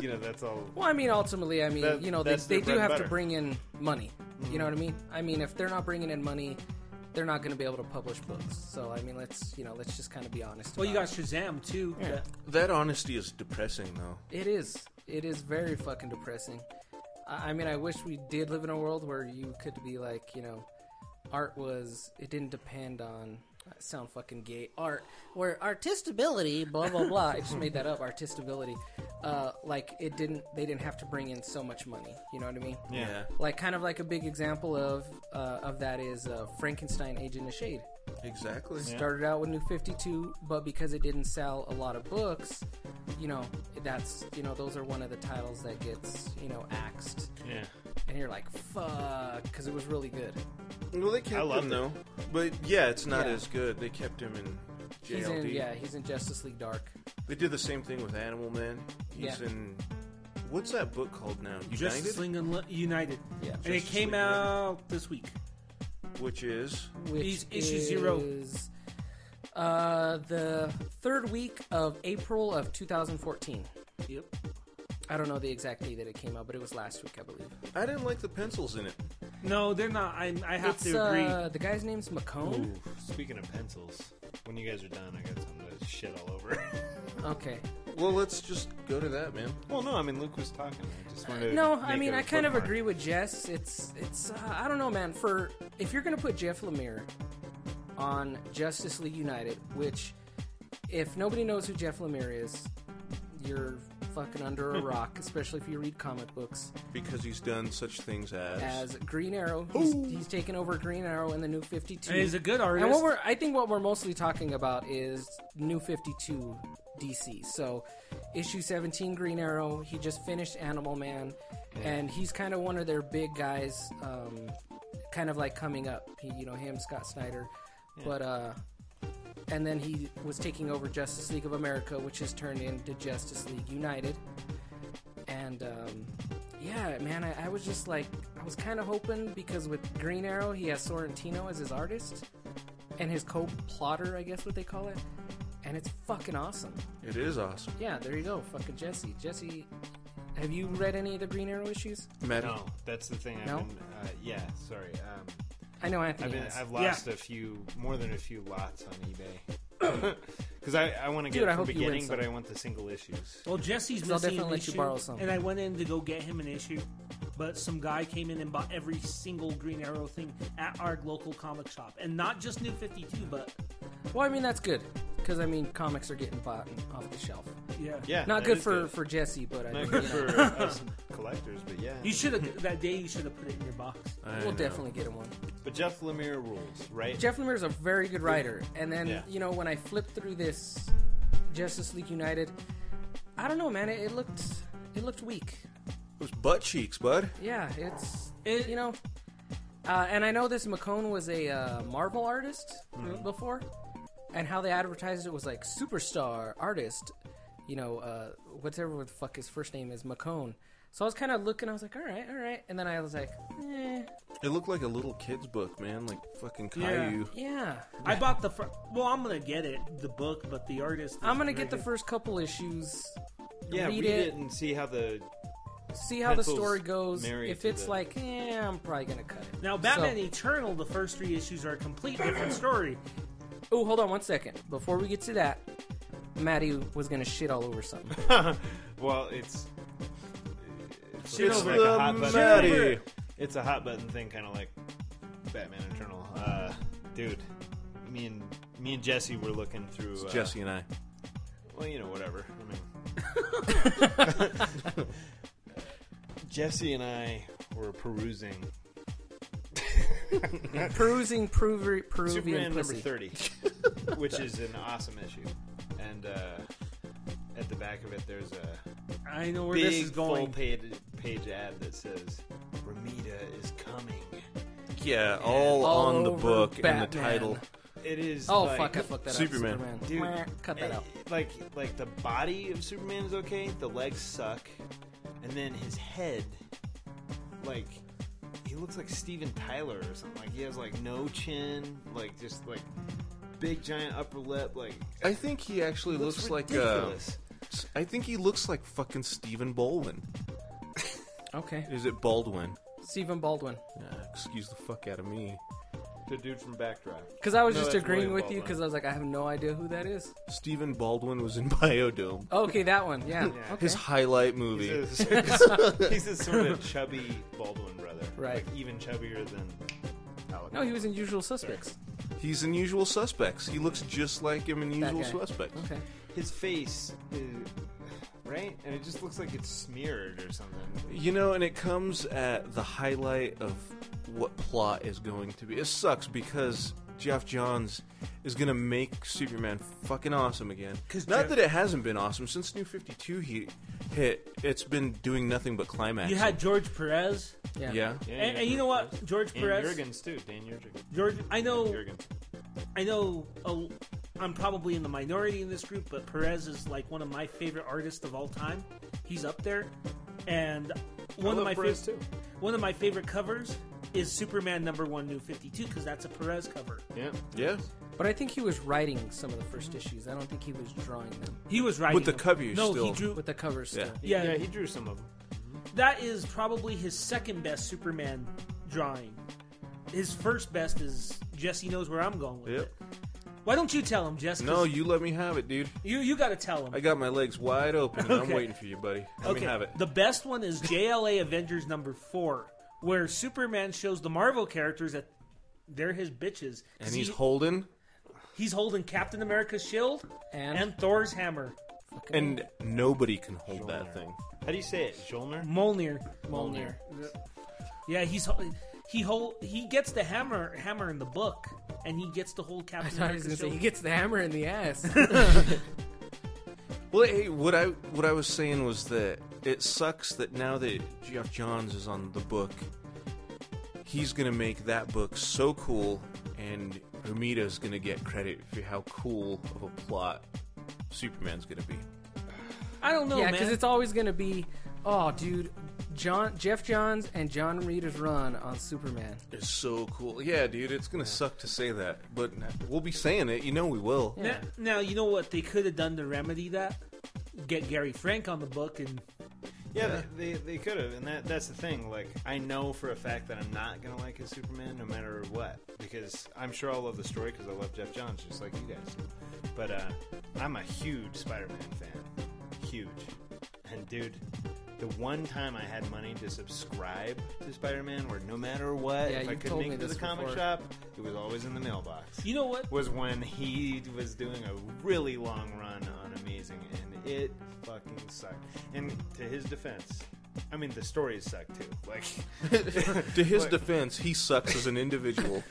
Speaker 1: You know, that's all.
Speaker 12: Well, I mean, ultimately, I mean,
Speaker 1: That-
Speaker 12: you know, they,
Speaker 1: that's their
Speaker 12: they do
Speaker 1: bread
Speaker 12: have
Speaker 1: and butter.
Speaker 12: to bring in money.
Speaker 1: Mhm.
Speaker 12: You know what I mean? I mean, if they're not bringing in money, they're not going to be able to publish books. So, I mean, let's you know, let's just kind of be honest.
Speaker 2: Well, you
Speaker 12: about
Speaker 2: got Shazam too.
Speaker 12: Yeah.
Speaker 3: That honesty is depressing, though.
Speaker 12: it. It is. It is very fucking depressing. I, I mean, I wish we did live in a world where you could be like, you know, art was. It didn't depend on. I Sound fucking gay art where artistability blah blah blah. I just made that up. Artistability, uh, like it didn't. They didn't have to bring in so much money. You know what I mean?
Speaker 3: Yeah. Yeah.
Speaker 12: Like kind of like a big example of uh, of that is uh, Frankenstein Agent of Shade.
Speaker 3: Exactly. Yeah.
Speaker 12: Started out with New Fifty Two, but because it didn't sell a lot of books, you know, that's you know those are one of the titles that gets you know axed.
Speaker 1: Yeah.
Speaker 12: And you're like, fuck, because it was really good.
Speaker 3: Well, they kept
Speaker 12: I loved
Speaker 3: him,
Speaker 12: it.
Speaker 3: though. But yeah, it's not
Speaker 12: Yeah.
Speaker 3: as good. They kept him in JLD.
Speaker 12: He's in, yeah, he's in Justice League Dark.
Speaker 3: They did the same thing with Animal Man. He's
Speaker 12: Yeah.
Speaker 3: in. What's that book called now? United,
Speaker 2: Justice League Unli- United.
Speaker 12: Yeah.
Speaker 2: and it
Speaker 3: Justice
Speaker 2: came
Speaker 3: League, yeah.
Speaker 2: out this week.
Speaker 3: which is
Speaker 12: which
Speaker 2: Is- issue zero.
Speaker 12: is, Uh, the third week of April of 2014.
Speaker 2: Yep.
Speaker 12: I don't know the exact day that it came out, but it was last week, I believe.
Speaker 3: I didn't like the pencils in it.
Speaker 2: No, they're not. I, I have
Speaker 12: It's,
Speaker 2: to agree.
Speaker 12: uh, the guy's name's McCone.
Speaker 1: Ooh, speaking of pencils, when you guys are done, I got something to shit all over.
Speaker 12: Okay.
Speaker 3: Well, let's just go to that, man.
Speaker 1: Well, no, I mean Luke was talking. I just wanted. to
Speaker 12: No, I
Speaker 1: make
Speaker 12: mean
Speaker 1: a
Speaker 12: I kind of
Speaker 1: bookmark.
Speaker 12: agree with Jess. It's it's uh, I don't know, man. For if you're gonna put Jeff Lemire on Justice League United, which if nobody knows who Jeff Lemire is, you're fucking under a rock, especially if you read comic books.
Speaker 3: Because he's done such things as.
Speaker 12: As Green Arrow, he's, he's taken over Green Arrow in the New Fifty Two.
Speaker 2: And he's a good
Speaker 12: And what
Speaker 2: artist.
Speaker 12: we're I think what we're mostly talking about is New Fifty Two DC. So issue seventeen, Green Arrow. He just finished Animal Man, and he's kind of one of their big guys, um, kind of like coming up. He, you know him, Scott Snyder, but uh, and then he was taking over Justice League of America, which has turned into Justice League United. And um, yeah, man, I, I was just like, I was kind of hoping because with Green Arrow, he has Sorrentino as his artist and his co plotter, I guess what they call it. And it's fucking awesome.
Speaker 3: It is awesome.
Speaker 12: Yeah, there you go. Fucking Jesse. Jesse, have you read any of the Green Arrow issues?
Speaker 3: Maddie?
Speaker 1: No, that's the thing. I've
Speaker 12: No?
Speaker 1: been, uh, yeah, sorry. Um,
Speaker 12: I know Anthony
Speaker 1: I've,
Speaker 12: has.
Speaker 1: I've lost a few, more than a few lots on eBay. Because I, I want to get
Speaker 2: Dude, I
Speaker 1: it from
Speaker 2: hope you win
Speaker 1: beginning, but
Speaker 2: some.
Speaker 1: I want the single issues.
Speaker 2: Well, Jesse's missing
Speaker 12: I'll definitely
Speaker 2: an
Speaker 12: let you
Speaker 2: issue,
Speaker 12: borrow some.
Speaker 2: And I went in to go get him an issue, but some guy came in and bought every single Green Arrow thing at our local comic shop, and not just New Fifty Two, but
Speaker 12: Well, I mean that's good because I mean comics are getting bought off the shelf.
Speaker 2: Yeah.
Speaker 1: Yeah,
Speaker 12: Not
Speaker 1: that
Speaker 12: good
Speaker 1: is
Speaker 12: for
Speaker 1: good.
Speaker 12: for Jesse, but I
Speaker 1: Not
Speaker 12: mean,
Speaker 1: good
Speaker 12: you
Speaker 1: for
Speaker 12: know.
Speaker 1: us collectors, but yeah.
Speaker 2: you should have that day. You should have put it in your box.
Speaker 1: I
Speaker 12: We'll
Speaker 1: know.
Speaker 12: definitely get him one.
Speaker 1: But Jeff Lemire rules, right?
Speaker 12: Jeff Lemire is a very good writer, and then
Speaker 1: Yeah.
Speaker 12: you know when I flipped through this Justice League United, I don't know, man. It, it looked it looked weak.
Speaker 3: Those butt cheeks, bud.
Speaker 12: Yeah, it's you know, uh, and I know this McCone was a uh, Marvel artist
Speaker 1: Mm-hmm.
Speaker 3: Mhm.
Speaker 12: before, and how they advertised it was like superstar artist, you know, uh, whatever the fuck his first name is, McCone. So I was kind of looking, I was like, all right, all right, and then I was like, eh.
Speaker 3: It looked like a little kid's book, man. Like fucking
Speaker 2: Yeah.
Speaker 3: Caillou.
Speaker 12: Yeah.
Speaker 2: I bought the fir- well. I'm gonna get it, the book, but the artist.
Speaker 12: I'm gonna get the first couple issues.
Speaker 1: yeah, read, it. and see how the
Speaker 12: see how the
Speaker 1: pencils
Speaker 12: story goes.
Speaker 1: marry
Speaker 12: If
Speaker 1: to
Speaker 12: it's
Speaker 1: the-
Speaker 12: like, eh, I'm probably gonna cut it.
Speaker 2: Now, Batman Eternal, the first three issues are a complete different story.
Speaker 12: Oh, hold on one second. Before we get to that, Maddie was gonna shit all over something.
Speaker 1: well, it's it's,
Speaker 12: Shit
Speaker 1: like
Speaker 12: over
Speaker 1: a hot
Speaker 12: the
Speaker 1: button.
Speaker 12: Maddie.
Speaker 1: thing. It's a hot button thing, kind of like Batman Eternal. Uh, dude, me and me and Jesse were looking through.
Speaker 3: It's
Speaker 1: uh,
Speaker 3: Jesse and I.
Speaker 1: Well, you know, whatever. I mean, Jesse and I were perusing
Speaker 12: Perusing Peruvi- Peruvian
Speaker 1: Superman number
Speaker 12: pussy.
Speaker 1: thirty, which is an awesome issue, and uh, at the back of it, there's a
Speaker 2: I know where this
Speaker 1: big
Speaker 2: is going.
Speaker 1: full page page ad that says Ramita is coming.
Speaker 3: Yeah, all,
Speaker 1: all
Speaker 3: on the
Speaker 1: over
Speaker 3: book and the
Speaker 1: Batman.
Speaker 3: title.
Speaker 1: It is.
Speaker 12: Oh,
Speaker 1: like-
Speaker 12: fuck, I fucked that up.
Speaker 3: Superman.
Speaker 12: Superman.
Speaker 1: Dude,
Speaker 12: Meh, cut that
Speaker 1: eh,
Speaker 12: out.
Speaker 1: Like, like the body of Superman is okay. The legs suck, and then his head, like, he looks like Steven Tyler or something. Like he has like no chin, like just like big giant upper lip. Like
Speaker 3: I think he actually looks,
Speaker 1: Looks
Speaker 3: like. Uh,
Speaker 1: ridiculous.
Speaker 3: s- I think he looks like fucking Stephen Baldwin.
Speaker 12: okay.
Speaker 3: Is it Baldwin?
Speaker 12: Stephen Baldwin.
Speaker 3: Yeah, excuse the fuck out of me.
Speaker 1: the dude from Backdraft.
Speaker 12: Because I was
Speaker 3: No,
Speaker 12: just
Speaker 3: that's
Speaker 12: agreeing
Speaker 3: William
Speaker 12: with you
Speaker 3: Baldwin.
Speaker 12: because I was like, I have no idea who that is.
Speaker 3: Stephen Baldwin was in Biodome.
Speaker 12: Okay, that one. Yeah.
Speaker 1: Yeah.
Speaker 12: Okay.
Speaker 3: His highlight movie.
Speaker 1: He's a, he's a sort of chubby Baldwin brother,
Speaker 12: Right.
Speaker 1: Like, even chubbier than. Alec
Speaker 12: No, he was in Usual Suspects.
Speaker 3: He's in Usual Suspects. He looks just like him in
Speaker 12: That
Speaker 3: Usual
Speaker 12: guy.
Speaker 3: Suspects.
Speaker 12: Okay.
Speaker 1: His face, is, right? And it just looks like it's smeared or something.
Speaker 3: You know, and it comes at the highlight of what plot is going to be. It sucks because Jeff Johns is going to make Superman fucking awesome again. Not
Speaker 2: Jeff-
Speaker 3: that it hasn't been awesome since New Fifty Two he hit. It's been doing nothing but climax.
Speaker 2: You had George Perez.
Speaker 3: Yeah. Yeah. Yeah,
Speaker 2: and, and you know what, George
Speaker 1: And
Speaker 2: Perez.
Speaker 1: Jurgens too, Dan Jurgens.
Speaker 2: George, I know.
Speaker 1: Jurgens.
Speaker 2: I know. A, I'm probably in the minority in this group, but Perez is like one of my favorite artists of all time. He's up there, and one
Speaker 1: love
Speaker 2: of my
Speaker 1: Perez,
Speaker 2: fav-
Speaker 1: too.
Speaker 2: One of my favorite covers is Superman number one, New Fifty Two, because that's a Perez cover.
Speaker 1: Yeah.
Speaker 3: Yeah.
Speaker 12: But I think he was writing some of the first issues. I don't think he was drawing them.
Speaker 2: He was writing
Speaker 3: With the
Speaker 2: them.
Speaker 3: covers
Speaker 2: No,
Speaker 3: still.
Speaker 2: he drew
Speaker 12: with the covers.
Speaker 3: Yeah.
Speaker 12: Still.
Speaker 2: Yeah.
Speaker 1: yeah, he drew some of them.
Speaker 2: That is probably his second best Superman drawing. His first best is Jesse knows where I'm going with
Speaker 3: Yep.
Speaker 2: it. Why don't you tell him, Jesse?
Speaker 3: No, you let me have it, dude.
Speaker 2: you you got to tell him.
Speaker 3: I got my legs wide open. and I'm
Speaker 2: Okay.
Speaker 3: waiting for you, buddy. Let me have it.
Speaker 2: The best one is JLA Avengers number four, where Superman shows the Marvel characters that they're his bitches. 'Cause
Speaker 3: And he's
Speaker 2: he-
Speaker 3: holding.
Speaker 2: he's holding Captain America's shield
Speaker 12: and,
Speaker 2: Thor's hammer.
Speaker 3: And nobody can hold that thing.
Speaker 1: How do you say it? Jolner?
Speaker 2: Molnir.
Speaker 1: Mjolnir.
Speaker 2: Yeah, he's hol- he hold he gets the hammer hammer in the book, and he gets to hold
Speaker 12: I
Speaker 2: Captain
Speaker 12: thought he was
Speaker 2: America's
Speaker 12: gonna say
Speaker 2: shield.
Speaker 12: he gets the hammer in the ass.
Speaker 3: Well, hey, what I what I was saying was that it sucks that now that Geoff Johns is on the book, he's gonna make that book so cool, and Omita's gonna get credit for how cool of a plot Superman's gonna be.
Speaker 12: I don't
Speaker 17: know,
Speaker 12: yeah,
Speaker 17: man.
Speaker 12: because it's always going to be, oh, dude, John Jeff Johns and John Reader's run on Superman.
Speaker 3: It's so cool. Yeah, dude, it's gonna suck to say that, but we'll be saying it. You know we will.
Speaker 2: Now, now, you know what they could have done to remedy that? Get Gary Frank on the book and
Speaker 1: Yeah, they, they could have, and that that's the thing. Like, I know for a fact that I'm not gonna like his Superman, no matter what, because I'm sure I'll love the story because I love Jeff Johns, just like you guys. But uh, I'm a huge Spider-Man fan, huge. And dude, the one time I had money to subscribe to Spider-Man, where no matter what,
Speaker 18: Yeah,
Speaker 1: if I
Speaker 18: you've
Speaker 1: could
Speaker 18: told
Speaker 1: make
Speaker 18: me
Speaker 1: it to the
Speaker 18: this
Speaker 1: comic
Speaker 18: before.
Speaker 1: shop, it was always in the mailbox.
Speaker 2: You know what?
Speaker 1: Was when he was doing a really long run on Amazing, and it fucking sucked. And to his defense, I mean, the stories suck too. Like,
Speaker 3: to his
Speaker 1: Like-
Speaker 3: defense, he sucks as an individual.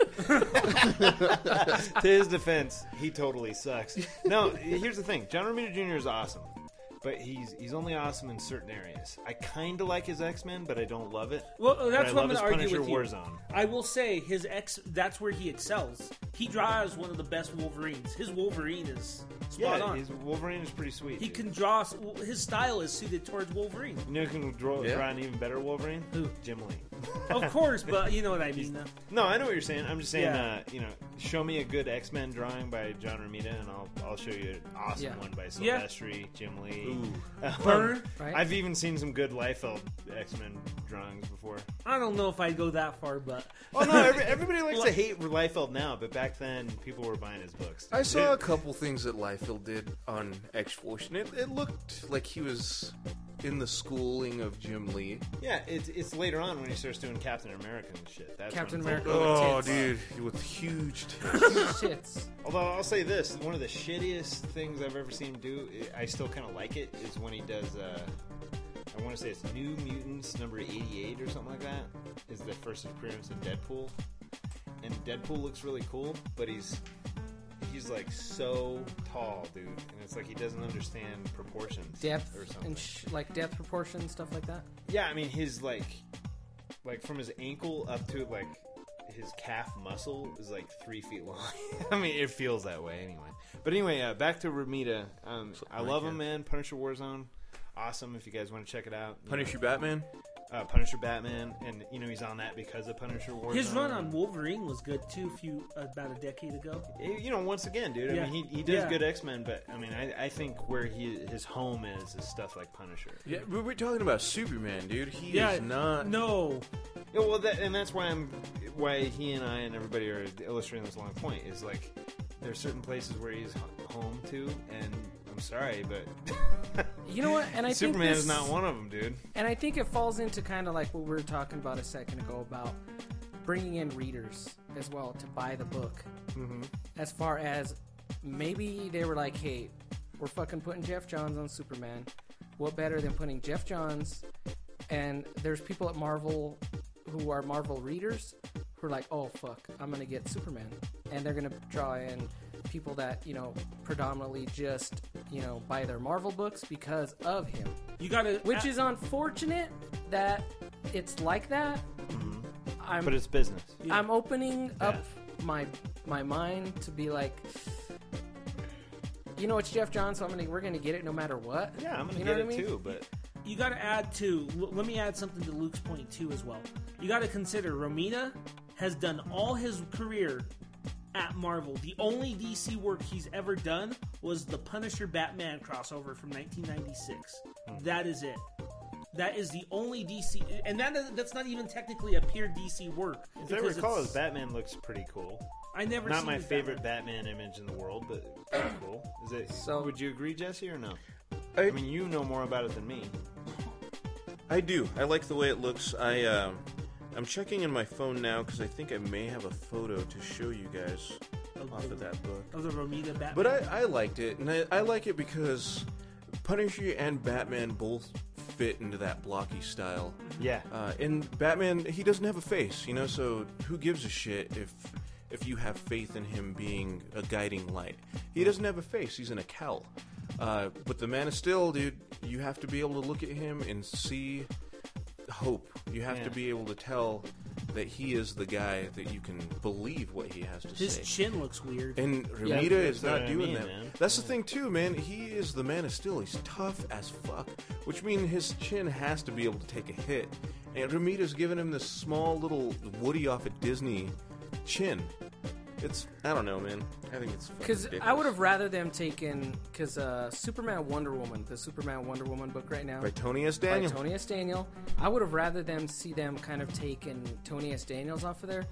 Speaker 1: to his defense, he totally sucks. No, here's the thing: John Romita Jr. is awesome, but he's he's only awesome in certain areas. I kind of like his X Men, but I don't love it.
Speaker 2: Well,
Speaker 1: but
Speaker 2: that's
Speaker 1: I
Speaker 2: what
Speaker 1: love
Speaker 2: I'm going to argue
Speaker 1: his Punisher
Speaker 2: with you.
Speaker 1: Warzone.
Speaker 2: I will say his ex. That's where he excels. He draws one of the best Wolverines. His Wolverine is spot
Speaker 1: yeah,
Speaker 2: on.
Speaker 1: his Wolverine is pretty sweet.
Speaker 2: he
Speaker 1: dude.
Speaker 2: can draw. s- His style is suited towards Wolverine.
Speaker 1: You know who can draw,
Speaker 2: Yeah.
Speaker 1: draw an even better Wolverine? Who? Jim Lee.
Speaker 2: of course, but you know what I mean. though.
Speaker 1: No, I know what you're saying. I'm just saying,
Speaker 2: Yeah.
Speaker 1: uh, you know, show me a good X Men drawing by John Romita, and I'll I'll show you an awesome
Speaker 2: Yeah.
Speaker 1: one by
Speaker 2: Yeah.
Speaker 1: Silvestri, Jim Lee,
Speaker 2: Ooh.
Speaker 1: Um,
Speaker 2: Burn, right?
Speaker 1: I've even seen some good Liefeld X Men drawings before.
Speaker 2: I don't know if I'd go that far, but
Speaker 1: Oh no, every, everybody likes to hate Liefeld now, but back then people were buying his books.
Speaker 3: I saw a couple things that Liefeld did on X Force, and it, it looked like he was in the schooling of Jim Lee.
Speaker 1: Yeah, it's it's later on when he starts doing Captain America and shit. That's
Speaker 3: Captain
Speaker 1: when it's
Speaker 3: America
Speaker 1: like,
Speaker 3: with Oh, tits. dude, with huge tits.
Speaker 12: Shits.
Speaker 1: Although I'll say this, one of the shittiest things I've ever seen him do, I I still kind of like it, is when he does. Uh, I want to say it's New Mutants number eighty-eight or something like that. Is the first appearance of Deadpool, and Deadpool looks really cool, but he's he's like so tall, dude, and it's like he doesn't understand proportions,
Speaker 12: Depth
Speaker 1: or something.
Speaker 12: and sh- like depth proportion stuff like that.
Speaker 1: Yeah, I mean his like like from his ankle up to like his calf muscle is like three feet long. I mean it feels that way anyway. But anyway, uh, back to Ramita. Um, I
Speaker 3: like
Speaker 1: love
Speaker 3: it.
Speaker 1: him, man. Punisher Warzone, awesome. If you guys want to check it out, You
Speaker 3: Punisher
Speaker 1: know,
Speaker 3: Batman?
Speaker 1: uh, Punisher Batman, and you know he's on that because of Punisher Warzone.
Speaker 2: his run on Wolverine was good too. A few about a decade ago.
Speaker 1: You know, once again, dude.
Speaker 2: Yeah.
Speaker 1: I mean, he, he does
Speaker 2: Yeah.
Speaker 1: good X Men, but I mean, I, I think where he his home is is stuff like Punisher.
Speaker 3: Yeah, we we're talking about Superman, dude. He
Speaker 1: Yeah,
Speaker 3: is not.
Speaker 2: No.
Speaker 1: Yeah, well, that, and that's why I'm, why he and I and everybody are illustrating this long point is like, there's certain places where he's h- home to, and I'm sorry, but
Speaker 12: You know what? And I
Speaker 1: Superman
Speaker 12: think
Speaker 1: is
Speaker 12: this-
Speaker 1: not one of them, dude.
Speaker 12: And I think it falls into kind of like what we were talking about a second ago about bringing in readers as well to buy the book.
Speaker 1: Mhm.
Speaker 12: As far as maybe they were like, hey, we're fucking putting Jeff Johns on Superman. What better than putting Jeff Johns? And there's people at Marvel who are Marvel readers who are like, oh fuck, I'm gonna get Superman, and they're gonna draw in people that you know predominantly just you know buy their Marvel books because of him.
Speaker 2: You gotta,
Speaker 12: which is unfortunate that it's like that. I'm,
Speaker 1: Mm-hmm. But it's business.
Speaker 12: I'm opening up my my mind to be like, you know, it's Jeff Johns, so I'm gonna we're gonna get it no matter what.
Speaker 1: Yeah, I'm gonna
Speaker 12: you know
Speaker 1: get
Speaker 12: what
Speaker 1: it
Speaker 12: I mean?
Speaker 1: too, but
Speaker 2: you got to add to. l- Let me add something to Luke's point too as well. You got to consider Romita has done all his career at Marvel. The only DC work he's ever done was the Punisher Batman crossover from 1996.
Speaker 1: Hmm.
Speaker 2: That is it. That is the only DC, and that that's not even technically a pure DC work.
Speaker 1: as I
Speaker 2: because
Speaker 1: recall,
Speaker 2: it's-
Speaker 1: his Batman looks pretty cool.
Speaker 2: I never
Speaker 1: not
Speaker 2: seen
Speaker 1: my
Speaker 2: his
Speaker 1: favorite Batman. image in the world, but it's pretty cool. Is it? So, would you agree, Jesse, or no? I, mean, you know more about it than me.
Speaker 3: I do. I like the way it looks. I um, I'm checking in my phone now because I think I may have a photo to show you guys off of that book.
Speaker 2: of the Romita Batman.
Speaker 3: But I, I liked it, and I, I like it because Punisher and Batman both fit into that blocky style.
Speaker 1: Yeah.
Speaker 3: Uh, and Batman, he doesn't have a face, you know. So who gives a shit if if you have faith in him being a guiding light? He doesn't have a face. He's in a cowl. Uh, but the Man of Steel, dude, you have to be able to look at him and see hope. You have
Speaker 1: Yeah.
Speaker 3: to be able to tell that he is the guy that you can believe what he has to
Speaker 2: His
Speaker 3: say.
Speaker 2: chin looks weird.
Speaker 3: And
Speaker 2: Yeah.
Speaker 3: Ramita is
Speaker 2: That's what
Speaker 3: not
Speaker 2: I
Speaker 3: doing
Speaker 2: mean,
Speaker 3: that.
Speaker 2: man.
Speaker 3: That's the thing too, man. He is the man of steel. He's tough as fuck, which means his chin has to be able to take a hit. And Ramita's giving him this small little Woody off of Disney chin. It's I don't know, man. I think it's fucking
Speaker 12: Because I
Speaker 3: ridiculous.
Speaker 12: would have rather them taken because uh, Superman Wonder Woman, the Superman Wonder Woman book right now
Speaker 3: By Tony S. Daniel.
Speaker 12: By Tony S. Daniel. I would have rather them see them kind of taken Tony S. Daniels off of there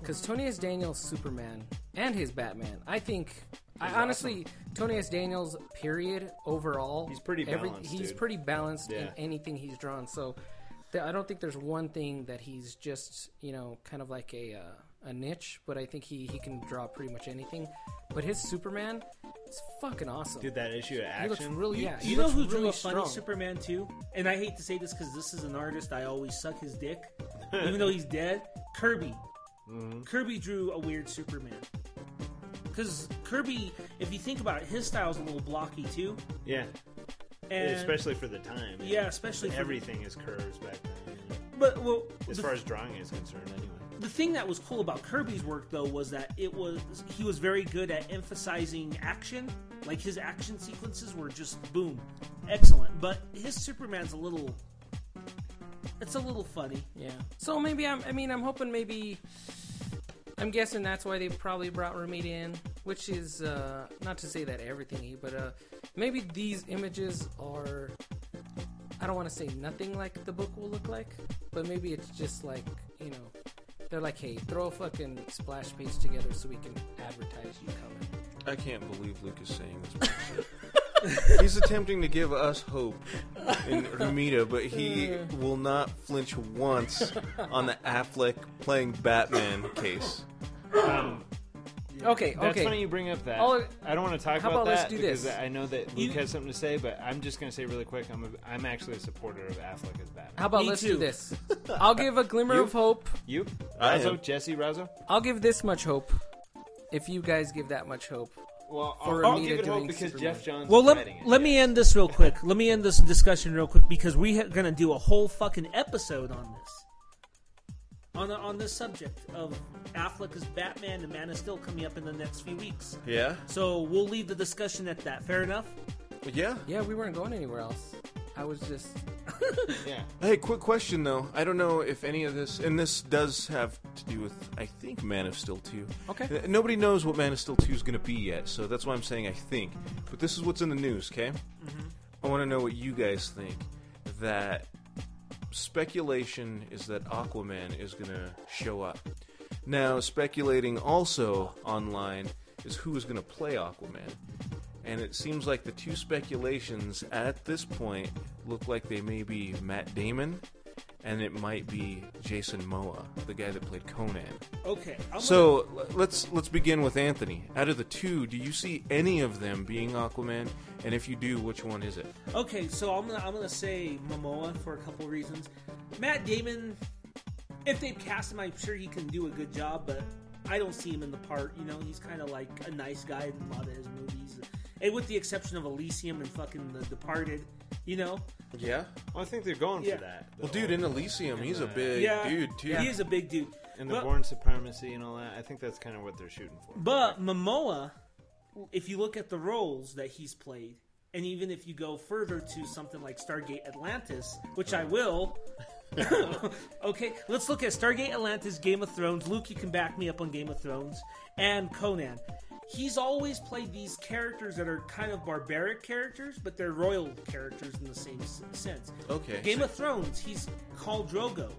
Speaker 12: because Tony S. Daniels Superman and his Batman. I think. I
Speaker 19: He's
Speaker 12: honestly, Tony S. Daniels, period, overall, he's
Speaker 1: pretty balanced,
Speaker 12: he's
Speaker 1: dude.
Speaker 12: pretty balanced in
Speaker 1: Yeah.
Speaker 12: anything he's drawn. So, th- I don't think there's one thing that he's just, you know, kind of like a uh, a niche. But I think he he can draw pretty much anything. But his Superman is fucking awesome.
Speaker 1: Dude, that issue of
Speaker 12: He looks
Speaker 1: Action?
Speaker 12: really,
Speaker 1: You-
Speaker 12: yeah. he
Speaker 2: you know
Speaker 12: looks
Speaker 2: who
Speaker 12: really
Speaker 2: drew a funny
Speaker 12: strong.
Speaker 2: Superman too? And I hate to say this because this is an artist I always suck his dick, even though he's dead. Kirby.
Speaker 12: Mm-hmm.
Speaker 2: Kirby drew a weird Superman. Because Kirby, if you think about it, his style's a little blocky too.
Speaker 1: Yeah.
Speaker 2: And-
Speaker 1: especially for the time.
Speaker 2: Yeah, especially for-
Speaker 1: everything is curves back then.
Speaker 2: But well,
Speaker 1: as far as drawing is concerned, anyway.
Speaker 2: The thing that was cool about Kirby's work though was that it was he was very good at emphasizing action. Like his action sequences were just boom, excellent. But his Superman's a little it's a little funny.
Speaker 12: Yeah. So maybe I'm. I mean, I'm hoping maybe. I'm guessing that's why they probably brought Ramita in, which is uh, not to say that everything he, but uh, maybe these images are. I don't want to say nothing like the book will look like, but maybe it's just like you know, they're like, hey, throw a fucking splash page together so we can advertise you coming.
Speaker 3: I can't believe Luke is saying this. bullshit. He's attempting to give us hope in Ramita, but he will not flinch once on the Affleck playing Batman case.
Speaker 1: Um,
Speaker 12: Okay,
Speaker 1: That's
Speaker 12: okay.
Speaker 1: funny you bring up that.
Speaker 12: I'll-
Speaker 1: I don't want to talk
Speaker 12: how
Speaker 1: about,
Speaker 12: about let's
Speaker 1: that
Speaker 12: do
Speaker 1: because
Speaker 12: this?
Speaker 1: I know that Luke
Speaker 12: You-
Speaker 1: has something to say, but I'm just going to say really quick. I'm a, I'm actually a supporter of Affleck as Batman.
Speaker 12: How about let's do this? I'll give a glimmer
Speaker 1: You?
Speaker 12: of hope.
Speaker 1: You,
Speaker 12: I
Speaker 1: Razzo,
Speaker 12: am.
Speaker 1: Jesse Razzo.
Speaker 12: I'll give this much hope. If you guys give that much hope.
Speaker 1: Well,
Speaker 12: for
Speaker 1: I'll- I'll
Speaker 12: Ramita
Speaker 1: give it hope
Speaker 12: doing
Speaker 1: because
Speaker 12: Superman.
Speaker 1: Jeff Johns
Speaker 2: Well, let, let me end this real quick. Let me end this discussion real quick because we are going to do a whole fucking episode on this. On, on this subject of Affleck as Batman and Man of Steel coming up in the next few weeks.
Speaker 3: Yeah.
Speaker 2: So we'll leave the discussion at that. Fair enough?
Speaker 3: Yeah.
Speaker 12: Yeah, we weren't going anywhere else. I was just.
Speaker 1: yeah.
Speaker 3: Hey, quick question though. I don't know if any of this, and this does have to do with, I think, Man of Steel 2.
Speaker 12: Okay.
Speaker 3: Uh, Nobody knows what Man of Steel 2 is going to be yet, so that's why I'm saying I think. But this is what's in the news, okay? I want to know what you guys think. That speculation is that Aquaman is going to show up. Now, speculating also online is who is going to play Aquaman. And it seems like the two speculations at this point look like they may be Matt Damon and it might be Jason Moa, the guy that played Conan.
Speaker 2: Okay, I'm
Speaker 3: so l- let's let's begin with Anthony. Out of the two, do you see any of them being Aquaman? And if you do, which one is it?
Speaker 2: Okay, so I'm gonna I'm gonna say Momoa for a couple reasons. Matt Damon, if they cast him, I'm sure he can do a good job, but I don't see him in the part. You know, he's kind of like a nice guy in a lot of his movies, and with the exception of Elysium and fucking The Departed. You know,
Speaker 3: Yeah.
Speaker 1: Well, I think they're going
Speaker 2: Yeah.
Speaker 1: for that.
Speaker 3: Well, dude, in Elysium, he's a big
Speaker 2: Uh, Yeah.
Speaker 3: dude too.
Speaker 2: Yeah. He is a big dude.
Speaker 1: And the
Speaker 2: Well-
Speaker 1: Born Supremacy and all that. I think that's kind of what they're shooting for.
Speaker 2: But Momoa, if you look at the roles that he's played, and even if you go further to something like Stargate Atlantis, which I will. okay, let's look at Stargate Atlantis, Game of Thrones. Luke, you can back me up on Game of Thrones and Conan. He's always played these characters that are kind of barbaric characters, but they're royal characters in the same s- sense.
Speaker 3: Okay.
Speaker 2: Game of Thrones, he's called Drogo.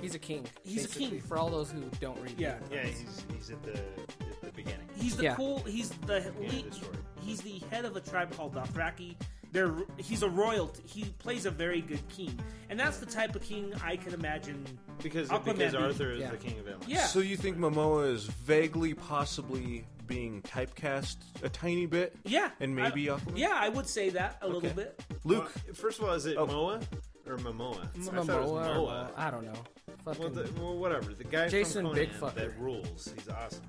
Speaker 12: He's a king.
Speaker 2: He's
Speaker 12: basically,
Speaker 2: a king.
Speaker 12: For all those who don't read.
Speaker 2: Yeah.
Speaker 12: Game of
Speaker 1: yeah,
Speaker 12: Thrones.
Speaker 1: he's he's at the at the beginning.
Speaker 2: He's the
Speaker 12: Yeah.
Speaker 2: cool. He's the
Speaker 1: Yeah,
Speaker 2: lead,
Speaker 1: the story.
Speaker 2: he's the head of a tribe called Dothraki. They're, he's a royalty. He plays a very good king, and that's the type of king I can imagine.
Speaker 1: Because
Speaker 2: Aquaman
Speaker 1: because
Speaker 2: being.
Speaker 1: Arthur is the king of Atlantis.
Speaker 2: Yeah.
Speaker 3: So you think Momoa is vaguely, possibly being typecast a tiny bit?
Speaker 2: Yeah.
Speaker 3: And maybe
Speaker 2: I,
Speaker 3: Aquaman.
Speaker 2: Yeah, I would say that a little
Speaker 3: Okay.
Speaker 2: bit.
Speaker 3: Luke.
Speaker 1: Well, first of all, is it Moa or Momoa?
Speaker 12: It's
Speaker 1: I thought it was
Speaker 12: Momoa or
Speaker 1: Moa.
Speaker 12: Mo- I don't know.
Speaker 1: Well,
Speaker 12: Fucking-
Speaker 1: the, well, whatever. The guy
Speaker 12: Jason
Speaker 1: from Conan
Speaker 12: Bigfucker.
Speaker 1: that rules. He's awesome.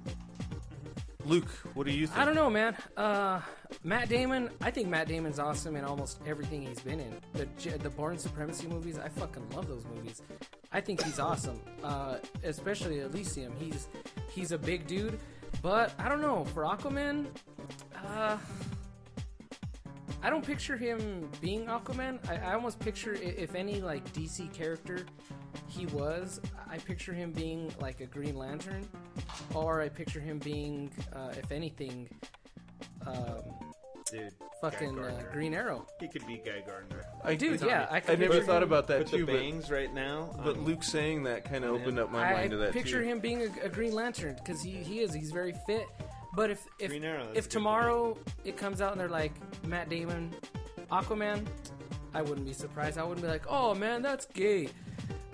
Speaker 3: Luke, what do you think?
Speaker 12: I don't know, man. Uh, Matt Damon. I think Matt Damon's awesome in almost everything he's been in. The J- the Born Supremacy movies. I fucking love those movies. I think he's awesome. Uh, especially Elysium. He's he's a big dude, but I don't know for Aquaman. Uh, I don't picture him being Aquaman. I, I almost picture i- if any like DC character he was, I picture him being like a Green Lantern, or I picture him being, uh, if anything, um,
Speaker 1: Dude,
Speaker 12: fucking
Speaker 1: Guy
Speaker 12: uh,
Speaker 1: Gardner.
Speaker 12: Green Arrow.
Speaker 1: He could be Guy Gardner.
Speaker 3: I-
Speaker 12: Dude, yeah, I
Speaker 3: I
Speaker 12: could
Speaker 3: never
Speaker 12: picture
Speaker 3: thought
Speaker 12: him-
Speaker 3: about that
Speaker 1: But the
Speaker 3: too.
Speaker 1: bangs
Speaker 3: but,
Speaker 1: right now
Speaker 3: But
Speaker 1: on-
Speaker 3: Luke saying that kind of
Speaker 1: on him.
Speaker 3: opened up my
Speaker 12: I
Speaker 3: mind to that
Speaker 12: picture
Speaker 3: too.
Speaker 12: him being a, a Green Lantern because he, he is he's very fit. But if if,
Speaker 1: Green Arrow, that's a
Speaker 12: if
Speaker 1: good
Speaker 12: tomorrow it comes out and they're like Matt Damon, Aquaman, I wouldn't be surprised. I wouldn't be like, oh man, that's gay.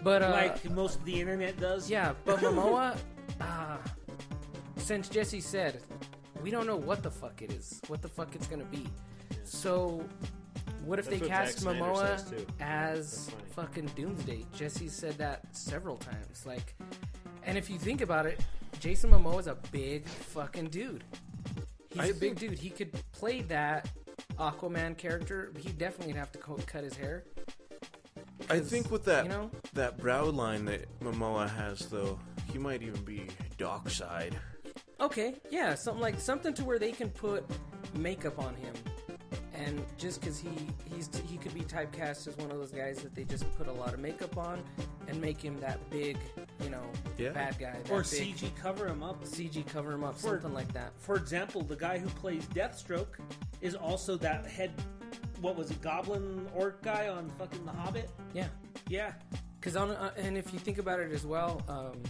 Speaker 12: But uh,
Speaker 2: Like most of the internet does.
Speaker 12: Yeah, but Momoa, uh, since Jesse said, we don't know what the fuck it is, what the fuck it's gonna be. So, what if
Speaker 1: That's
Speaker 12: they
Speaker 1: what
Speaker 12: cast
Speaker 1: Zack Snyder
Speaker 12: Momoa
Speaker 1: says, too.
Speaker 12: as fucking Doomsday? Jesse said that several times. Like, and if you think about it, Jason Momoa is a big fucking dude. He's a
Speaker 3: I
Speaker 12: big dude. He could play that Aquaman character. He definitely would have to co- cut his hair.
Speaker 3: I think with that
Speaker 12: you know?
Speaker 3: that brow line that Momoa has, though, he might even be dark side.
Speaker 12: Okay, yeah, something like something to where they can put makeup on him, and just because he he's he could be typecast as one of those guys that they just put a lot of makeup on and make him that big, you know,
Speaker 2: Yeah.
Speaker 12: bad guy. that
Speaker 2: Or
Speaker 12: big-
Speaker 2: CG cover him up.
Speaker 12: CG cover him up, something like that.
Speaker 2: For example, the guy who plays Deathstroke is also that head. What was it, Goblin Orc guy on fucking The Hobbit?
Speaker 12: Yeah.
Speaker 2: Yeah.
Speaker 12: Because on uh, and if you think about it as well, um,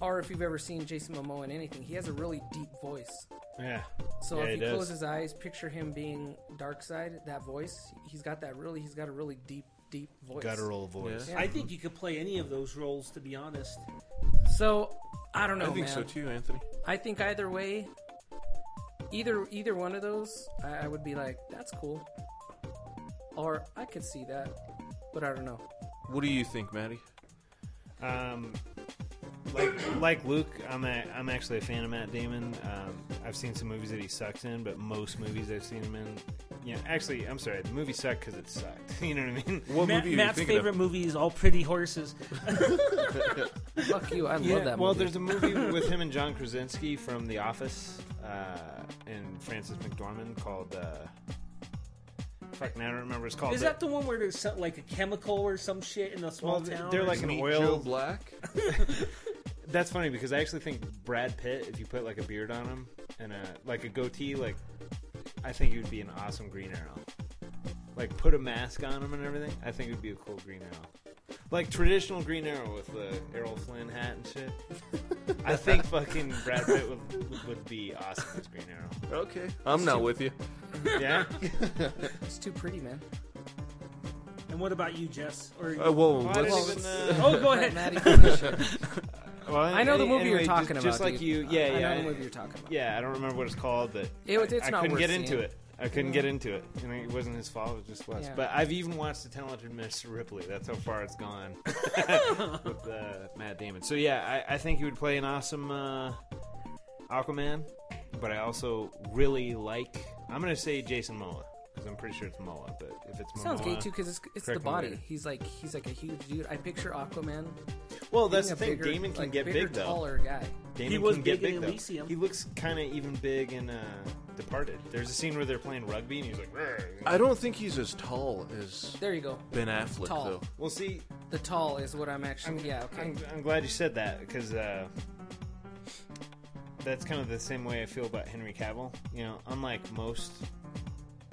Speaker 12: or if you've ever seen Jason Momoa in anything, he has a really deep voice.
Speaker 1: Yeah.
Speaker 12: So
Speaker 1: Yeah,
Speaker 12: if
Speaker 1: he
Speaker 12: you
Speaker 1: does.
Speaker 12: close his eyes, picture him being dark side. That voice, he's got that really, he's got a really deep, deep voice.
Speaker 2: I think you could play any of those roles, to be honest.
Speaker 12: So I don't
Speaker 3: I
Speaker 12: know.
Speaker 3: think
Speaker 12: Oh,
Speaker 3: so
Speaker 12: man.
Speaker 3: too, Anthony.
Speaker 12: I think either way, either either one of those, I, I would be like, that's cool, or I could see that, but I don't know.
Speaker 3: What do you think, Maddie?
Speaker 1: Um, like like Luke, I'm a, I'm actually a fan of Matt Damon. Um, I've seen some movies that he sucks in, but most movies I've seen him in, you know, actually, I'm sorry, the movie sucked because it sucked. you know what I mean?
Speaker 2: Matt- Matt's favorite movie is All Pretty Horses.
Speaker 12: Fuck you! I love
Speaker 1: Yeah,
Speaker 12: that.
Speaker 1: Well,
Speaker 12: movie.
Speaker 1: there's a movie with him and John Krasinski from The Office uh, and Francis McDormand called. Uh, fuck, now I don't remember what it's called.
Speaker 2: Is
Speaker 1: but-
Speaker 2: that the one where there's some, like a chemical or some shit in a
Speaker 1: Well,
Speaker 2: small town?
Speaker 1: They're
Speaker 2: or
Speaker 1: like an
Speaker 2: something?
Speaker 1: oil black. That's funny because I actually think Brad Pitt, if you put like a beard on him and a like a goatee, like I think he would be an awesome Green Arrow. Like put a mask on him and everything. I think it would be a cool Green Arrow. Like traditional Green Arrow with the Errol Flynn hat and shit. I think fucking Brad Pitt would, would be awesome as Green Arrow.
Speaker 3: Okay, I'm not with you.
Speaker 1: Yeah.
Speaker 12: it's too pretty, man.
Speaker 2: And what about you, Jess? Or
Speaker 3: Uh, whoa,
Speaker 2: I didn't
Speaker 3: let's-
Speaker 2: even, uh, oh, go ahead.
Speaker 12: Matt- Maddie,
Speaker 1: Well,
Speaker 12: I know the movie you're
Speaker 1: anyway,
Speaker 12: talking
Speaker 1: just,
Speaker 12: about.
Speaker 1: Just like
Speaker 12: dude.
Speaker 1: you, yeah,
Speaker 12: I-
Speaker 1: yeah.
Speaker 12: I know the movie you're talking about.
Speaker 1: Yeah, I don't remember what it's called, but
Speaker 12: It was-
Speaker 1: I-
Speaker 12: it's
Speaker 1: I,
Speaker 12: not
Speaker 1: couldn't
Speaker 12: worth
Speaker 1: get into
Speaker 12: seeing.
Speaker 1: it. I couldn't
Speaker 12: Yeah.
Speaker 1: get into it. You know, it wasn't his fault; it was just Wes.
Speaker 12: Yeah.
Speaker 1: But I've even watched the talented Mr. Ripley. That's how far it's gone with uh, Matt Damon. So yeah, I, I think he would play an awesome uh, Aquaman. But I also really like. I'm gonna say Jason Momoa because I'm pretty sure it's Moa. But if it's Momoa,
Speaker 12: Sounds gay too because it's, it's the
Speaker 1: correct me
Speaker 12: body.
Speaker 1: later.
Speaker 12: He's like he's like a huge dude. I picture Aquaman.
Speaker 1: Well,
Speaker 12: being
Speaker 1: that's
Speaker 12: a
Speaker 1: the thing.
Speaker 12: bigger-
Speaker 1: Damon can
Speaker 12: like,
Speaker 1: get
Speaker 12: bigger,
Speaker 1: big though.
Speaker 12: Taller guy.
Speaker 1: Damon
Speaker 2: He was
Speaker 1: can get
Speaker 2: big
Speaker 1: big,
Speaker 2: in
Speaker 1: though.
Speaker 2: Elysium.
Speaker 1: He looks kind of even big in uh, Departed. There's a scene where they're playing rugby and he's like, "Rrr," you know?
Speaker 3: I don't think he's as tall as
Speaker 12: There you go.
Speaker 3: Ben Affleck
Speaker 12: Tall.
Speaker 3: though.
Speaker 1: Well, see,
Speaker 12: the tall is what I'm actually. yeah. Okay.
Speaker 1: I'm, I'm glad you said that because uh, that's kind of the same way I feel about Henry Cavill. You know, unlike most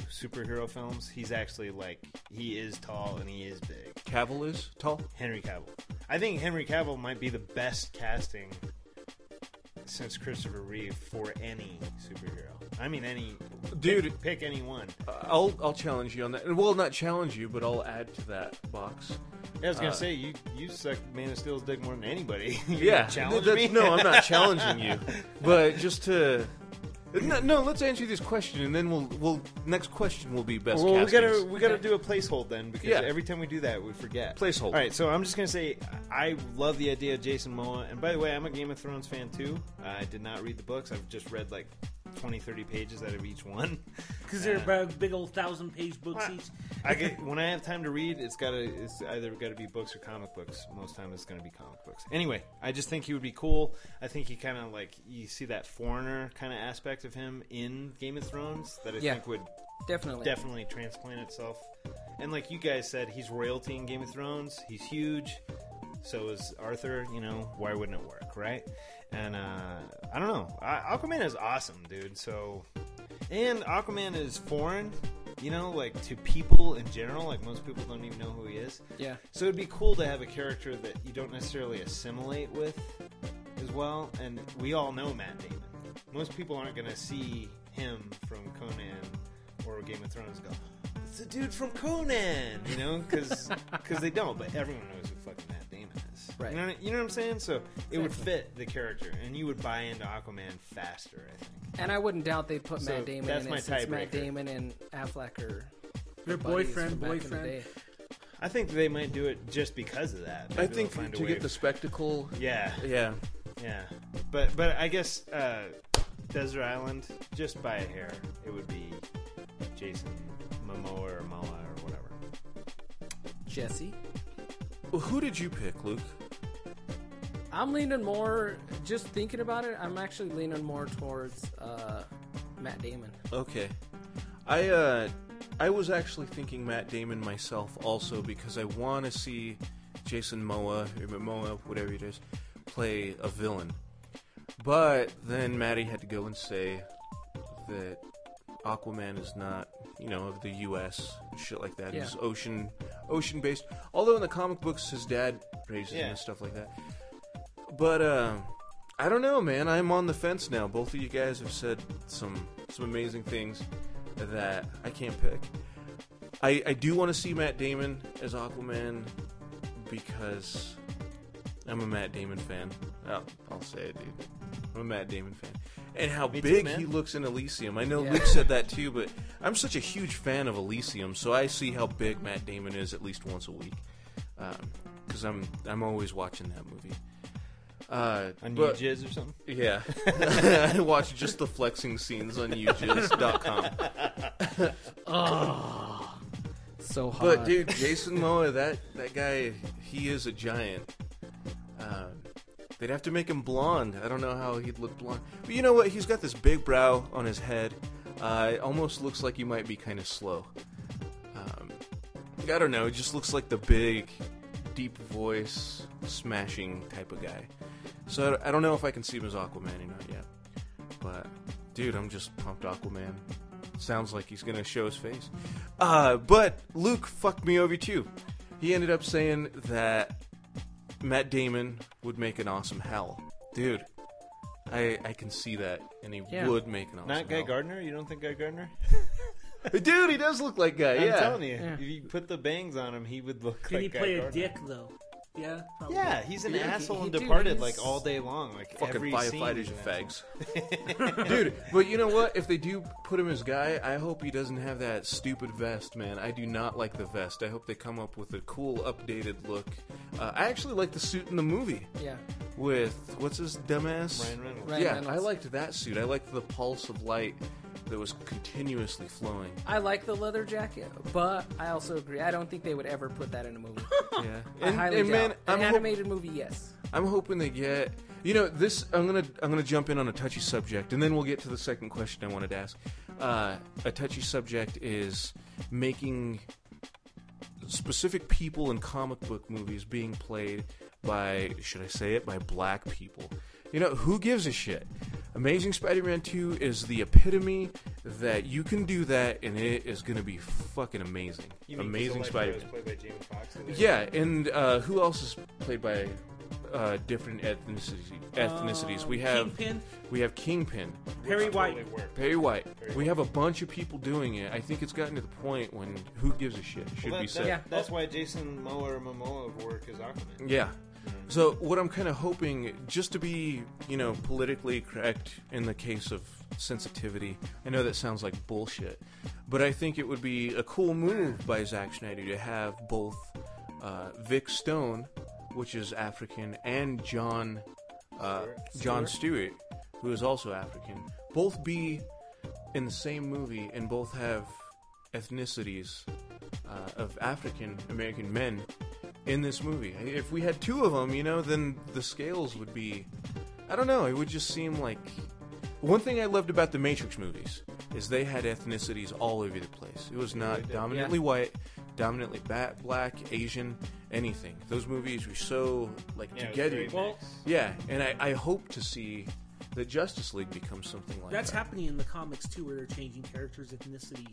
Speaker 1: superhero films, he's actually like he is tall and he is big.
Speaker 3: Cavill is tall.
Speaker 1: Henry Cavill. I think Henry Cavill might be the best casting since Christopher Reeve for any superhero. I mean, any
Speaker 3: Dude.
Speaker 1: Pick, pick any one.
Speaker 3: I'll I'll challenge you on that. Well, not challenge you, but I'll add to that box.
Speaker 1: I was gonna
Speaker 3: Uh,
Speaker 1: say you you suck Man of Steel's dick more than anybody. You're
Speaker 3: yeah,
Speaker 1: gonna challenge
Speaker 3: that's-
Speaker 1: me?
Speaker 3: no, I'm not challenging you, but just to No, no, let's answer this question, and then we'll we'll next question will be best.
Speaker 1: well, we
Speaker 3: castings.
Speaker 1: gotta we gotta do a placehold then because
Speaker 3: Yeah.
Speaker 1: every time we do that we forget.
Speaker 3: Placeholder.
Speaker 1: All right, so I'm just gonna say I love the idea of Jason Momoa, and by the way, I'm a Game of Thrones fan too. I did not read the books; I've just read like 20, 30 pages out of each one.
Speaker 2: Because they're
Speaker 1: Uh,
Speaker 2: about big old thousand page books each.
Speaker 1: I get when I have time to read, it's gotta it's either gotta be books or comic books. Most time it's gonna be comic books. Anyway, I just think he would be cool. I think he kind of like you see that foreigner kind of aspect of him in Game of Thrones that I
Speaker 12: Yeah.
Speaker 1: think would
Speaker 12: Definitely.
Speaker 1: definitely transplant itself. And like you guys said, he's royalty in Game of Thrones. He's huge. So is Arthur. You know why wouldn't it work, right? And uh, I don't know. I, Aquaman is awesome, dude. So and Aquaman is foreign, you know, like to people in general. Like most people don't even know who he is.
Speaker 12: Yeah.
Speaker 1: So it'd be cool to have a character that you don't necessarily assimilate with as well. And we all know Matt Damon. Most people aren't going to see him from Conan or Game of Thrones and go, it's the dude from Conan, you know, because they don't. But everyone knows who fucking Matt Damon is. Right. You know, what I- you know what I'm saying? So it would
Speaker 12: Exactly.
Speaker 1: fit the character, and you would buy into Aquaman faster, I think.
Speaker 4: And I wouldn't doubt they put
Speaker 1: So
Speaker 4: Matt Damon
Speaker 1: that's
Speaker 4: in
Speaker 1: my
Speaker 4: it since
Speaker 1: tiebreaker.
Speaker 4: Matt Damon and Affleck are
Speaker 2: Your
Speaker 4: buddies from
Speaker 2: boyfriend,
Speaker 4: back in the
Speaker 2: boyfriend.
Speaker 4: day.
Speaker 1: I think they might do it just because of that.
Speaker 3: I
Speaker 1: Maybe
Speaker 3: think
Speaker 1: they'll find a
Speaker 3: to
Speaker 1: way
Speaker 3: get the spectacle.
Speaker 1: Yeah.
Speaker 3: Yeah.
Speaker 1: Yeah. But but I guess uh, Desert Island, just by a hair, it would be Jason Momoa or Moa or whatever.
Speaker 4: Jesse.
Speaker 3: Well, who did you pick, Luke?
Speaker 4: I'm leaning more. Just thinking about it, I'm actually leaning more towards uh, Matt Damon.
Speaker 3: Okay. I uh I was actually thinking Matt Damon myself also because I want to see Jason Moa or Momoa, whatever it is, play a villain. But then Maddie had to go and say that Aquaman is not, you know, of the U.S. and shit like that.
Speaker 20: Yeah.
Speaker 3: He's ocean, ocean based. Although in the comic books, his dad raises him
Speaker 20: Yeah.
Speaker 3: and stuff like that. But uh, I don't know, man. I'm on the fence now. Both of you guys have said some some amazing things that I can't pick. I I do want to see Matt Damon as Aquaman because I'm a Matt Damon fan. I'll, I'll say it, dude. I'm a Matt Damon fan. And how
Speaker 20: Me too,
Speaker 3: big
Speaker 20: man.
Speaker 3: he looks in Elysium. I know
Speaker 20: Yeah.
Speaker 3: Luke said that too, but I'm such a huge fan of Elysium, so I see how big Matt Damon is at least once a week. Because I'm I'm always watching that movie. Uh,
Speaker 1: On
Speaker 3: but-
Speaker 1: UJizz or something?
Speaker 3: Yeah. I watch just the flexing scenes on UJizz.com.
Speaker 4: Oh, so
Speaker 3: But
Speaker 4: hot.
Speaker 3: dude, Jason Moa, that that guy, he is a giant. Uh, they'd have to make him blonde. I don't know how he'd look blonde. But you know what? He's got this big brow on his head. Uh, it almost looks like he might be kind of slow. Um, I don't know. It just looks like the big, deep voice, smashing type of guy. So I I don't know if I can see him as Aquaman or not yet. But dude, I'm just pumped Aquaman. Sounds like he's gonna show his face. Uh, but Luke fucked me over too. He ended up saying that Matt Damon would make an awesome Hal. Dude, I I can see that, and he would make an awesome.
Speaker 1: Not Guy
Speaker 3: Hal.
Speaker 1: Gardner? You don't think Guy Gardner?
Speaker 3: Dude, he does look like Guy.
Speaker 1: I'm
Speaker 3: yeah,
Speaker 1: telling you, if you put the bangs on him, he would look
Speaker 2: Can
Speaker 1: like
Speaker 2: he
Speaker 1: Guy
Speaker 2: play a
Speaker 1: Gardner.
Speaker 2: dick though? Yeah. probably.
Speaker 1: Yeah, he's an
Speaker 2: Yeah, he-
Speaker 1: asshole
Speaker 2: he-
Speaker 1: and
Speaker 2: dude,
Speaker 1: Departed
Speaker 2: he's-
Speaker 1: like all day long, like
Speaker 3: fucking
Speaker 1: every scene
Speaker 3: firefighters
Speaker 1: he's
Speaker 3: and
Speaker 1: in.
Speaker 3: fags. Dude, but you know what? If they do put him as guy, I hope he doesn't have that stupid vest, man. I do not like the vest. I hope they come up with a cool, updated look. Uh, I actually like the suit in the movie.
Speaker 4: Yeah.
Speaker 3: With what's his dumbass?
Speaker 1: Ryan Reynolds.
Speaker 4: Ryan
Speaker 3: yeah,
Speaker 4: Reynolds.
Speaker 3: I liked that suit. I liked the pulse of light that was continuously flowing.
Speaker 4: I like the leather jacket, but I also agree. I don't think they would ever put that in a movie.
Speaker 3: Yeah.
Speaker 4: I highly doubt.
Speaker 3: man,
Speaker 4: An
Speaker 3: I'm hop-
Speaker 4: animated movie, yes.
Speaker 3: I'm hoping they get. You know, this I'm gonna I'm gonna jump in on a touchy subject, and then we'll get to the second question I wanted to ask. Uh, a touchy subject is making specific people in comic book movies being played by should I say it by black people. You know, who gives a shit? Amazing Spider-Man 2 is the epitome that you can do that, and it is gonna be fucking amazing.
Speaker 1: You mean
Speaker 3: amazing
Speaker 1: Electro
Speaker 3: Spider-Man.
Speaker 1: was played by Jamie Foxx in there?
Speaker 3: Yeah, and uh, who else is played by uh, different ethnicities? Ethnicities. we have
Speaker 2: Kingpin?
Speaker 3: We have Kingpin.
Speaker 2: Perry Which White. totally worked.
Speaker 3: Perry White. we have a bunch of people doing it. I think it's gotten to the point when who gives a shit should
Speaker 1: Well,
Speaker 3: be
Speaker 1: that-
Speaker 3: said.
Speaker 1: that- That's why Jason Momoa or Momoa of work is Aquaman.
Speaker 3: Yeah. So what I'm kind of hoping, just to be you know politically correct in the case of sensitivity, I know that sounds like bullshit, but I think it would be a cool move by Zack Snyder to have both uh, Vic Stone, which is African, and John uh, John Stewart, who is also African, both be in the same movie and both have ethnicities uh, of African American men in this movie. If we had two of them, you know, then the scales would be. I don't know. It would just seem like. One thing I loved about the Matrix movies is they had ethnicities all over the place. It was not dominantly white, dominantly bat, black, Asian, anything. Those movies were so like
Speaker 21: Yeah, it was
Speaker 3: together.
Speaker 21: very Well-
Speaker 3: yeah, and I, I hope to see that Justice League become something like
Speaker 2: That's
Speaker 3: that.
Speaker 2: happening in the comics too, where they're changing characters' ethnicity.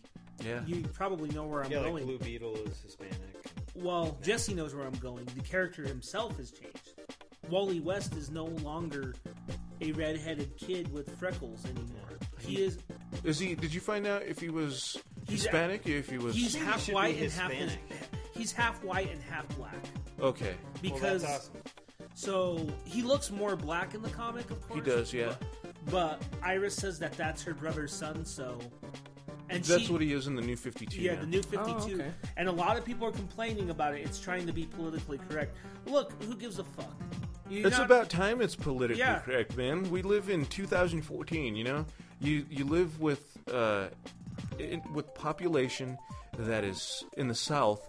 Speaker 3: Yeah.
Speaker 2: you probably know where I'm
Speaker 1: yeah, like
Speaker 2: going.
Speaker 1: Blue Beetle is Hispanic.
Speaker 2: Well, Jesse knows where I'm going. The character himself has changed. Wally West is no longer a redheaded kid with freckles anymore. He is
Speaker 3: Is he? Did you find out if he was
Speaker 2: He's-
Speaker 3: Hispanic? If he was?
Speaker 2: he's half white and half he's half white and half black
Speaker 3: Okay.
Speaker 2: because so he looks more black in the comic, of course.
Speaker 3: He does, yeah.
Speaker 2: But Iris says that that's her brother's son, so and
Speaker 3: That's
Speaker 2: she-
Speaker 3: what he is in the New Fifty Two. Oh,
Speaker 2: Yeah, the new 52. And a lot of people are complaining about it. It's trying to be politically correct. Look, who gives a fuck? You're
Speaker 3: It's
Speaker 2: not-
Speaker 3: about time it's politically
Speaker 2: Yeah.
Speaker 3: correct, man. We live in 2014. You know, you you live with uh, in, with population that is in the South.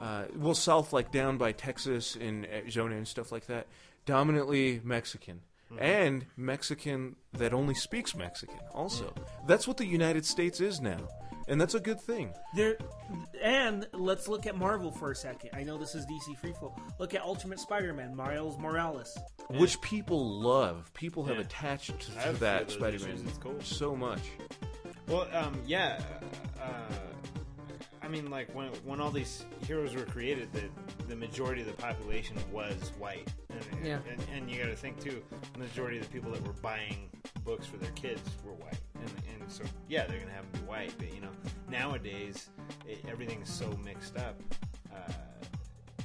Speaker 3: Uh, well, South like down by Texas and Arizona and stuff like that, dominantly Mexican
Speaker 2: Mm-hmm.
Speaker 3: and Mexican that only speaks Mexican. Also,
Speaker 2: Mm.
Speaker 3: that's what the United States is now, and that's a good thing.
Speaker 2: There, and let's look at Marvel for a second. I know this is DC free flow. Look at Ultimate Spider-Man, Miles Morales.
Speaker 3: which people love. People have
Speaker 1: Yeah.
Speaker 3: attached to
Speaker 1: I have a few
Speaker 3: that
Speaker 1: of those
Speaker 3: Spider-Man
Speaker 1: issues. It's cool.
Speaker 3: so much.
Speaker 1: Well, um, yeah. Uh, I mean, like when when all these heroes were created, the the majority of the population was white, and
Speaker 12: Yeah.
Speaker 1: and, and you got to think too. The majority of the people that were buying books for their kids were white, and, and so yeah, they're gonna have them be white. But you know, nowadays it, everything's so mixed up. Uh,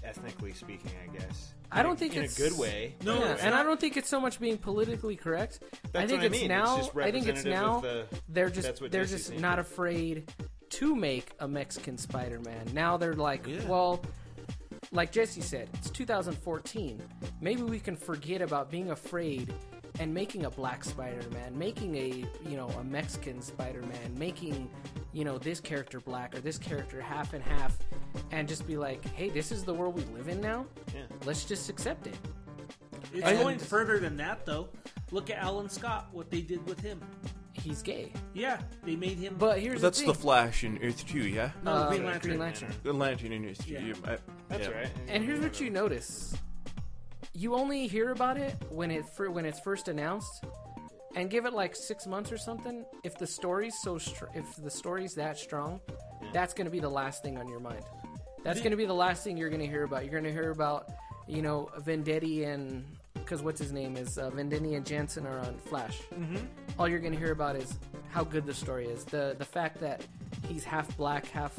Speaker 1: Ethnically speaking, I guess
Speaker 12: I don't think
Speaker 1: in
Speaker 12: it's
Speaker 1: a good way.
Speaker 12: No,
Speaker 1: Yeah.
Speaker 12: and I don't think it's so much being politically correct. I
Speaker 1: That's
Speaker 12: think
Speaker 1: what I
Speaker 12: it's
Speaker 1: mean. It's
Speaker 12: now.
Speaker 1: just
Speaker 12: I think it's
Speaker 1: representative
Speaker 12: now.
Speaker 1: of the-
Speaker 12: they're just
Speaker 1: that's what
Speaker 12: they're
Speaker 1: Disney's
Speaker 12: just
Speaker 1: thinking.
Speaker 12: not afraid to make a Mexican Spider-Man. Now they're like, well, like Jesse said, it's 2014. Maybe we can forget about being afraid and making a black Spider-Man, making a you know a Mexican Spider-Man, making you know this character black or this character half and half, and just be like, hey, this is the world we live in now.
Speaker 1: Yeah.
Speaker 12: Let's just accept it.
Speaker 2: It's
Speaker 12: And-
Speaker 2: going further than that, though. Look at Alan Scott. What they did with him.
Speaker 12: He's gay.
Speaker 2: Yeah, they made him.
Speaker 12: But here's
Speaker 3: That's
Speaker 12: the
Speaker 3: the,
Speaker 12: thing.
Speaker 3: Flash in Earth Two, yeah.
Speaker 2: No, Uh, Green Lantern. Green
Speaker 12: Lantern.
Speaker 3: Green Lantern in Earth Two.
Speaker 2: Yeah.
Speaker 3: Yeah. I-
Speaker 1: That's
Speaker 3: yeah.
Speaker 1: right.
Speaker 12: And here's what you notice: you only hear about it when it fir- when it's first announced, and give it like six months or something. If the story's so str- if the story's that strong, that's going to be the last thing on your mind. That's
Speaker 22: The-
Speaker 12: going to be the last thing you're going to hear about. You're going to hear about you know Vendetti and because what's his name is uh, Vendetti and Jansen are on Flash.
Speaker 22: Mhm.
Speaker 12: All you're going to hear about is how good the story is. The the fact that he's half black, half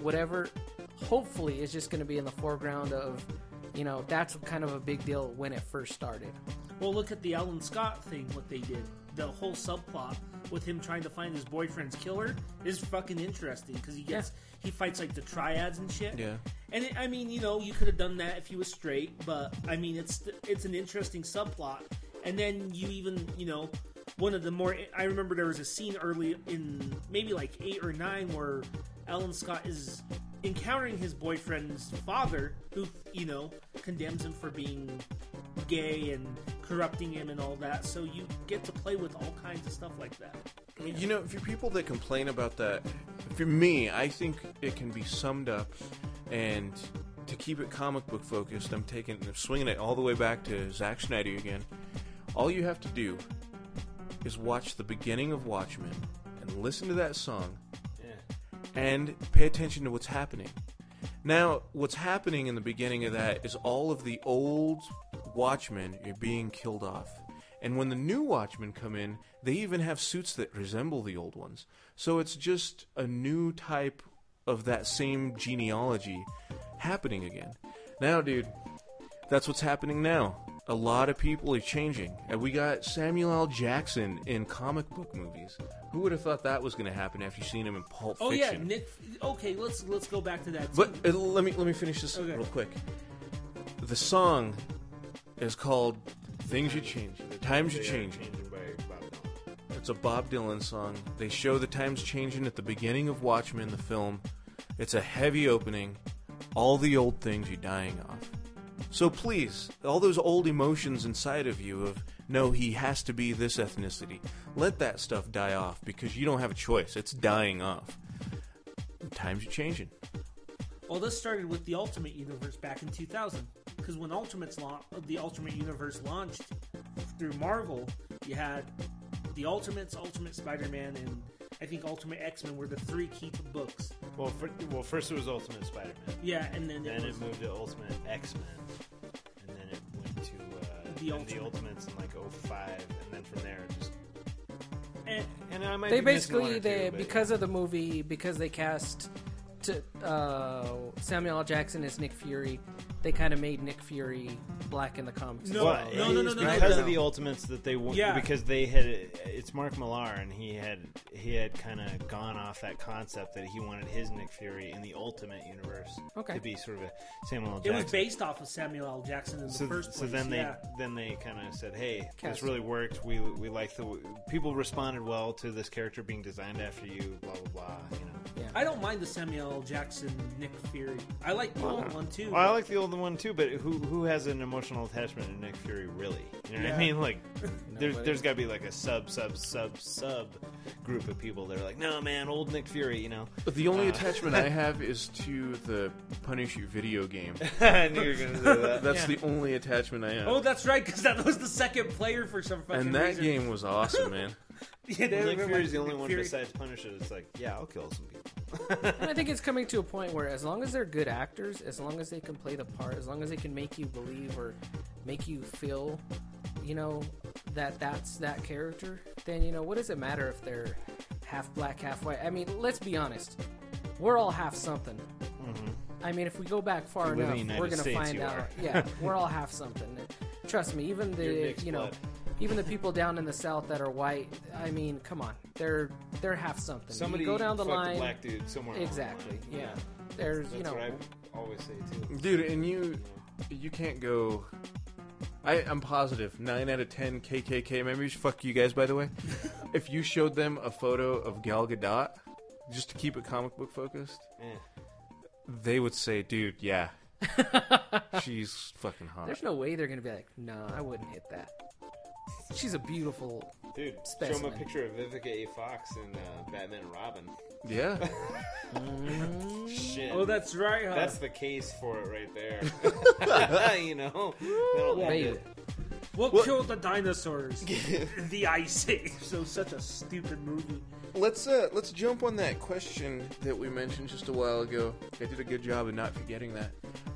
Speaker 12: whatever hopefully is just going to be in the foreground of you know that's kind of a big deal when it first started
Speaker 2: Well, look at the Alan Scott thing. What they did, the whole subplot with him trying to find his boyfriend's killer is fucking interesting because he gets he fights like the triads and shit.
Speaker 3: Yeah.
Speaker 2: And it, I mean, you know, you could have done that if he was straight, but I mean, it's it's an interesting subplot. And then you even, you know, one of the more I remember there was a scene early in maybe like eight or nine where Alan Scott is encountering his boyfriend's father, who you know condemns him for being gay and corrupting him and all that. So you get to play with all kinds of stuff like that.
Speaker 3: You know, for people that complain about that, for me, I think it can be summed up, and to keep it comic book focused, I'm taking, I'm swinging it all the way back to Zack Snyder again. All you have to do is watch the beginning of Watchmen and listen to that song, and pay attention to what's happening. Now, what's happening in the beginning of that is all of the old Watchmen are being killed off. And when the new Watchmen come in, they even have suits that resemble the old ones. So it's just a new type of that same genealogy happening again. Now, dude, That's what's happening now. A lot of people are changing. And we got Samuel L. Jackson in comic book movies. Who would have thought that was going to happen after seeing him in Pulp
Speaker 2: Oh yeah,
Speaker 3: Fiction?
Speaker 2: Nick. Okay, let's let's go back to that.
Speaker 3: But
Speaker 2: too.
Speaker 3: uh, let me let me finish this real quick. The song is called "Things You Change." The times you change. It's a Bob Dylan song. They show the times changing at the beginning of Watchmen, the film. It's a heavy opening. All the old things you're dying off. So please, all those old emotions inside of you of no, he has to be this ethnicity. Let that stuff die off because you don't have a choice. It's dying off. The times are changing.
Speaker 2: Well, this started with the Ultimate Universe back in 2000. Because when Ultimate's la- the Ultimate Universe launched through Marvel, you had the Ultimates, Ultimate Spider-Man, and I think Ultimate X-Men were the three key to books.
Speaker 1: Well, fir- well, first it was Ultimate Spider-Man.
Speaker 2: Yeah, and then it
Speaker 1: then it,
Speaker 2: was-
Speaker 1: moved to Ultimate X-Men, and then it went to uh,
Speaker 2: The
Speaker 1: then
Speaker 2: Ultimate.
Speaker 1: the Ultimates in like 05, and then from there it just.
Speaker 2: And,
Speaker 1: and I might
Speaker 12: they
Speaker 1: be missing one
Speaker 12: basically
Speaker 1: or
Speaker 12: they
Speaker 1: two, but-
Speaker 12: because of the movie because they cast to, uh, Samuel L. Jackson as Nick Fury, they kind of made Nick Fury black in the comics. as well,
Speaker 1: Well,
Speaker 12: right?
Speaker 1: it was Because of the Ultimates that they won,
Speaker 12: Yeah.
Speaker 1: because they had it's Mark Millar, and he had he had kind of gone off that concept that he wanted his Nick Fury in the Ultimate universe
Speaker 2: Okay.
Speaker 1: to be sort of a Samuel L.
Speaker 2: It
Speaker 1: Jackson.
Speaker 2: was based off of Samuel L. Jackson in the
Speaker 1: so,
Speaker 2: first place.
Speaker 1: so then they
Speaker 2: yeah.
Speaker 1: then they kind of said, "Hey,
Speaker 2: Cast.
Speaker 1: this really worked. We we like the people responded well to this character being designed after you. Blah blah blah. You know,
Speaker 2: I don't mind the Samuel L. Jackson Nick Fury. I like the old one too.
Speaker 1: Well, I like the old one too, but who who has an emotional attachment to Nick Fury really? You know what
Speaker 2: Yeah.
Speaker 1: I mean? Like, there's
Speaker 2: Nobody.
Speaker 1: there's got to be like a sub sub sub sub group of people that are like, no man, old Nick Fury. You know.
Speaker 3: But the only
Speaker 1: Uh,
Speaker 3: attachment I have is to the Punisher video game.
Speaker 1: I knew you were gonna say that.
Speaker 3: That's
Speaker 1: Yeah.
Speaker 3: the only attachment I have.
Speaker 2: Oh, that's right, because that was the second player for some fucking
Speaker 3: and that
Speaker 2: reason.
Speaker 3: game was awesome, man.
Speaker 2: Yeah, they
Speaker 1: Nick
Speaker 2: remember
Speaker 1: Fury's the
Speaker 2: Nick
Speaker 1: only one
Speaker 2: Fury.
Speaker 1: besides Punisher that's like, yeah, I'll kill some people.
Speaker 12: And I think it's coming to a point where, as long as they're good actors, as long as they can play the part, as long as they can make you believe or make you feel, you know, that that's that character, then you know, what does it matter if they're half black, half white? I mean, let's be honest, we're all half something. I mean, if we go back far
Speaker 2: If you Mm-hmm. live
Speaker 12: enough,
Speaker 2: in the
Speaker 12: we're
Speaker 2: United
Speaker 12: gonna
Speaker 2: States,
Speaker 12: find
Speaker 2: you
Speaker 12: out.
Speaker 2: are.
Speaker 12: yeah, we're all half something. Trust me, even
Speaker 2: You're
Speaker 12: the
Speaker 2: mixed
Speaker 12: you know,
Speaker 2: blood.
Speaker 12: even the people down in the south that are white. I mean, come on, they're they're half something. You
Speaker 1: Somebody
Speaker 12: go down the
Speaker 1: fucked a
Speaker 12: line,
Speaker 1: black dude somewhere along the
Speaker 12: Exactly.
Speaker 1: line, you
Speaker 12: Yeah.
Speaker 1: know?
Speaker 12: There's you
Speaker 1: That's
Speaker 12: know.
Speaker 1: what I always say too.
Speaker 3: Dude, and you you can't go I, I'm positive nine out of ten KKK members. Fuck you guys, by the way. if you showed them a photo of Gal Gadot, just to keep it comic book focused, they would say, "Dude, yeah, she's fucking hot."
Speaker 12: There's no way they're gonna be like, nah, I wouldn't hit that. She's a beautiful
Speaker 1: Dude,
Speaker 12: specimen.
Speaker 1: show him a picture of Vivica A. Fox in uh, Batman and Robin.
Speaker 3: Yeah.
Speaker 1: Shit.
Speaker 2: Oh, that's right, huh?
Speaker 1: That's uh, the case for it right there. you know? That'll
Speaker 2: Yeah.
Speaker 1: end it.
Speaker 2: What, killed the dinosaurs? the Ice Age. So such a stupid movie.
Speaker 3: Let's uh let's jump on that question that we mentioned just a while ago. I did a good job of not forgetting that.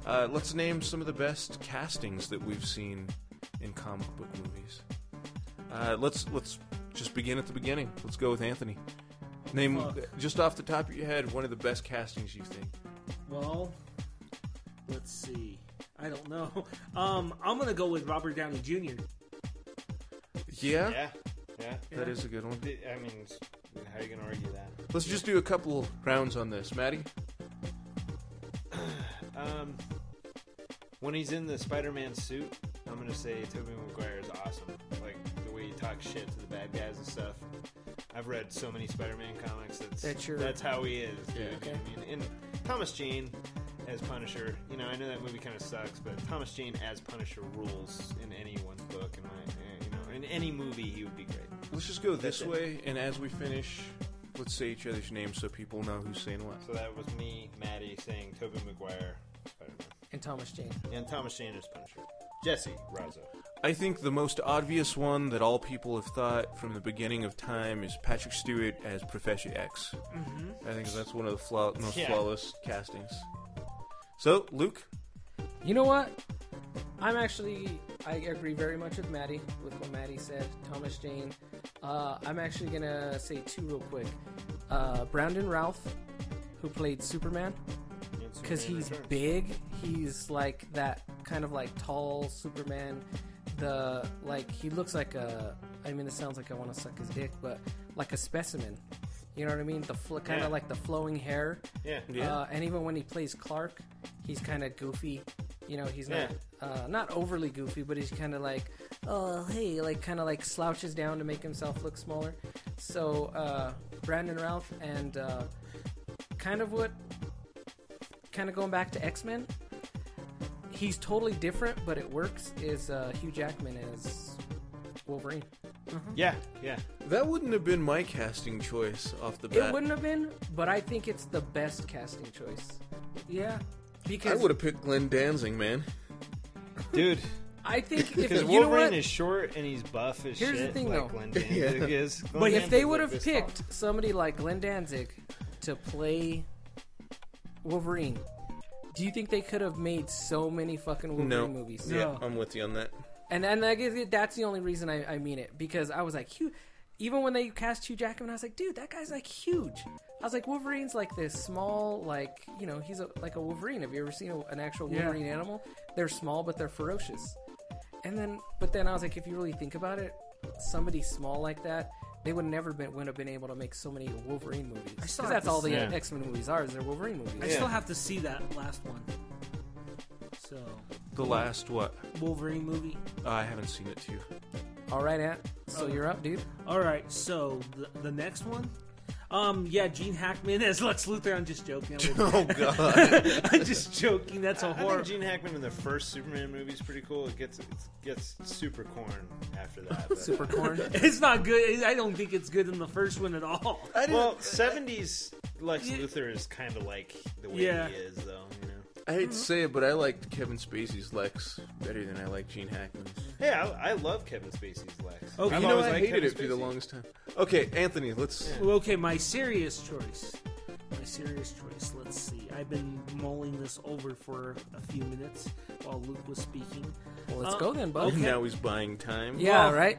Speaker 3: Uh, let's name some of the best castings that we've seen in comic book movies. Uh, let's let's just begin at the beginning. Let's go with Anthony. Name
Speaker 2: Fuck.
Speaker 3: just off the top of your head one of the best castings you think.
Speaker 2: Well, let's see. I don't know. Um, I'm gonna go with Robert Downey Jr.
Speaker 3: Yeah.
Speaker 1: Yeah. Yeah.
Speaker 3: That is a good one.
Speaker 1: Di- I mean, s- how are you going to argue that?
Speaker 3: Let's just do a couple rounds on this, Maddie.
Speaker 1: Um, when he's in the Spider-Man suit, I'm gonna say Tobey Maguire is awesome. Like the way he talks shit to the bad guys and stuff. I've read so many Spider-Man comics. That's
Speaker 12: That's
Speaker 1: that's,
Speaker 12: your-
Speaker 1: how he is. dude.
Speaker 12: Yeah.
Speaker 1: You know
Speaker 12: Okay.
Speaker 1: what I mean? And Thomas Jane as Punisher. You know, I know that movie kind of sucks, but Thomas Jane as Punisher rules in anyone's book. In my, you know, in any movie, he would be great.
Speaker 3: Let's just go
Speaker 1: That's
Speaker 3: this
Speaker 1: it.
Speaker 3: way, and as we finish, let's say each other's names so people know who's saying what.
Speaker 1: So that was me, Maddie, saying Tobey Maguire, Spider-Man,
Speaker 12: And Thomas Jane.
Speaker 1: and Thomas Jane as Punisher. Jesse Rizzo.
Speaker 3: I think the most obvious one that all people have thought from the beginning of time is Patrick Stewart as Professor X. I
Speaker 12: Mhm.
Speaker 3: think that's one of the flaw- most
Speaker 12: Yeah.
Speaker 3: flawless castings. So, Luke,
Speaker 12: You know what? I'm actually I agree very much with Maddie with what Maddie said. Thomas Jane. Uh, I'm actually gonna say two real quick. Uh, Brandon Ralph, who played Superman,
Speaker 1: And
Speaker 12: because
Speaker 1: Superman
Speaker 12: he's
Speaker 1: Returns.
Speaker 12: big. He's like that kind of like tall Superman. The like he looks like a. I mean, it sounds like I want to suck his dick, but like a specimen. You know what I mean? The fl- kind
Speaker 1: Yeah.
Speaker 12: of like the flowing hair.
Speaker 1: Yeah.
Speaker 12: Uh,
Speaker 1: Yeah.
Speaker 12: and even when he plays Clark, he's kind of goofy. You know, he's not uh, not overly goofy, but he's kind of like, oh hey, like kind of like slouches down to make himself look smaller. So uh, Brandon Routh and uh, kind of what, kind of going back to X Men. He's totally different, but it works. Is uh, Hugh Jackman as Wolverine?
Speaker 1: Yeah, yeah.
Speaker 3: That wouldn't have been my casting choice off the bat.
Speaker 12: It wouldn't have been, but I think it's the best casting choice. Yeah,
Speaker 3: I
Speaker 12: because
Speaker 3: would have picked Glenn Danzig, man.
Speaker 1: Dude.
Speaker 12: I think if
Speaker 1: Because
Speaker 12: you
Speaker 1: Wolverine
Speaker 12: know what,
Speaker 1: is short and he's buff as
Speaker 12: Here's
Speaker 1: shit.
Speaker 12: the thing,
Speaker 1: like
Speaker 12: though.
Speaker 1: Glenn Danzig is. Glenn
Speaker 12: but if
Speaker 1: Danzig's
Speaker 12: they
Speaker 1: like
Speaker 12: would have
Speaker 1: this tall.
Speaker 12: picked somebody like Glenn Danzig to play Wolverine, do you think they could have made so many fucking Wolverine
Speaker 3: No.
Speaker 12: movies?
Speaker 3: Yeah, I'm with you on that.
Speaker 12: And and I guess that's the only reason I, I mean it because I was like Hugh, even when they cast Hugh Jackman, I was like, dude, that guy's like huge. I was like, Wolverine's like this small, like you know, he's a, like a Wolverine. Have you ever seen a, an actual
Speaker 2: Yeah.
Speaker 12: Wolverine animal? They're small, but they're ferocious. And then, but then I was like, if you really think about it, somebody small like that, they would never been would have been able to make so many Wolverine movies.
Speaker 2: I
Speaker 12: 'Cause
Speaker 2: still have
Speaker 12: that's
Speaker 2: to
Speaker 12: all the
Speaker 2: see- Yeah.
Speaker 12: X Men movies are. Is they're Wolverine movies.
Speaker 2: I still have to see that last one. So
Speaker 3: The last what?
Speaker 2: Wolverine movie.
Speaker 3: Uh, I haven't seen it too.
Speaker 12: All right, Ant. So
Speaker 2: Oh.
Speaker 12: you're up, dude.
Speaker 2: All right, so the, the next one. Um, yeah, Gene Hackman as Lex Luthor. I'm just joking.
Speaker 1: Oh, God.
Speaker 2: I'm just joking. That's a
Speaker 1: I- I
Speaker 2: horror.
Speaker 1: think Gene Hackman in the first Superman movie is pretty cool. It gets it gets super corn after that. but-
Speaker 2: Super corn. it's not good. I don't think it's good in the first one at all.
Speaker 1: well, seventies Lex Luthor is kind of like the way
Speaker 2: Yeah.
Speaker 1: he is, though. You know.
Speaker 3: I hate to say it, but I liked Kevin Spacey's Lex better than I like Gene Hackman's.
Speaker 1: Yeah, I, I love Kevin Spacey's Lex.
Speaker 3: Okay.
Speaker 1: I've
Speaker 3: You know,
Speaker 1: always
Speaker 3: I
Speaker 1: liked
Speaker 3: hated
Speaker 1: Kevin
Speaker 3: it for the
Speaker 1: Spacey.
Speaker 3: longest time. Okay, Anthony, let's.
Speaker 2: Well, Okay, my serious choice. My serious choice. Let's see. I've been mulling this over for a few minutes while Luke was speaking.
Speaker 12: Well,
Speaker 2: Uh,
Speaker 12: let's go then, bud.
Speaker 3: Now he's buying time.
Speaker 12: Yeah, right.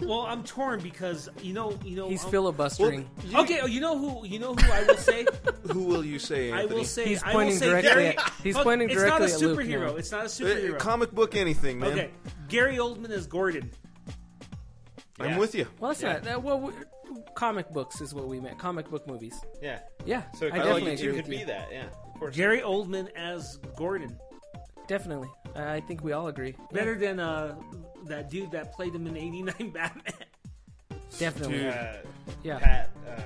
Speaker 2: well, I'm torn because you know, you know,
Speaker 12: He's
Speaker 2: I'm-
Speaker 12: filibustering.
Speaker 2: Well, okay, oh, you know who? You know who I will say.
Speaker 3: Who will you say?
Speaker 2: I
Speaker 3: Anthony?
Speaker 2: will say. I will say Gary, Oh, It's not a superhero. it's not a superhero.
Speaker 3: Uh, comic book anything, man.
Speaker 2: Okay, Gary Oldman is Gordon.
Speaker 3: I'm with you.
Speaker 12: Well, that's
Speaker 3: Yeah.
Speaker 12: not that. Well, we- comic books is what we meant. Comic book movies.
Speaker 1: Yeah.
Speaker 12: Yeah.
Speaker 1: So it
Speaker 12: I
Speaker 1: could-
Speaker 12: definitely
Speaker 1: it
Speaker 12: agree
Speaker 1: could
Speaker 12: with
Speaker 1: be
Speaker 12: you.
Speaker 1: that, yeah, of course.
Speaker 2: Gary Oldman as Gordon.
Speaker 12: Definitely. I I think we all agree.
Speaker 2: Better than uh, that dude that played him in '89 Batman.
Speaker 12: Definitely.
Speaker 1: Dude,
Speaker 12: yeah.
Speaker 1: Pat. Uh,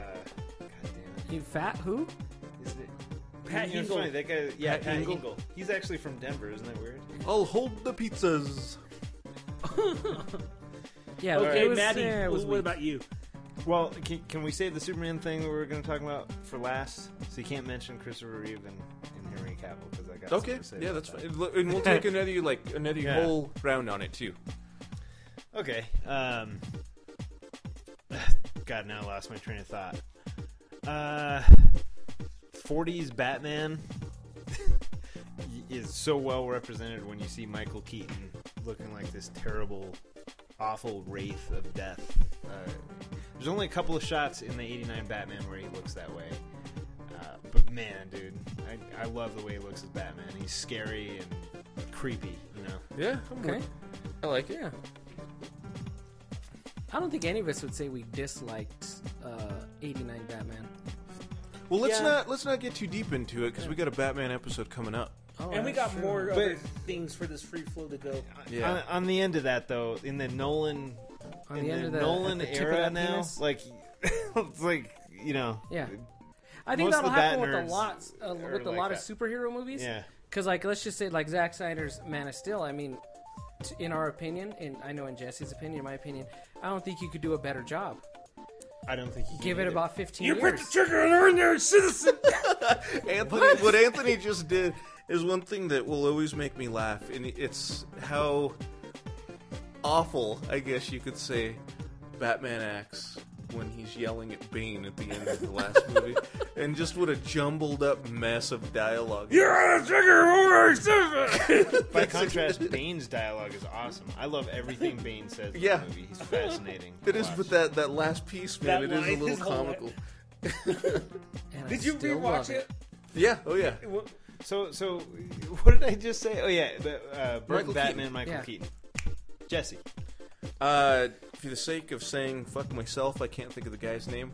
Speaker 12: You fat who?
Speaker 1: is it?
Speaker 12: Pat
Speaker 1: you know, it's
Speaker 12: Hingle.
Speaker 1: funny, that guy. Yeah,
Speaker 12: Pat
Speaker 1: Pat,
Speaker 12: Hingle.
Speaker 1: Hingle. He's actually from Denver. Isn't that weird?
Speaker 3: I'll hold the pizzas.
Speaker 12: Yeah.
Speaker 1: Okay,
Speaker 12: it was,
Speaker 1: Maddie,
Speaker 12: eh, it was
Speaker 1: what
Speaker 12: weak.
Speaker 2: about you?
Speaker 1: Well, can, can we save the Superman thing that we were going to talk about for last? So you can't mention Christopher Reeve and, and Henry Cavill because I got something
Speaker 3: Okay,
Speaker 1: to say
Speaker 3: yeah,
Speaker 1: about
Speaker 3: that's
Speaker 1: that.
Speaker 3: fine. Look, And we'll take another like another
Speaker 1: Yeah.
Speaker 3: whole round on it too.
Speaker 1: Okay. Um, God, now I lost my train of thought. Uh, 40s Batman is so well represented when you see Michael Keaton looking like this terrible, awful wraith of death. Uh, there's only a couple of shots in the 89 Batman where he looks that way. Uh, but man, dude, I, I love the way he looks as Batman. He's scary and creepy, you know?
Speaker 3: Yeah.
Speaker 12: Okay.
Speaker 3: I like it.
Speaker 12: Yeah. I don't think any of us would say we disliked uh, '89 Batman.
Speaker 3: Well, let's
Speaker 12: Yeah.
Speaker 3: not let's not get too deep into it because we got a Batman episode coming up.
Speaker 12: Oh,
Speaker 2: and we got more
Speaker 1: But-
Speaker 2: other things for this free flow to go.
Speaker 3: Yeah.
Speaker 1: on, on the end of that though, in the Nolan,
Speaker 12: On
Speaker 1: in
Speaker 12: the
Speaker 1: the,
Speaker 12: end of the-
Speaker 1: Nolan
Speaker 12: at the tip of
Speaker 1: era
Speaker 12: that
Speaker 1: now,
Speaker 12: penis?
Speaker 1: like it's like you know,
Speaker 12: Yeah. I think
Speaker 1: most of
Speaker 12: that'll
Speaker 1: the Bat
Speaker 12: happen with a
Speaker 1: nerds
Speaker 12: lot uh,
Speaker 1: are
Speaker 12: with a
Speaker 1: like
Speaker 12: lot of
Speaker 1: that.
Speaker 12: superhero movies.
Speaker 1: Yeah.
Speaker 12: Because like let's just say like Zack Snyder's Man of Steel. I mean, t- in our opinion, and I know in Jesse's opinion, in my opinion, I don't think you could do a better job.
Speaker 1: I don't think you
Speaker 12: Give it about fifteen.
Speaker 3: You put
Speaker 12: years.
Speaker 3: the trigger on ordinary
Speaker 2: citizen.
Speaker 3: Anthony, what? Anthony just did is one thing that will always make me laugh, and it's how awful, I guess you could say, Batman acts when he's yelling at Bane at the end of the last movie, and just what a jumbled up mess of dialogue.
Speaker 1: You're
Speaker 3: a trigger
Speaker 1: By contrast, Bane's dialogue is awesome. I love everything Bane says in
Speaker 3: Yeah.
Speaker 1: the movie. He's fascinating.
Speaker 3: It is, but that that last piece, man,
Speaker 1: That
Speaker 3: it is
Speaker 1: line
Speaker 3: a little
Speaker 1: is hilarious.
Speaker 3: comical.
Speaker 12: And I
Speaker 2: Did you
Speaker 12: still
Speaker 2: rewatch
Speaker 12: love
Speaker 2: it?
Speaker 3: Yeah. Oh yeah.
Speaker 2: Well,
Speaker 1: So, so what did I just say? Oh yeah, the, uh, Burton
Speaker 3: Michael
Speaker 1: Batman,
Speaker 3: Keaton.
Speaker 1: Michael
Speaker 3: Yeah.
Speaker 1: Keaton, Jesse.
Speaker 3: Uh, for the sake of saying fuck myself, I can't think of the guy's name,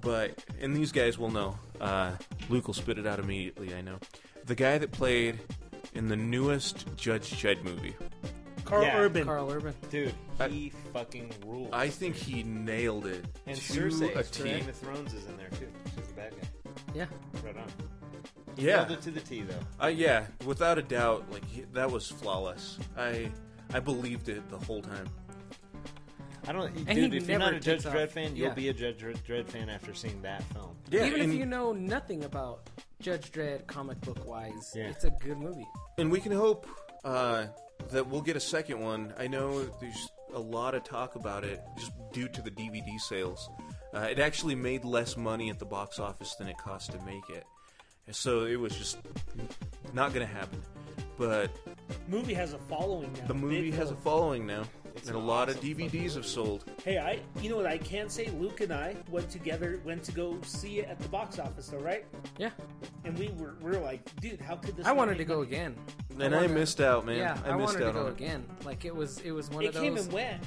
Speaker 3: but and these guys will know. Uh, Luke will spit it out immediately. I know the guy that played in the newest Judge Judd movie.
Speaker 2: Carl Yeah. Urban.
Speaker 12: Carl Urban,
Speaker 1: dude, he fucking rules.
Speaker 3: I think he nailed it
Speaker 1: And
Speaker 3: to
Speaker 1: Cersei
Speaker 3: a
Speaker 1: from
Speaker 3: T.
Speaker 1: Game of Thrones is in there too. She's the bad guy.
Speaker 12: Yeah.
Speaker 1: Right on.
Speaker 3: Yeah.
Speaker 1: Nailed it to the T though.
Speaker 3: Uh, yeah, without a doubt, like he, that was flawless. I I believed it the whole time.
Speaker 1: I don't,
Speaker 3: And
Speaker 1: dude.
Speaker 3: he
Speaker 1: If you're not
Speaker 3: never
Speaker 1: a Judge
Speaker 3: takes off.
Speaker 1: Dredd fan,
Speaker 3: Yeah.
Speaker 1: you'll be a Judge Dredd Dredd fan after seeing that film.
Speaker 12: Even if you know nothing about Judge Dredd comic book wise,
Speaker 3: Yeah.
Speaker 12: it's a good movie.
Speaker 3: And we can hope uh, that we'll get a second one. I know there's a lot of talk about it just due to the DVD sales. Uh, it actually made less money at the box office than it cost to make it. So it was just not going to happen. But
Speaker 2: Movie has a following now.
Speaker 3: the movie
Speaker 2: Big
Speaker 3: has a
Speaker 2: one.
Speaker 3: following now,
Speaker 1: It's
Speaker 3: and a
Speaker 1: an
Speaker 3: lot of
Speaker 1: awesome
Speaker 3: DVDs have sold.
Speaker 2: Hey, I you know what I can say? Luke and I went together, went to go see it at the box office, though, right?
Speaker 12: Yeah.
Speaker 2: And we were we were like, dude, how could this?
Speaker 12: I
Speaker 2: not make
Speaker 12: wanted to go
Speaker 2: money?
Speaker 12: again.
Speaker 3: And I
Speaker 12: wanted-
Speaker 3: missed out, man.
Speaker 12: Yeah,
Speaker 3: I missed
Speaker 12: wanted
Speaker 3: out
Speaker 12: to go
Speaker 3: on it.
Speaker 12: again. Like it was, it was one
Speaker 2: It
Speaker 12: of those.
Speaker 2: came and went.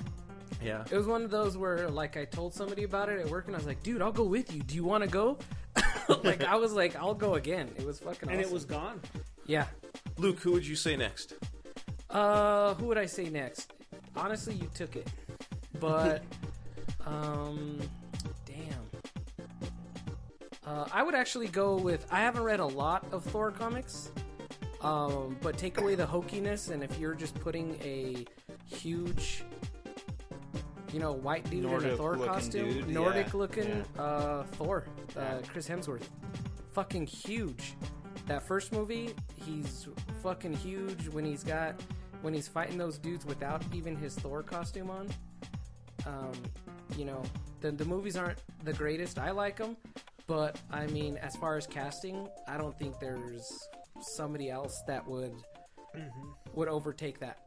Speaker 3: Yeah.
Speaker 12: It was one of those where, like, I told somebody about it at work, and I was like, "Dude, I'll go with you. Do you want to go?" like, I was like, "I'll go again." It was fucking.
Speaker 2: And it
Speaker 12: awesome.
Speaker 2: was gone.
Speaker 12: Yeah.
Speaker 3: Luke, who would you say next?
Speaker 12: Uh, who would I say next? Honestly, you took it, but um, damn. Uh, I would actually go with. I haven't read a lot of Thor comics, um, but take away the hokiness, and if you're just putting a huge, you know, white dude in a Thor
Speaker 1: Nordic-looking
Speaker 12: costume,
Speaker 1: dude, yeah,
Speaker 12: Nordic-looking uh, Thor, uh, Chris Hemsworth, fucking huge. That first movie, he's fucking huge when he's got when he's fighting those dudes without even his Thor costume on. Um, you know, the the movies aren't the greatest. I like them, but I mean, as far as casting, I don't think there's somebody else that would
Speaker 2: Mm-hmm.
Speaker 12: would overtake that.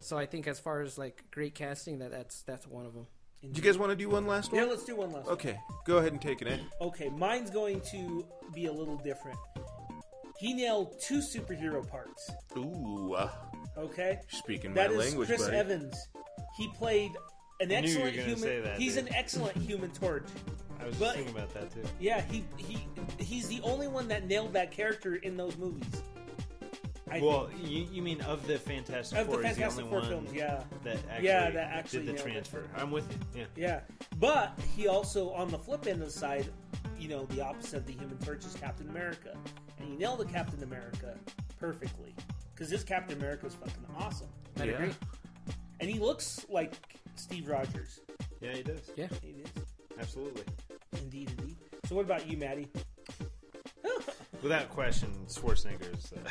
Speaker 12: So I think as far as like great casting, that that's that's one of them.
Speaker 3: Do you guys want to do one last one?
Speaker 2: Yeah, let's do one last. one.
Speaker 3: Okay, go ahead and take it in.
Speaker 2: Okay, mine's going to be a little different. He nailed two superhero parts.
Speaker 3: Ooh. uh,
Speaker 2: Okay,
Speaker 3: Speaking
Speaker 2: That
Speaker 3: my
Speaker 2: is
Speaker 3: language,
Speaker 2: Chris
Speaker 3: buddy.
Speaker 2: Evans. He played an
Speaker 1: I knew you were
Speaker 2: excellent
Speaker 1: gonna
Speaker 2: human.
Speaker 1: say that,
Speaker 2: he's
Speaker 1: dude.
Speaker 2: an excellent human torch.
Speaker 1: I was
Speaker 2: But-
Speaker 1: just thinking about that too.
Speaker 2: Yeah, he he he's the only one that nailed that character in those movies. I
Speaker 1: well, you, you mean of the Fantastic
Speaker 2: Of the
Speaker 1: Four? he's
Speaker 2: Fantastic
Speaker 1: only
Speaker 2: Four
Speaker 1: one
Speaker 2: films, yeah.
Speaker 1: That actually,
Speaker 2: Yeah, that
Speaker 1: did
Speaker 2: actually nailed
Speaker 1: the
Speaker 2: it.
Speaker 1: transfer. I'm with you. Yeah.
Speaker 2: Yeah, but he also on the flip end of the side, you know, the opposite of the Human Torch is Captain America, and he nailed the Captain America perfectly because this Captain America is fucking awesome.
Speaker 1: I Yeah. agree.
Speaker 2: And he looks like Steve Rogers.
Speaker 1: Yeah, he does.
Speaker 12: Yeah,
Speaker 2: he does.
Speaker 1: Absolutely.
Speaker 2: Indeed, indeed. So, what about you, Maddie?
Speaker 1: Without question, Schwarzenegger is. Uh...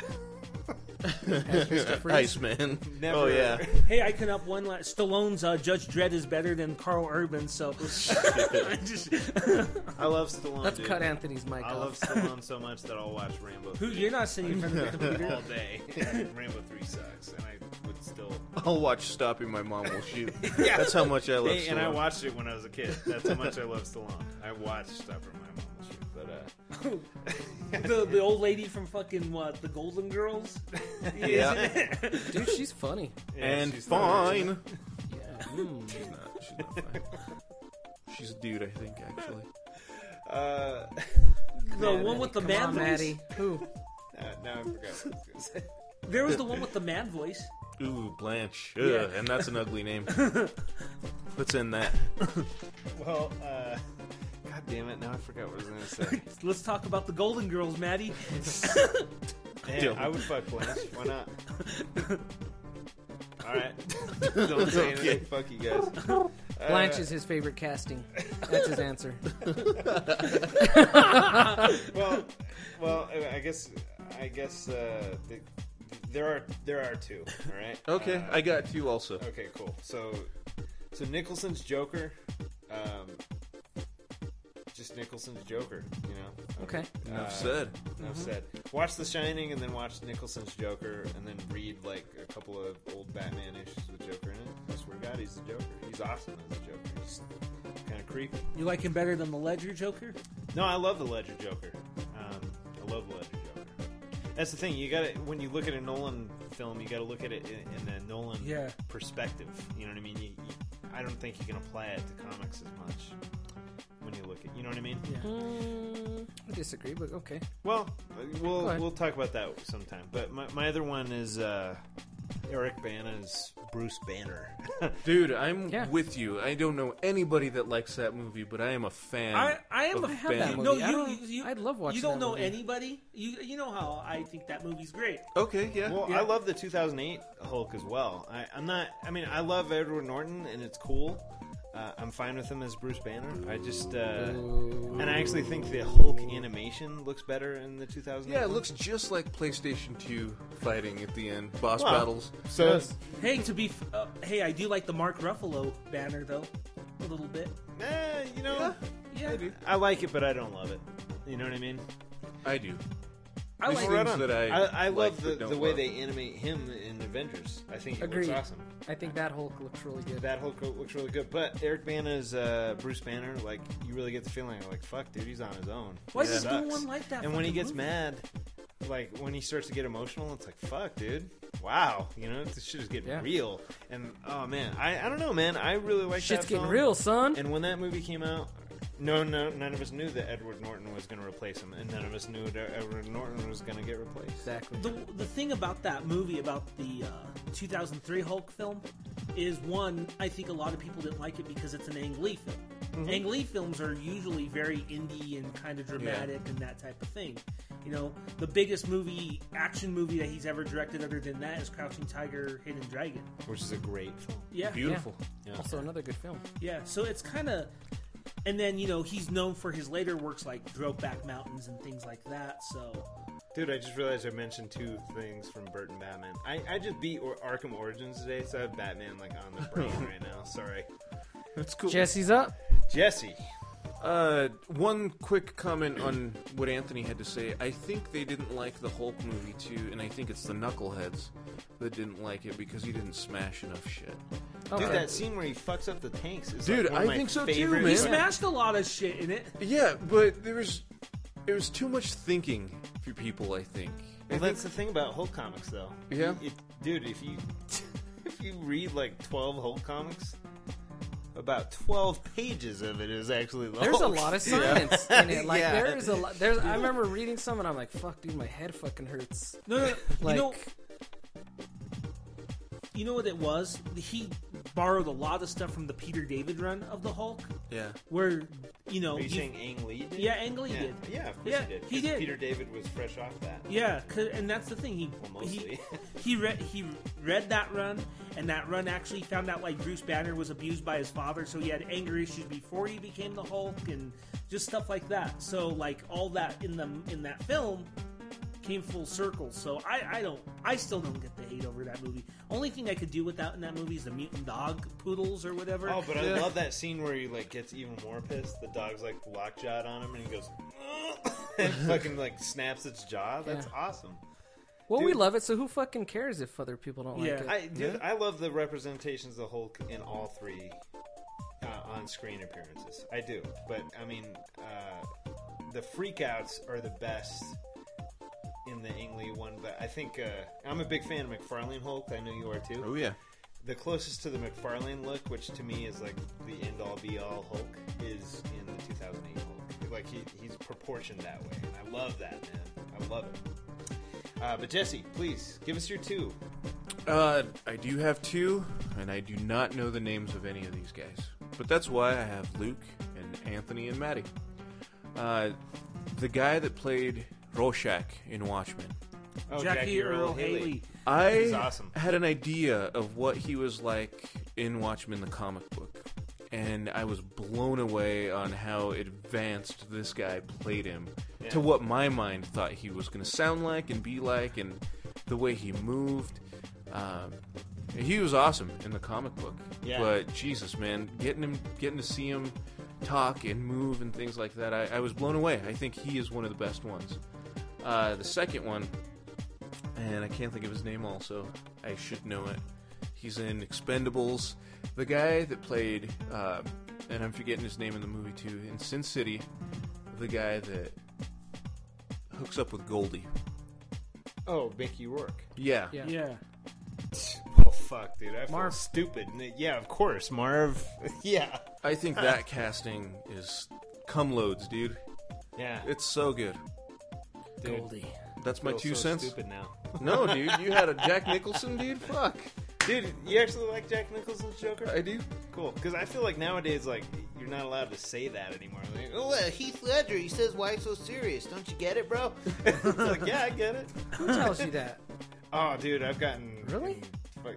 Speaker 3: Freeze. Iceman.
Speaker 1: Never.
Speaker 3: Oh, yeah.
Speaker 2: Hey, I can up one last. Stallone's uh, Judge Dredd is better than Carl Urban, so. I just-
Speaker 1: I love Stallone.
Speaker 2: Let's
Speaker 1: dude.
Speaker 2: cut Anthony's mic
Speaker 1: I
Speaker 2: off.
Speaker 1: love Stallone so much that I'll watch Rambo. 3.
Speaker 2: Who- you're not sitting in front of the computer.
Speaker 1: all day. Rambo three sucks, and I would still.
Speaker 3: I'll watch Stopping My Mom Will Shoot. That's how much I love
Speaker 1: Hey, and I
Speaker 3: Stallone.
Speaker 1: watched it when I was a kid. That's how much I love Stallone. I watched stuff from my mom and shit, but uh,
Speaker 2: the, the old lady from fucking what? The Golden Girls?
Speaker 3: Yeah.
Speaker 12: Dude, she's funny.
Speaker 3: and
Speaker 2: she's
Speaker 3: fine.
Speaker 2: not-
Speaker 3: she's not. She's not fine. She's a dude, I think, actually.
Speaker 1: Uh,
Speaker 2: The one with the
Speaker 12: Come
Speaker 2: man
Speaker 12: on,
Speaker 2: voice?
Speaker 12: Maddie. Who?
Speaker 1: now I forgot what I was gonna say.
Speaker 2: There was the one with the man voice.
Speaker 3: Ooh, Blanche. Ugh,
Speaker 2: Yeah.
Speaker 3: And that's an ugly name. Let's end that.
Speaker 1: Well, uh, god damn it! Now I forgot what I was gonna say.
Speaker 2: Let's talk about the Golden Girls, Maddie.
Speaker 1: Yeah, I would fuck Blanche. Why not? All right. Don't say anything.
Speaker 3: Okay.
Speaker 1: Fuck you guys.
Speaker 12: Blanche
Speaker 1: Uh,
Speaker 12: is his favorite casting. That's his answer.
Speaker 1: well, well, I- I guess, I guess uh, the, there are there are two. All right.
Speaker 3: Okay,
Speaker 1: Uh,
Speaker 3: I got two also.
Speaker 1: Okay, cool. So, so Nicholson's Joker, um, just Nicholson's Joker. You know. Uh,
Speaker 12: Okay.
Speaker 3: Enough said.
Speaker 1: Enough
Speaker 3: Mhm.
Speaker 1: said. Watch The Shining and then watch Nicholson's Joker and then read like a couple of old Batman issues with Joker in it. I swear to God, he's the Joker. He's awesome as the Joker. He's kind of creepy.
Speaker 2: You like him better than the Ledger Joker?
Speaker 1: No, I love the Ledger Joker. Um, I love the Ledger Joker. That's the thing. You got to when you look at a Nolan film, you got to look at it in, in a Nolan
Speaker 2: Yeah.
Speaker 1: perspective. You know what I mean? You, you, I don't think you can apply it to comics as much when you look at. You know what I mean?
Speaker 12: I disagree, but okay.
Speaker 1: Well, we'll
Speaker 12: Go ahead.
Speaker 1: we'll talk about that sometime. But my, my other one is uh, Eric Bana's Bruce Banner.
Speaker 3: Dude, I'm with you. I don't know anybody that likes that movie, but I am a fan.
Speaker 2: I, I am
Speaker 3: of
Speaker 2: a fan.
Speaker 3: Banner.
Speaker 2: No, you, you, I'd
Speaker 23: love
Speaker 2: You
Speaker 3: watching
Speaker 2: don't
Speaker 3: that
Speaker 2: know
Speaker 3: movie.
Speaker 2: anybody. You you know how I think that movie's great.
Speaker 3: Okay, yeah.
Speaker 1: Well, I love the 2008 Hulk as well. I, I'm not. I mean, I love Edward Norton, and it's cool. Uh, I'm fine with him as Bruce Banner. I just uh, and I actually think the Hulk animation looks better in the 2008.
Speaker 3: Yeah, it looks just like PlayStation 2 fighting at the end, boss
Speaker 1: Wow.
Speaker 3: battles.
Speaker 1: So- Yes.
Speaker 2: Hey, to be f- uh, hey, I do like the Mark Ruffalo banner though, a little bit.
Speaker 1: Eh, you know,
Speaker 2: yeah,
Speaker 1: I like it, but I don't love it. You know what I mean?
Speaker 3: I do.
Speaker 2: I
Speaker 1: There's
Speaker 2: like
Speaker 1: things
Speaker 2: it.
Speaker 1: that I, I
Speaker 3: like
Speaker 1: love
Speaker 3: but
Speaker 1: the,
Speaker 3: don't
Speaker 1: the way
Speaker 3: love.
Speaker 1: they animate him in Avengers. I think it
Speaker 12: Agreed.
Speaker 1: looks awesome.
Speaker 12: I think that Hulk looks really good.
Speaker 1: That Hulk looks really good, but Eric Bana's uh, Bruce Banner, like you really get the feeling, like fuck, dude, he's on his own.
Speaker 2: Why
Speaker 1: He
Speaker 2: does no
Speaker 1: sucks.
Speaker 2: one like that
Speaker 1: And when he
Speaker 2: fucking
Speaker 1: gets
Speaker 2: movie?
Speaker 1: mad, like when he starts to get emotional, it's like fuck, dude, wow, you know, this shit is getting
Speaker 12: Yeah.
Speaker 1: real. And oh man, I, I don't know, man, I really like
Speaker 12: Shit's
Speaker 1: that
Speaker 12: getting
Speaker 1: film.
Speaker 12: real, son.
Speaker 1: And when that movie came out, no, no, none of us knew that Edward Norton was going to replace him, and none of us knew that Edward Norton was going to get replaced.
Speaker 12: Exactly.
Speaker 2: The, the thing about that movie, about the uh, 2003 Hulk film, is one, I think a lot of people didn't like it because it's an Ang Lee film.
Speaker 12: Mhm.
Speaker 2: Ang Lee films are usually very indie and kind of dramatic and that type of thing. You know, the biggest movie, action movie that he's ever directed other than that is Crouching Tiger, Hidden Dragon.
Speaker 1: Which is a great film.
Speaker 2: Yeah.
Speaker 3: Beautiful.
Speaker 2: Yeah.
Speaker 12: Also, another good film.
Speaker 2: Yeah, so it's kind of, and then you know he's known for his later works like Brokeback Mountains and things like that. So
Speaker 1: Dude, I just realized I mentioned two things from Burton Batman. I, I just beat or- Arkham Origins today, so I have Batman like on the brain right now. Sorry.
Speaker 3: That's cool.
Speaker 23: Jesse's up.
Speaker 1: Jesse.
Speaker 3: Uh, one quick comment on what Anthony had to say. I think they didn't like the Hulk movie too, and I think it's the Knuckleheads that didn't like it because he didn't smash enough shit.
Speaker 1: Dude,
Speaker 3: Uh,
Speaker 1: that scene where he fucks up the tanks is
Speaker 3: Dude,
Speaker 1: like, one
Speaker 3: I
Speaker 1: of my
Speaker 3: think so too,
Speaker 1: favorite-
Speaker 3: man.
Speaker 2: he smashed a lot of shit in it.
Speaker 3: Yeah, but there was there was too much thinking for people. I think.
Speaker 1: Well, that's the thing about Hulk comics, though.
Speaker 3: Yeah.
Speaker 1: It- dude, if you if you read like twelve Hulk comics, about twelve pages of it is actually the
Speaker 12: There's a
Speaker 1: Hulk.
Speaker 12: lot of
Speaker 1: Oh. Yeah.
Speaker 12: science in it. Like
Speaker 1: Yeah.
Speaker 12: there is a lot. There's. I
Speaker 1: Dude.
Speaker 12: remember reading some and I'm like, "Fuck, dude, my head fucking hurts."
Speaker 2: No, no, no.
Speaker 12: like
Speaker 2: you know, you know what it was? He borrowed a lot of stuff from the Peter David run of the Hulk.
Speaker 3: Yeah.
Speaker 2: Where you know
Speaker 1: Are you
Speaker 2: you-
Speaker 1: saying Ang Lee did?
Speaker 2: Yeah, Ang Lee
Speaker 1: yeah.
Speaker 2: did.
Speaker 1: Yeah, of course
Speaker 2: yeah,
Speaker 1: he did.
Speaker 2: He
Speaker 1: 'cause
Speaker 2: did.
Speaker 1: Peter David was fresh off that.
Speaker 2: Yeah, 'cause- and that's the thing. He he
Speaker 1: mostly.
Speaker 2: he read he read that run, and that run actually found out like Bruce Banner was abused by his father, so he had anger issues before he became the Hulk, and just stuff like that. So like all that in the in that film came full circle. So I I don't I still don't get the hate over that movie. Only thing I could do without in that movie is the mutant dog poodles or whatever.
Speaker 1: Oh, but I love that scene where he like gets even more pissed. The dog's like lockjawed on him, and he goes and fucking like snaps its jaw. That's
Speaker 12: Yeah.
Speaker 1: awesome.
Speaker 12: well, we
Speaker 1: Dude.
Speaker 12: love it, so who fucking cares if other people don't
Speaker 1: yeah,
Speaker 12: like it?
Speaker 1: I dude, I love the representations of the Hulk in all three uh, on-screen appearances. I do, but I mean, uh, the freakouts are the best in the Ingley one. But I think uh, I'm a big fan of McFarlane Hulk. I know you are too.
Speaker 3: Oh yeah.
Speaker 1: The closest to the McFarlane look, which to me is like the end all be all Hulk, is in the 2008 Hulk. Like he, he's proportioned that way, and I love that, man. I love it. Uh, but Jesse, please give us your two.
Speaker 3: Uh, I do have two, and I do not know the names of any of these guys. But that's why I have Luke and Anthony and Maddie. Uh, the guy that played Rorschach in Watchmen.
Speaker 1: Oh, Jackie Jackie Earl Earl Haley. Haley.
Speaker 3: I
Speaker 1: He's awesome.
Speaker 3: had an idea of what he was like in Watchmen the comic book, and I was blown away on how advanced this guy played him
Speaker 1: Yeah.
Speaker 3: to what my mind thought he was going to sound like and be like, and the way he moved. Um, he was awesome in the comic book,
Speaker 1: Yeah.
Speaker 3: but Jesus, man, getting him, getting to see him talk and move and things like that, I, I was blown away. I think he is one of the best ones. Uh, the second one and I can't think of his name also. I should know it. He's in Expendables. The guy that played, uh, and I'm forgetting his name in the movie too, in Sin City, the guy that hooks up with Goldie.
Speaker 1: Oh, Mickey Rourke.
Speaker 20: Yeah.
Speaker 1: Yeah.
Speaker 2: yeah.
Speaker 1: Oh fuck, dude! I feel stupid. N- Yeah, of course, Marv. yeah.
Speaker 20: I think that casting is cum loads, dude.
Speaker 1: Yeah.
Speaker 20: It's so good.
Speaker 1: Dude. Goldie.
Speaker 20: That's my
Speaker 1: Feel
Speaker 20: two
Speaker 1: so
Speaker 20: cents.
Speaker 1: stupid now.
Speaker 20: no, dude, you had a Jack Nicholson, dude. Fuck.
Speaker 1: Dude, you actually like Jack Nicholson's Joker?
Speaker 20: I do.
Speaker 1: Cool, because I feel like nowadays, like you're not allowed to say that anymore. Like, oh, uh,
Speaker 24: Heath Ledger, he says, "Why so serious? Don't you get it, bro?"
Speaker 1: it's like, yeah, I get it.
Speaker 24: Who tells you that?
Speaker 1: Oh, dude, I've gotten really.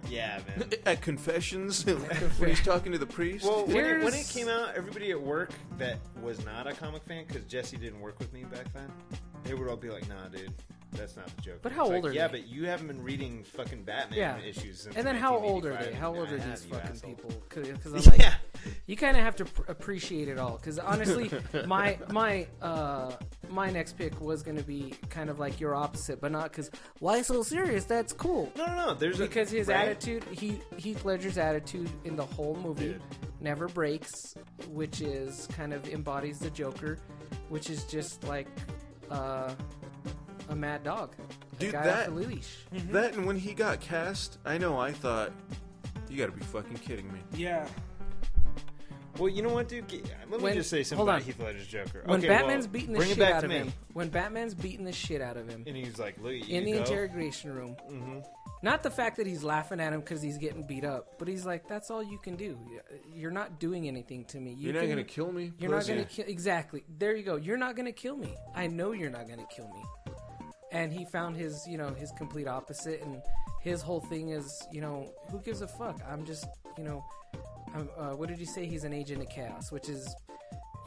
Speaker 1: yeah, man.
Speaker 20: At confessions, when he's talking to the priest.
Speaker 1: Well, when it, when it came out, everybody at work that was not a comic fan, because Jesse didn't work with me back then, they would all be like, "Nah, dude, that's not the joke."
Speaker 12: But how
Speaker 1: It's
Speaker 12: old
Speaker 1: like,
Speaker 12: are
Speaker 1: yeah,
Speaker 12: they?
Speaker 1: but you haven't been reading fucking Batman
Speaker 12: yeah.
Speaker 1: issues. Since
Speaker 12: and then how old are
Speaker 1: 1985.
Speaker 12: they? How
Speaker 1: I mean,
Speaker 12: old
Speaker 1: I
Speaker 12: are
Speaker 1: have,
Speaker 12: these
Speaker 1: you
Speaker 12: fucking
Speaker 1: asshole.
Speaker 12: people? Because I'm like,
Speaker 1: Yeah.
Speaker 12: you kind of have to pr- appreciate it all. Because honestly, my my uh my next pick was gonna be kind of like your opposite, but not because why so serious? That's cool.
Speaker 1: No, no, no. There's a-
Speaker 12: because his
Speaker 1: right?
Speaker 12: attitude, he Heath Ledger's attitude in the whole movie never breaks, which is kind of embodies the Joker, which is just like uh, a mad dog, a
Speaker 20: Dude,
Speaker 12: guy
Speaker 20: that,
Speaker 12: off the leash.
Speaker 20: that and when he got cast, I know I thought, you gotta be fucking kidding me.
Speaker 2: Yeah.
Speaker 1: Well, you know what, dude? G- Let me
Speaker 12: When-
Speaker 1: just say something
Speaker 12: hold
Speaker 1: about
Speaker 12: on.
Speaker 1: Heath Ledger's Joker.
Speaker 12: When
Speaker 1: okay,
Speaker 12: Batman's
Speaker 1: well,
Speaker 12: beating the
Speaker 1: bring
Speaker 12: shit
Speaker 1: it back
Speaker 12: out
Speaker 1: to
Speaker 12: of
Speaker 1: me.
Speaker 12: him. When Batman's beating the shit out of him.
Speaker 1: and he's like, "Look, you
Speaker 12: in the
Speaker 1: go."
Speaker 12: interrogation room.
Speaker 20: Mm-hmm.
Speaker 1: Mhm.
Speaker 12: Not the fact that he's laughing at him because he's getting beat up, but he's like, "That's all you can do. You're not doing anything to me. You
Speaker 20: You're not
Speaker 12: can-
Speaker 20: gonna kill me,
Speaker 12: You're not
Speaker 20: pussy."
Speaker 12: going to kill. Exactly. There you go. You're not going to kill me. I know you're not going to kill me." And he found his, you know, his complete opposite, and his whole thing is, you know, who gives a fuck? I'm just, you know, I'm, uh, what did you say? He's an agent of chaos, which is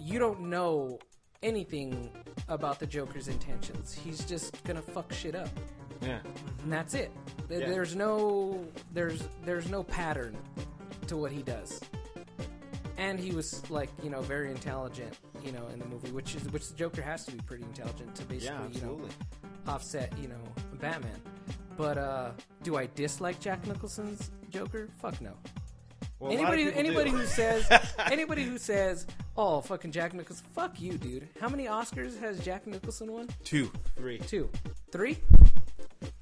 Speaker 12: you don't know anything about the Joker's intentions. He's just gonna fuck shit up.
Speaker 1: Yeah.
Speaker 12: And that's it. Th-
Speaker 1: Yeah.
Speaker 12: There's no there's there's no pattern to what he does. And he was like, you know, very intelligent, you know, in the movie, which is which the Joker has to be pretty intelligent to basically, you know,
Speaker 1: absolutely.
Speaker 12: offset, you know, Batman. But uh do I dislike Jack Nicholson's Joker? Fuck no.
Speaker 1: Well, a lot of
Speaker 12: anybody
Speaker 1: people
Speaker 12: anybody
Speaker 1: do.
Speaker 12: who says anybody who says, "Oh, fucking Jack Nicholson, fuck you, dude." How many Oscars has Jack Nicholson won?
Speaker 20: Two.
Speaker 1: Three.
Speaker 12: Two. Three?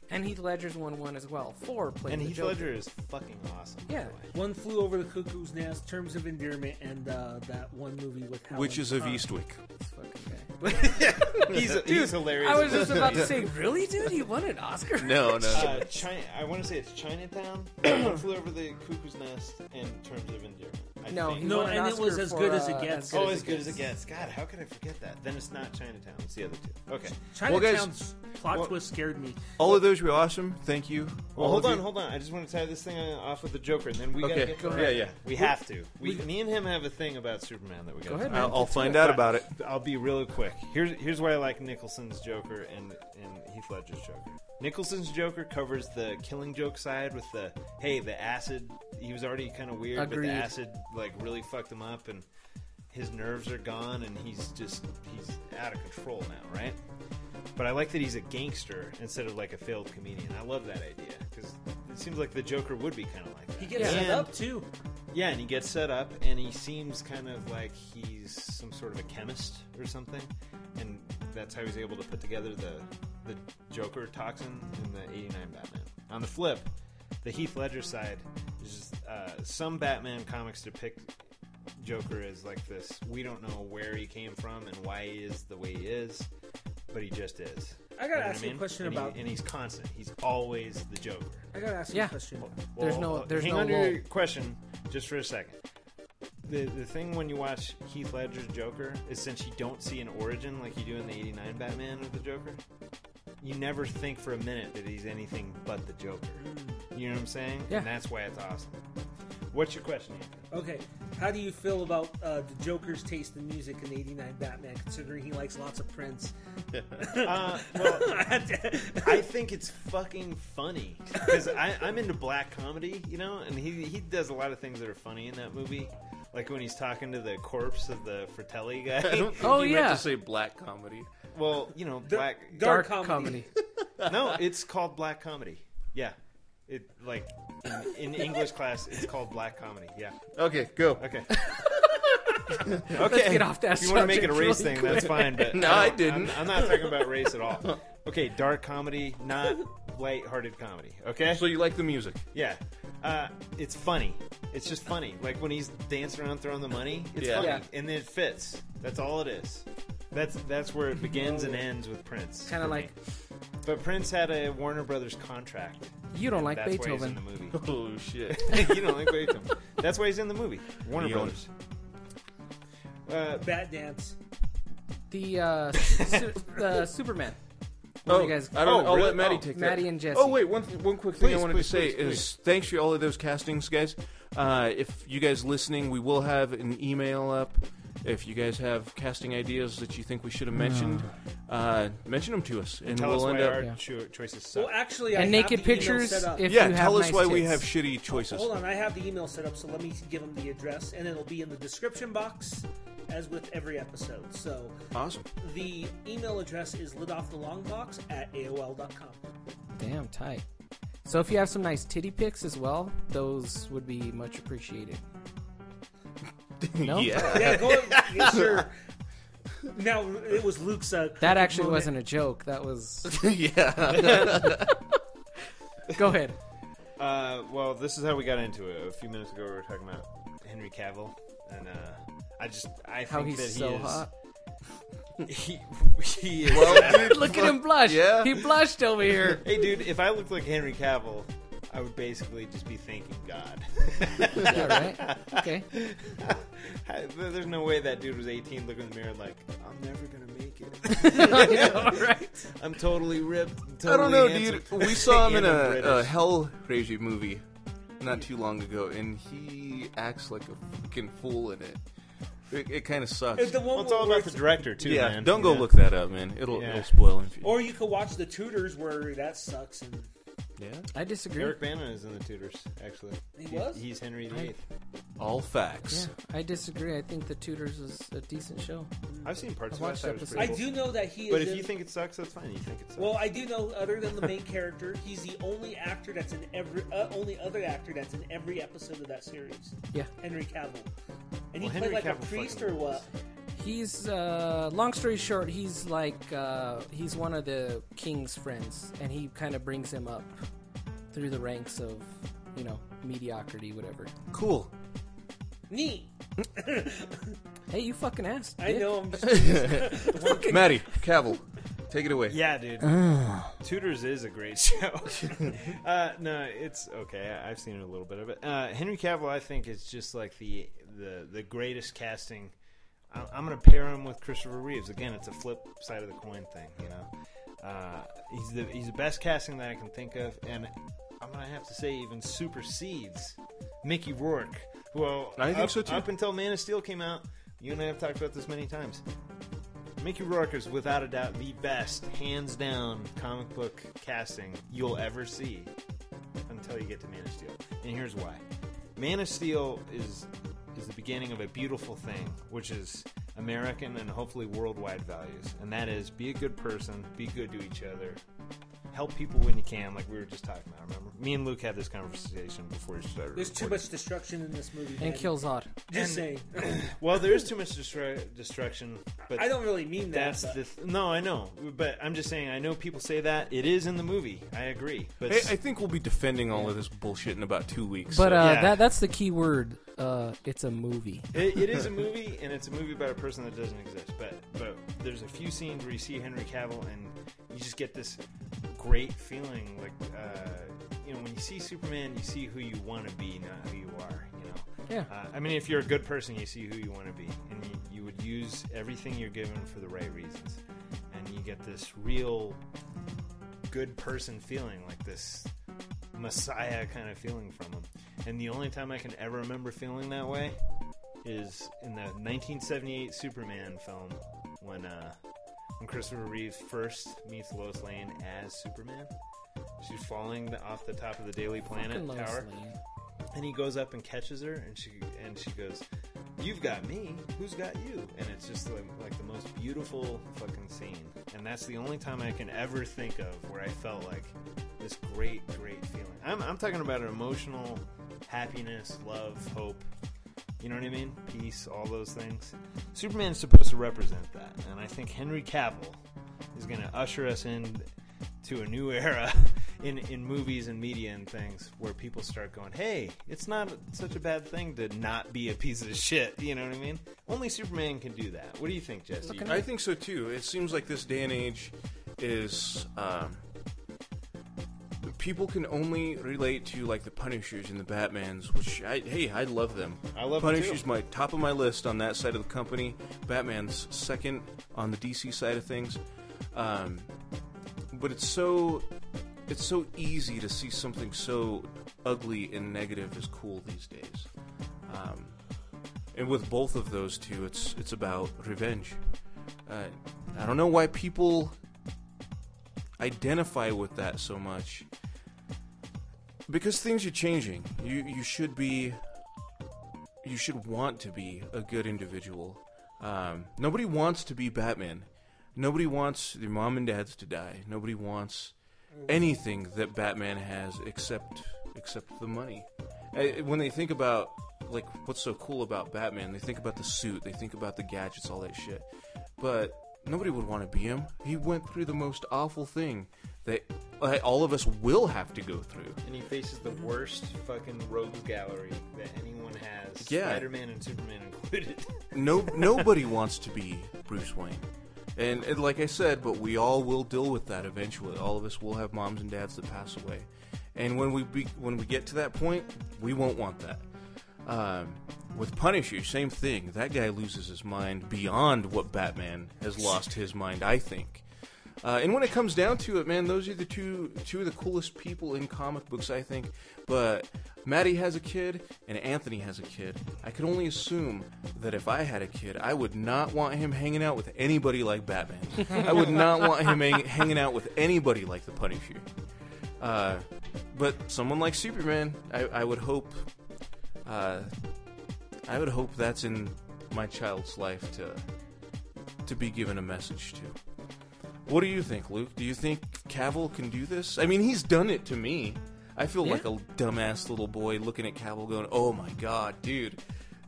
Speaker 12: And Heath Ledger's won one as well. Four played
Speaker 1: And
Speaker 12: the
Speaker 1: Heath
Speaker 12: Joker.
Speaker 1: Ledger is fucking awesome. by
Speaker 12: Yeah.
Speaker 1: the way.
Speaker 2: One flew over the cuckoo's nest, Terms of Endearment, and uh, that one movie with Helen
Speaker 20: Which is of
Speaker 2: Hunt.
Speaker 20: Eastwick.
Speaker 1: he's,
Speaker 12: Dude,
Speaker 1: he's hilarious.
Speaker 12: I was just about to say, really, dude? You won an Oscar?
Speaker 20: No, no, no.
Speaker 1: Uh, China, I want to say it's Chinatown. One flew over the cuckoo's nest in terms of endearment. I
Speaker 12: No,
Speaker 1: think.
Speaker 12: he No, won an and it was Oscar as for, good as it uh, gets. As Good
Speaker 1: Oh,
Speaker 12: as
Speaker 1: as
Speaker 12: It
Speaker 1: good as it
Speaker 12: Gets.
Speaker 1: gets. God, how could I forget that? Then it's not Chinatown. It's the other two. Okay.
Speaker 2: Chinatown's plot twist scared me.
Speaker 20: All of those were awesome. Thank you.
Speaker 1: Well,
Speaker 20: all
Speaker 1: hold
Speaker 20: of
Speaker 1: on,
Speaker 20: you.
Speaker 1: hold on. I just want to tie this thing on- off with the Joker, and then we gotta
Speaker 20: Okay.
Speaker 1: get
Speaker 20: Go
Speaker 1: to
Speaker 20: ahead.
Speaker 1: it.
Speaker 20: Yeah, yeah.
Speaker 1: We have to. We, me and him have a thing about Superman that we got.
Speaker 20: Go ahead, man. I'll- I'll find out about it.
Speaker 1: I'll be real quick. Here's here's why I like Nicholson's Joker and and Heath Ledger's Joker. Nicholson's Joker covers the killing joke side with the hey the acid. He was already kind of weird, but
Speaker 12: Agreed.
Speaker 1: the acid like really fucked him up, and his nerves are gone, and he's just he's out of control now, right? But I like that he's a gangster instead of like a failed comedian. I love that idea because it seems like the Joker would be kind of like that.
Speaker 2: He gets set
Speaker 1: And-
Speaker 2: up too.
Speaker 1: Yeah, and he gets set up, and he seems kind of like he's some sort of a chemist or something, and that's how he's able to put together the the Joker toxin in the '89 Batman. On the flip, the Heath Ledger side is just, uh, some Batman comics depict Joker as like this. We don't know where he came from and why he is the way he is, but he just is.
Speaker 2: I gotta
Speaker 1: know what
Speaker 2: ask you a question
Speaker 1: And he-
Speaker 2: about-
Speaker 1: and he's constant. He's always the Joker.
Speaker 2: I gotta ask you a question.
Speaker 1: Well, uh, hang on to your question just for a second. The the thing when you watch Heath Ledger's Joker is since you don't see an origin like you do in the '89 Batman of the Joker, you never think for a minute that he's anything but the Joker. You know what I'm saying?
Speaker 2: Yeah.
Speaker 1: And that's why it's awesome. What's your question? Anthony?
Speaker 2: Okay, how do you feel about uh, the Joker's taste in music in '89 Batman, considering he likes lots of Prince?
Speaker 1: uh, well, I think it's fucking funny because I'm into black comedy, you know, and he he does a lot of things that are funny in that movie, like when he's talking to the corpse of the Fratelli guy.
Speaker 20: I don't think Oh, you meant yeah. to say black comedy.
Speaker 1: Well, you know, black
Speaker 20: dark Dark comedy.
Speaker 1: no, it's called black comedy. Yeah, it like in, in English class, it's called black comedy. Yeah.
Speaker 20: Okay, go.
Speaker 1: Okay. Okay. If you want to make it a race thing, that's fine. But
Speaker 3: no, I
Speaker 1: don't-
Speaker 3: didn't.
Speaker 1: I'm, I'm not talking about race at all. Okay, dark comedy, not light-hearted comedy. Okay.
Speaker 3: So you like the music?
Speaker 1: Yeah. Uh, it's funny. It's just funny. Like when he's dancing around throwing the money, it's
Speaker 3: Yeah.
Speaker 1: funny,
Speaker 3: Yeah.
Speaker 1: and it fits. That's all it is. That's that's where it begins and ends with Prince.
Speaker 12: Kinda
Speaker 1: for me.
Speaker 12: like-
Speaker 1: But Prince had a Warner Brothers contract.
Speaker 12: You don't like
Speaker 1: That's
Speaker 12: Beethoven.
Speaker 1: Why he's in the movie.
Speaker 3: Oh shit!
Speaker 1: you don't like Beethoven. That's why he's in the movie. Warner
Speaker 3: He
Speaker 1: Brothers.
Speaker 3: owns-
Speaker 1: Uh,
Speaker 2: Bat Dance.
Speaker 12: The uh, su- the Superman. What do you guys-
Speaker 3: I don't.
Speaker 12: Oh,
Speaker 3: I'll
Speaker 12: really?
Speaker 3: let Maddie
Speaker 12: Oh,
Speaker 3: take that.
Speaker 12: Maddie and Jesse.
Speaker 3: Oh wait, one one quick thing
Speaker 12: Please,
Speaker 3: I wanted
Speaker 12: please,
Speaker 3: to say
Speaker 12: please, please.
Speaker 3: is thanks for all of those castings, guys. Uh, if you guys listening, we will have an email up. If you guys have casting ideas that you think we should have mentioned, uh, mention them to us, and,
Speaker 1: And tell
Speaker 3: we'll
Speaker 1: us
Speaker 3: end
Speaker 1: why
Speaker 3: up.
Speaker 1: our cho- choices suck.
Speaker 2: Well, actually, I
Speaker 12: Uh, And
Speaker 2: have
Speaker 12: naked
Speaker 2: the email
Speaker 12: pictures
Speaker 2: set up.
Speaker 12: if
Speaker 3: yeah,
Speaker 12: you have
Speaker 3: tell us
Speaker 12: nice
Speaker 3: why we
Speaker 12: tits.
Speaker 3: have shitty choices.
Speaker 2: Hold on, I have the email set up, so let me give them the address, and it'll be in the description box, as with every episode. So
Speaker 3: awesome.
Speaker 2: The email address is lidofftheLongbox at aol.com.
Speaker 12: Damn tight. So if you have some nice titty pics as well, those would be much appreciated. No?
Speaker 3: Yeah.
Speaker 2: Yeah, go yeah, sure. Now it was Luke's. Uh,
Speaker 12: That actually
Speaker 2: moment.
Speaker 12: wasn't a joke. That was
Speaker 3: Yeah.
Speaker 12: Go ahead.
Speaker 1: Uh, well, this is how we got into it. A few minutes ago, we were talking about Henry Cavill, and uh, I just I
Speaker 12: How
Speaker 1: think
Speaker 12: he's
Speaker 1: that he
Speaker 12: so
Speaker 1: is.
Speaker 12: hot.
Speaker 1: He, he is.
Speaker 12: Well, dude, look at him blush.
Speaker 1: Yeah.
Speaker 12: He blushed over here.
Speaker 1: Hey, dude, if I looked like Henry Cavill, I would basically just be thanking God.
Speaker 12: Yeah, right? Okay.
Speaker 1: I- There's no way that dude was 18 looking in the mirror like, I'm never going to make
Speaker 3: I
Speaker 1: it.
Speaker 3: know, right?
Speaker 1: I'm totally ripped. Totally
Speaker 3: I don't know,
Speaker 1: handsome.
Speaker 3: dude. We saw him
Speaker 1: And
Speaker 3: in a,
Speaker 1: I'm
Speaker 3: a
Speaker 1: British.
Speaker 3: Hellraiser movie not too long ago, and he acts like a fucking fool in it. It, it kind of sucks.
Speaker 2: It's the one Well, it's all
Speaker 1: about the director, too,
Speaker 3: Yeah,
Speaker 1: man.
Speaker 3: don't go
Speaker 1: Yeah.
Speaker 3: look that up, man. It'll,
Speaker 1: Yeah.
Speaker 3: it'll spoil him.
Speaker 2: Or you could watch the Tudors, where that sucks. And
Speaker 3: Yeah,
Speaker 12: I disagree.
Speaker 1: Eric Bana is in the Tudors, actually.
Speaker 2: He was?
Speaker 1: He's Henry
Speaker 12: I-
Speaker 1: VIII.
Speaker 3: All
Speaker 12: Yeah,
Speaker 3: facts.
Speaker 12: I disagree. I think The Tudors was a decent show.
Speaker 1: I've seen parts
Speaker 12: I
Speaker 1: of it. I
Speaker 12: watched
Speaker 1: thought it was
Speaker 12: episodes.
Speaker 1: pretty
Speaker 2: I do know that he.
Speaker 1: But
Speaker 2: is
Speaker 1: if
Speaker 2: in-
Speaker 1: you think it sucks, that's fine. You think it sucks.
Speaker 2: Well, I do know, other than the main character, he's the only actor that's in every uh, only other actor that's in every episode of that series.
Speaker 12: Yeah.
Speaker 2: Henry Cavill, and
Speaker 1: Well,
Speaker 2: he played
Speaker 1: Henry
Speaker 2: like
Speaker 1: Cavill
Speaker 2: a priest
Speaker 1: fucking
Speaker 2: or what?
Speaker 12: He's uh, long story short, he's like uh, he's one of the king's friends, and he kind of brings him up through the ranks of you know mediocrity, whatever.
Speaker 3: Cool.
Speaker 2: Neat.
Speaker 12: Hey, you fucking asked.
Speaker 2: I
Speaker 12: dick.
Speaker 2: know, I'm just-
Speaker 12: Fucking-
Speaker 3: Maddie, Cavill, take it away.
Speaker 1: Yeah, dude.
Speaker 3: Ah.
Speaker 1: Tutors is a great show. uh, no, it's okay. I- I've seen a little bit of it. Uh, Henry Cavill, I think, is just like the the the greatest casting. I- I'm going to pair him with Christopher Reeves. Again, it's a flip side of the coin thing, you know. Uh, he's the he's the best casting that I can think of, and I'm going to have to say even supersedes Mickey Rourke. Well,
Speaker 3: I think
Speaker 1: up,
Speaker 3: so, too.
Speaker 1: Up until Man of Steel came out, you and I have talked about this many times. Mickey Rourke is without a doubt the best, hands down, comic book casting you'll ever see until you get to Man of Steel. And here's why Man of Steel is, is the beginning of a beautiful thing, which is American and hopefully worldwide values. And that is be a good person, be good to each other, help people when you can, like we were just talking about, remember? Me and Luke had this conversation before we started.
Speaker 2: There's too
Speaker 1: recording.
Speaker 2: much destruction in this movie. man.
Speaker 12: And Killzod.
Speaker 2: Just saying.
Speaker 1: well, there is too much destru- destruction, but
Speaker 2: I don't really mean that,
Speaker 1: That's
Speaker 2: but-
Speaker 1: the th- no, I know, but I'm just saying. I know people say that it is in the movie. I agree, but
Speaker 3: Hey, I think we'll be defending all of this bullshit in about two weeks.
Speaker 12: But
Speaker 3: so-
Speaker 12: uh, that that's the key word. Uh, it's a movie.
Speaker 1: it, it is a movie, and it's a movie about a person that doesn't exist. But but there's a few scenes where you see Henry Cavill, and you just get this great feeling, like uh, you know, when you see Superman, you see who you want to be, not who you are. You know.
Speaker 12: Yeah.
Speaker 1: Uh, I mean, if you're a good person, you see who you want to be, and you, you would use everything you're given for the right reasons, and you get this real good person feeling, like this messiah kind of feeling from him. And the only time I can ever remember feeling that way is in the 1978 Superman film when uh, when Christopher Reeves first meets Lois Lane as Superman. She's falling the, off the top of the Daily Planet
Speaker 12: Fucking Lois
Speaker 1: tower,
Speaker 12: Lane.
Speaker 1: and he goes up and catches her, and she and she goes, "You've got me. Who's got you?" And it's just like, like the most beautiful fucking scene, and that's the only time I can ever think of where I felt like this great, great feeling. I'm, I'm talking about an emotional happiness, love, hope You know what I mean? Peace, all those things. Superman's supposed to represent that, and I think Henry Cavill is going to usher us in to a new era in in movies and media and things where people start going, "Hey, it's not such a bad thing to not be a piece of shit." You know what I mean? Only Superman can do that. What do you think, Jesse?
Speaker 3: I think so too. It seems like this day and age is um, people can only relate to like the Punishers and the Batmans, which I hey I love them. I
Speaker 1: love 'em, too.
Speaker 3: Punishers. My top of my list on that side of the company. Batman's second on the DC side of things. Um, but it's so it's so easy to see something so ugly and negative as cool these days. Um, and with both of those two, it's it's about revenge. Uh, I don't know why people identify with that so much because things are changing. You you should be you should want to be a good individual. Um, nobody wants to be Batman. Nobody wants their mom and dads to die. Nobody wants anything that Batman has except except the money. Uh, When they think about like what's so cool about Batman, they think about the suit, they think about the gadgets, all that shit. But nobody would want to be him. He went through the most awful thing that uh, all of us will have to go through.
Speaker 1: And he faces the worst fucking rogues gallery that anyone has.
Speaker 3: Yeah.
Speaker 1: Spider-Man and Superman included.
Speaker 3: No, nobody wants to be Bruce Wayne. And, and like I said, but we all will deal with that eventually. All of us will have moms and dads that pass away, and when we be, when we get to that point, we won't want that. Um, with Punisher, same thing. That guy loses his mind beyond what Batman has lost his mind. I think. Uh, and when it comes down to it, man, those are the two two of the coolest people in comic books, I think. But Maddie has a kid, and Anthony has a kid. I could only assume that if I had a kid, I would not want him hanging out with anybody like Batman. I would not want him hang, hanging out with anybody like the Punisher. Uh, but someone like Superman, I, I would hope. Uh, I would hope that's in my child's life to to be given a message to. What do you think, Luke? Do you think Cavill can do this? I mean, he's done it to me. I feel
Speaker 20: Yeah.
Speaker 3: like a dumbass little boy looking at Cavill, going, "Oh my god, dude!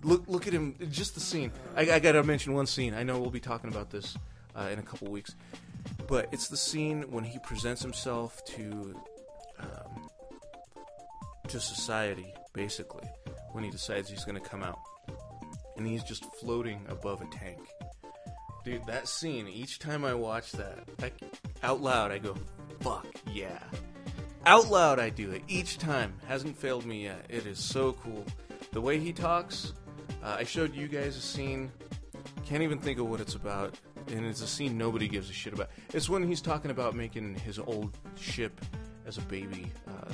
Speaker 3: Look, look at him! Just the scene. I, I gotta mention one scene. I know we'll be talking about this uh, in a couple weeks, but it's the scene when he presents himself to um, to society, basically, when he decides he's going to come out. And he's just floating above a tank. Dude, that scene, each time I watch that, I, out loud, I go, fuck yeah. Out loud, I do it. Each time. Hasn't failed me yet. It is so cool. The way he talks, uh, I showed you guys a scene. Can't even think of what it's about. And it's a scene nobody gives a shit about. It's when he's talking about making his old ship as a baby. Uh,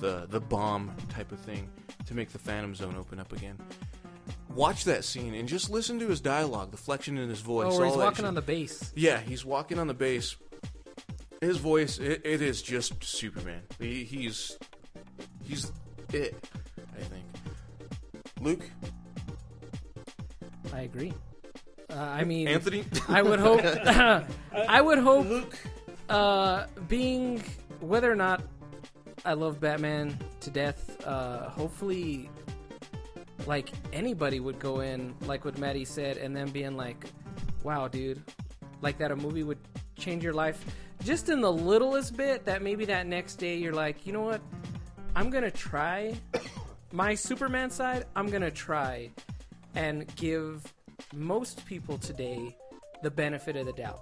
Speaker 3: the the bomb type of thing to make the Phantom Zone open up again. Watch that scene and just listen to his dialogue, the flexion in his voice.
Speaker 12: Oh, where he's
Speaker 3: all that
Speaker 12: walking
Speaker 3: shit.
Speaker 12: on the bass.
Speaker 3: Yeah, he's walking on the bass. His voice, it, it is just Superman. He, he's he's it. I think. Luke,
Speaker 12: I agree. Uh, I mean,
Speaker 3: Anthony?
Speaker 12: I would hope. I would hope. Uh, being whether or not I love Batman to death, uh, hopefully, like anybody would go in, like what Maddie said, and then being like, "Wow, dude, like that a movie would change your life." Just in the littlest bit, that maybe that next day you're like, you know what? I'm gonna try my Superman side. I'm gonna try and give most people today the benefit of the doubt.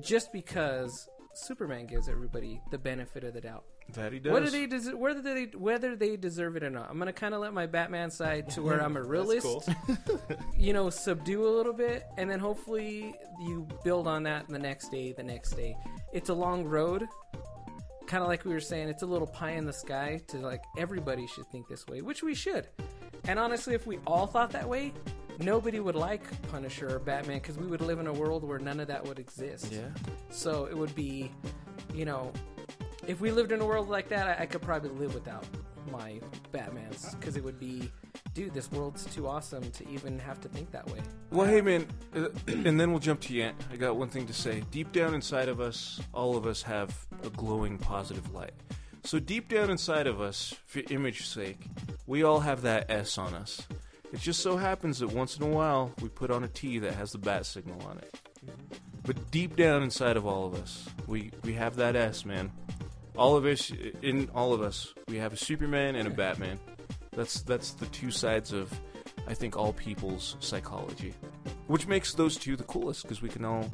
Speaker 12: Just because Superman gives everybody the benefit of the doubt.
Speaker 3: That he
Speaker 12: Whether
Speaker 3: does.
Speaker 12: they, des- whether they whether they deserve it or not, I'm gonna kind of let my Batman side to where I'm a
Speaker 1: That's
Speaker 12: realist,
Speaker 1: cool.
Speaker 12: you know, subdue a little bit, and then hopefully you build on that the next day, the next day. It's a long road, kind of like we were saying. It's a little pie in the sky to like everybody should think this way, which we should. And honestly, if we all thought that way, nobody would like Punisher or Batman because we would live in a world where none of that would exist.
Speaker 3: Yeah.
Speaker 12: So it would be, you know, if we lived in a world like that, I, I could probably live without my Batman's because it would be, dude, this world's too awesome to even have to think that way.
Speaker 3: Well, hey, man, uh, and then we'll jump to Yant. I got one thing to say. Deep down inside of us, all of us have a glowing positive light. So, deep down inside of us, for image sake, We all have that S on us. It just so happens that once in a while we put on a T that has the bat signal on it. But deep down inside of all of us, we, we have that S, man. All of us, in all of us, we have a Superman and a Batman. That's that's the two sides of, I think, all people's psychology, which makes those two the coolest because we can all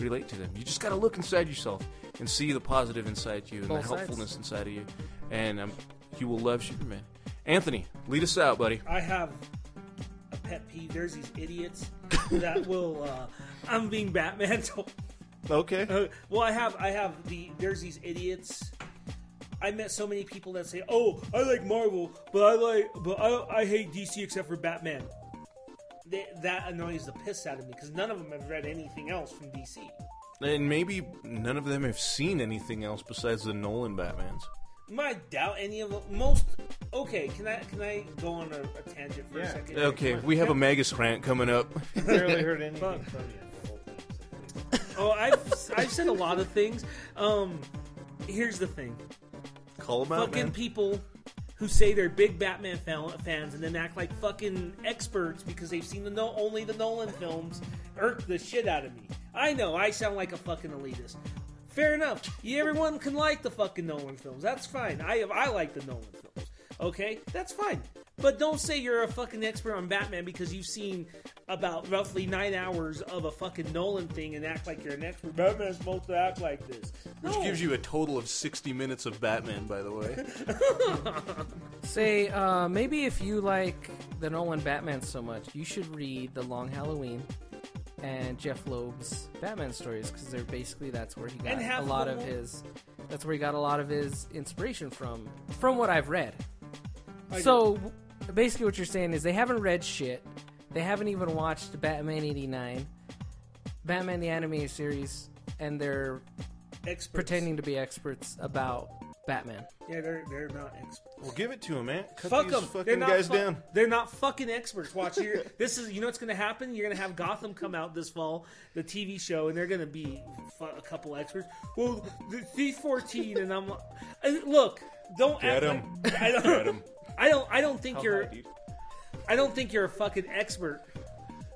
Speaker 3: relate to them. You just gotta look inside yourself and see the positive inside you and
Speaker 12: Both
Speaker 3: the
Speaker 12: sides.
Speaker 3: helpfulness inside of you, and um, you will love Superman. Anthony, lead us out, buddy.
Speaker 2: I have a pet peeve. There's these idiots that will. Uh, I'm being Batman. So,
Speaker 3: okay.
Speaker 12: Uh,
Speaker 2: well, I have. I have the. There's these idiots. I met so many people that say, "Oh, I like Marvel, but I like, but I, I hate DC except for Batman." They, that annoys the piss out of me because none of them have read anything else from DC.
Speaker 3: And maybe none of them have seen anything else besides the Nolan Batmans.
Speaker 2: I doubt any of them. Most okay. Can I can I go on a, a tangent for a second?
Speaker 3: Okay, we have a Magus rant coming up.
Speaker 2: barely heard anything from you. Oh, I've I've said a lot of things. Um, here's the thing:
Speaker 3: Call him out,
Speaker 2: fucking
Speaker 3: man.
Speaker 2: people who say they're big Batman fan, fans and then act like fucking experts because they've seen the no, only the Nolan films irk the shit out of me. I know I sound like a fucking elitist. Fair enough. You, everyone can like the fucking Nolan films. That's fine. I I like the Nolan films. Okay, that's fine. But don't say you're a fucking expert on Batman because you've seen about roughly nine hours of a fucking Nolan thing and act like you're an expert. Batman's supposed to act like this.
Speaker 3: Which
Speaker 2: No.
Speaker 3: gives you a total of 60 minutes of Batman, by the way.
Speaker 12: Say, uh, maybe if you like the Nolan Batman so much, you should read The Long Halloween and Jeff Loeb's Batman stories because they're basically that's where he got
Speaker 2: And
Speaker 12: a
Speaker 2: have
Speaker 12: lot
Speaker 2: the
Speaker 12: of
Speaker 2: mo-
Speaker 12: his. That's where he got a lot of his inspiration from, from what I've read.
Speaker 2: I
Speaker 12: so w- basically, what you're saying is they haven't read shit. They haven't even watched Batman '89, Batman the animated series, and they're
Speaker 2: Experts.
Speaker 12: pretending to be experts about Batman.
Speaker 2: Yeah, they're they're not experts.
Speaker 3: Well, give it to him, man. Cut
Speaker 2: Fuck
Speaker 3: these
Speaker 2: them.
Speaker 3: fucking
Speaker 2: they're not
Speaker 3: guys
Speaker 2: fu-
Speaker 3: down.
Speaker 2: They're not fucking experts. Watch here. this is you know what's going to happen. You're going to have Gotham come out this fall, the TV show, and they're going to be fu- a couple experts. Well, the C fourteen, and I'm and look. Don't act
Speaker 3: Get 'em.
Speaker 2: Like, I don't.
Speaker 3: Get 'em.
Speaker 2: I don't. I don't think
Speaker 3: How
Speaker 2: you're.
Speaker 3: high, dude?
Speaker 2: I don't think you're a fucking expert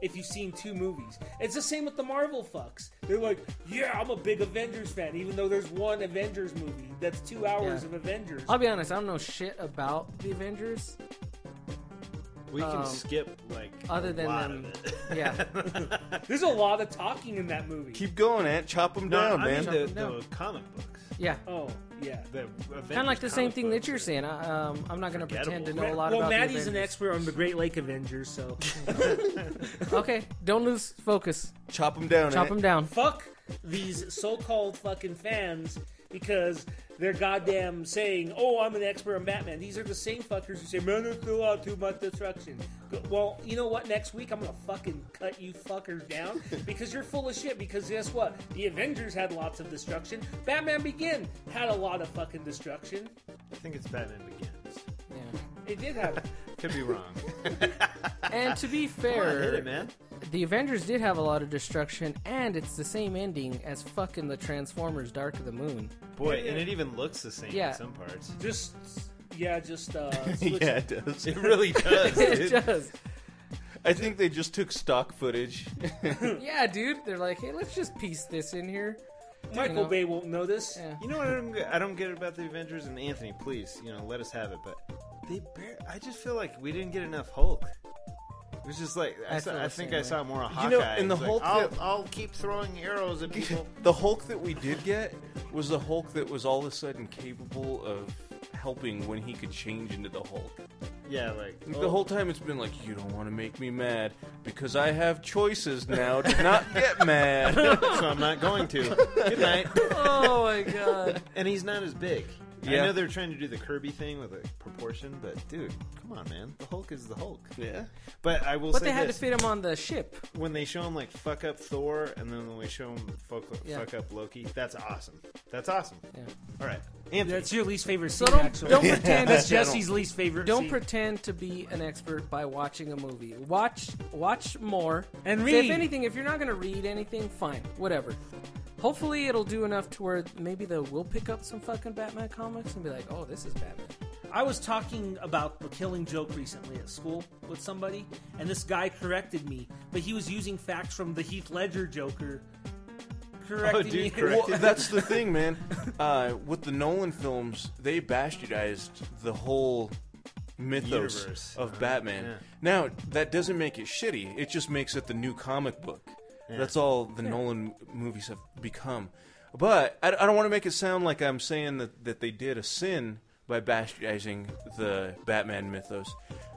Speaker 2: if you've seen two movies. It's the same with the Marvel fucks. They're like, yeah, I'm a big Avengers fan, even though there's one Avengers movie that's two hours
Speaker 12: Yeah.
Speaker 2: of Avengers.
Speaker 3: Uh,
Speaker 12: I'll be honest, I don't know shit about the Avengers.
Speaker 1: We can
Speaker 12: Um,
Speaker 1: skip like
Speaker 12: other
Speaker 1: a
Speaker 12: than
Speaker 1: lot
Speaker 12: them-
Speaker 1: of it.
Speaker 12: yeah.
Speaker 2: There's a lot of talking in that movie.
Speaker 3: Keep going, Ant. Chop them
Speaker 1: No,
Speaker 3: down,
Speaker 1: I
Speaker 3: man.
Speaker 1: mean the, the comic books.
Speaker 12: Yeah.
Speaker 2: Oh, yeah.
Speaker 1: The
Speaker 12: Kind of like the same thing that you're saying. I, um, I'm not going to pretend to know a lot
Speaker 2: well,
Speaker 12: about
Speaker 2: Maddie's
Speaker 12: the
Speaker 2: an expert on the Great Lake Avengers, so
Speaker 12: Avengers. okay, don't lose focus.
Speaker 3: Chop them down.
Speaker 12: Chop
Speaker 3: Ant.
Speaker 12: them down.
Speaker 2: fuck these so-called fucking fans because they're goddamn saying, "Oh, I'm an expert on Batman." These are the same fuckers who say, "Man, there's still out too much destruction." Go- Well, you know what? Next week I'm gonna fucking cut you fuckers down because you're full of shit. Because guess what? The Avengers had lots of destruction. Batman Begin had a lot of fucking destruction.
Speaker 1: I think it's Batman Begins.
Speaker 2: It did have.
Speaker 1: Could be wrong.
Speaker 12: And to be
Speaker 1: Come on,
Speaker 12: fair,
Speaker 1: hit it, man.
Speaker 12: the Avengers did have a lot of destruction, and it's the same ending as fucking the Transformers: Dark of the Moon.
Speaker 1: Boy, and it even looks the same
Speaker 12: Yeah.
Speaker 1: in some parts.
Speaker 2: Just yeah, just uh, switch-
Speaker 3: yeah, it does.
Speaker 1: It really does.
Speaker 12: it does.
Speaker 3: I think they just took stock footage.
Speaker 12: Yeah, dude. They're like, hey, let's just piece this in here.
Speaker 2: Michael
Speaker 12: You know?
Speaker 2: Bay won't notice.
Speaker 1: You know what I don't, get- I don't get about the Avengers and Anthony? Please, you know, let us have it. But they, bar- I just feel like we didn't get enough Hulk. It was just like I,
Speaker 3: I
Speaker 1: saw,
Speaker 3: feel
Speaker 1: I
Speaker 3: the
Speaker 1: think
Speaker 3: same
Speaker 1: I
Speaker 3: way.
Speaker 1: saw more of
Speaker 3: You
Speaker 1: Hawkeye.
Speaker 3: know, and the
Speaker 1: It's like,
Speaker 3: Hulk
Speaker 1: I'll,
Speaker 3: that-
Speaker 1: I'll keep throwing arrows at people.
Speaker 3: the Hulk that we did get was the Hulk that was all of a sudden capable of helping when he could change into the Hulk.
Speaker 1: yeah, like oh,
Speaker 3: The whole time it's been like, you don't want to make me mad because I have choices now to not get mad.
Speaker 1: so I'm not going to. Good night.
Speaker 12: Oh my god.
Speaker 1: And he's not as big.
Speaker 3: Yeah.
Speaker 1: I know they're trying to do the Kirby thing with a proportion, but dude, come on, man. The Hulk is the Hulk. Yeah. But I will
Speaker 12: But
Speaker 1: say
Speaker 12: they had
Speaker 1: this.
Speaker 12: to fit him on the ship.
Speaker 1: when they show him like fuck up Thor, and then when we show him fuck,
Speaker 12: Yeah.
Speaker 1: fuck up Loki, that's awesome. That's awesome. All right,
Speaker 2: That's your least favorite
Speaker 12: So
Speaker 2: scene.
Speaker 12: don't,
Speaker 2: actually.
Speaker 12: don't pretend
Speaker 2: that's Jesse's least favorite.
Speaker 12: Don't
Speaker 2: scene.
Speaker 12: pretend to be an expert by watching a movie. Watch watch more
Speaker 2: And
Speaker 12: So
Speaker 2: read.
Speaker 12: if anything, if you're not going to read anything, fine, whatever. Hopefully, it'll do enough to where maybe they will pick up some fucking Batman comics and be like, "Oh, this is Batman."
Speaker 2: I was talking about the killing joke recently at school with somebody, and this guy corrected me, but he was using facts from the Heath Ledger Joker. Correcting me.
Speaker 3: Well, that's the thing, man. Uh, with the Nolan films, they bastardized the whole mythos
Speaker 1: Universe.
Speaker 3: of
Speaker 1: Uh,
Speaker 3: Batman.
Speaker 1: yeah.
Speaker 3: Now, that doesn't make it shitty. It just makes it the new comic book. That's all the
Speaker 1: Yeah.
Speaker 3: Nolan movies have become. But I, I don't want to make it sound like I'm saying that, that they did a sin by bastardizing the Batman mythos.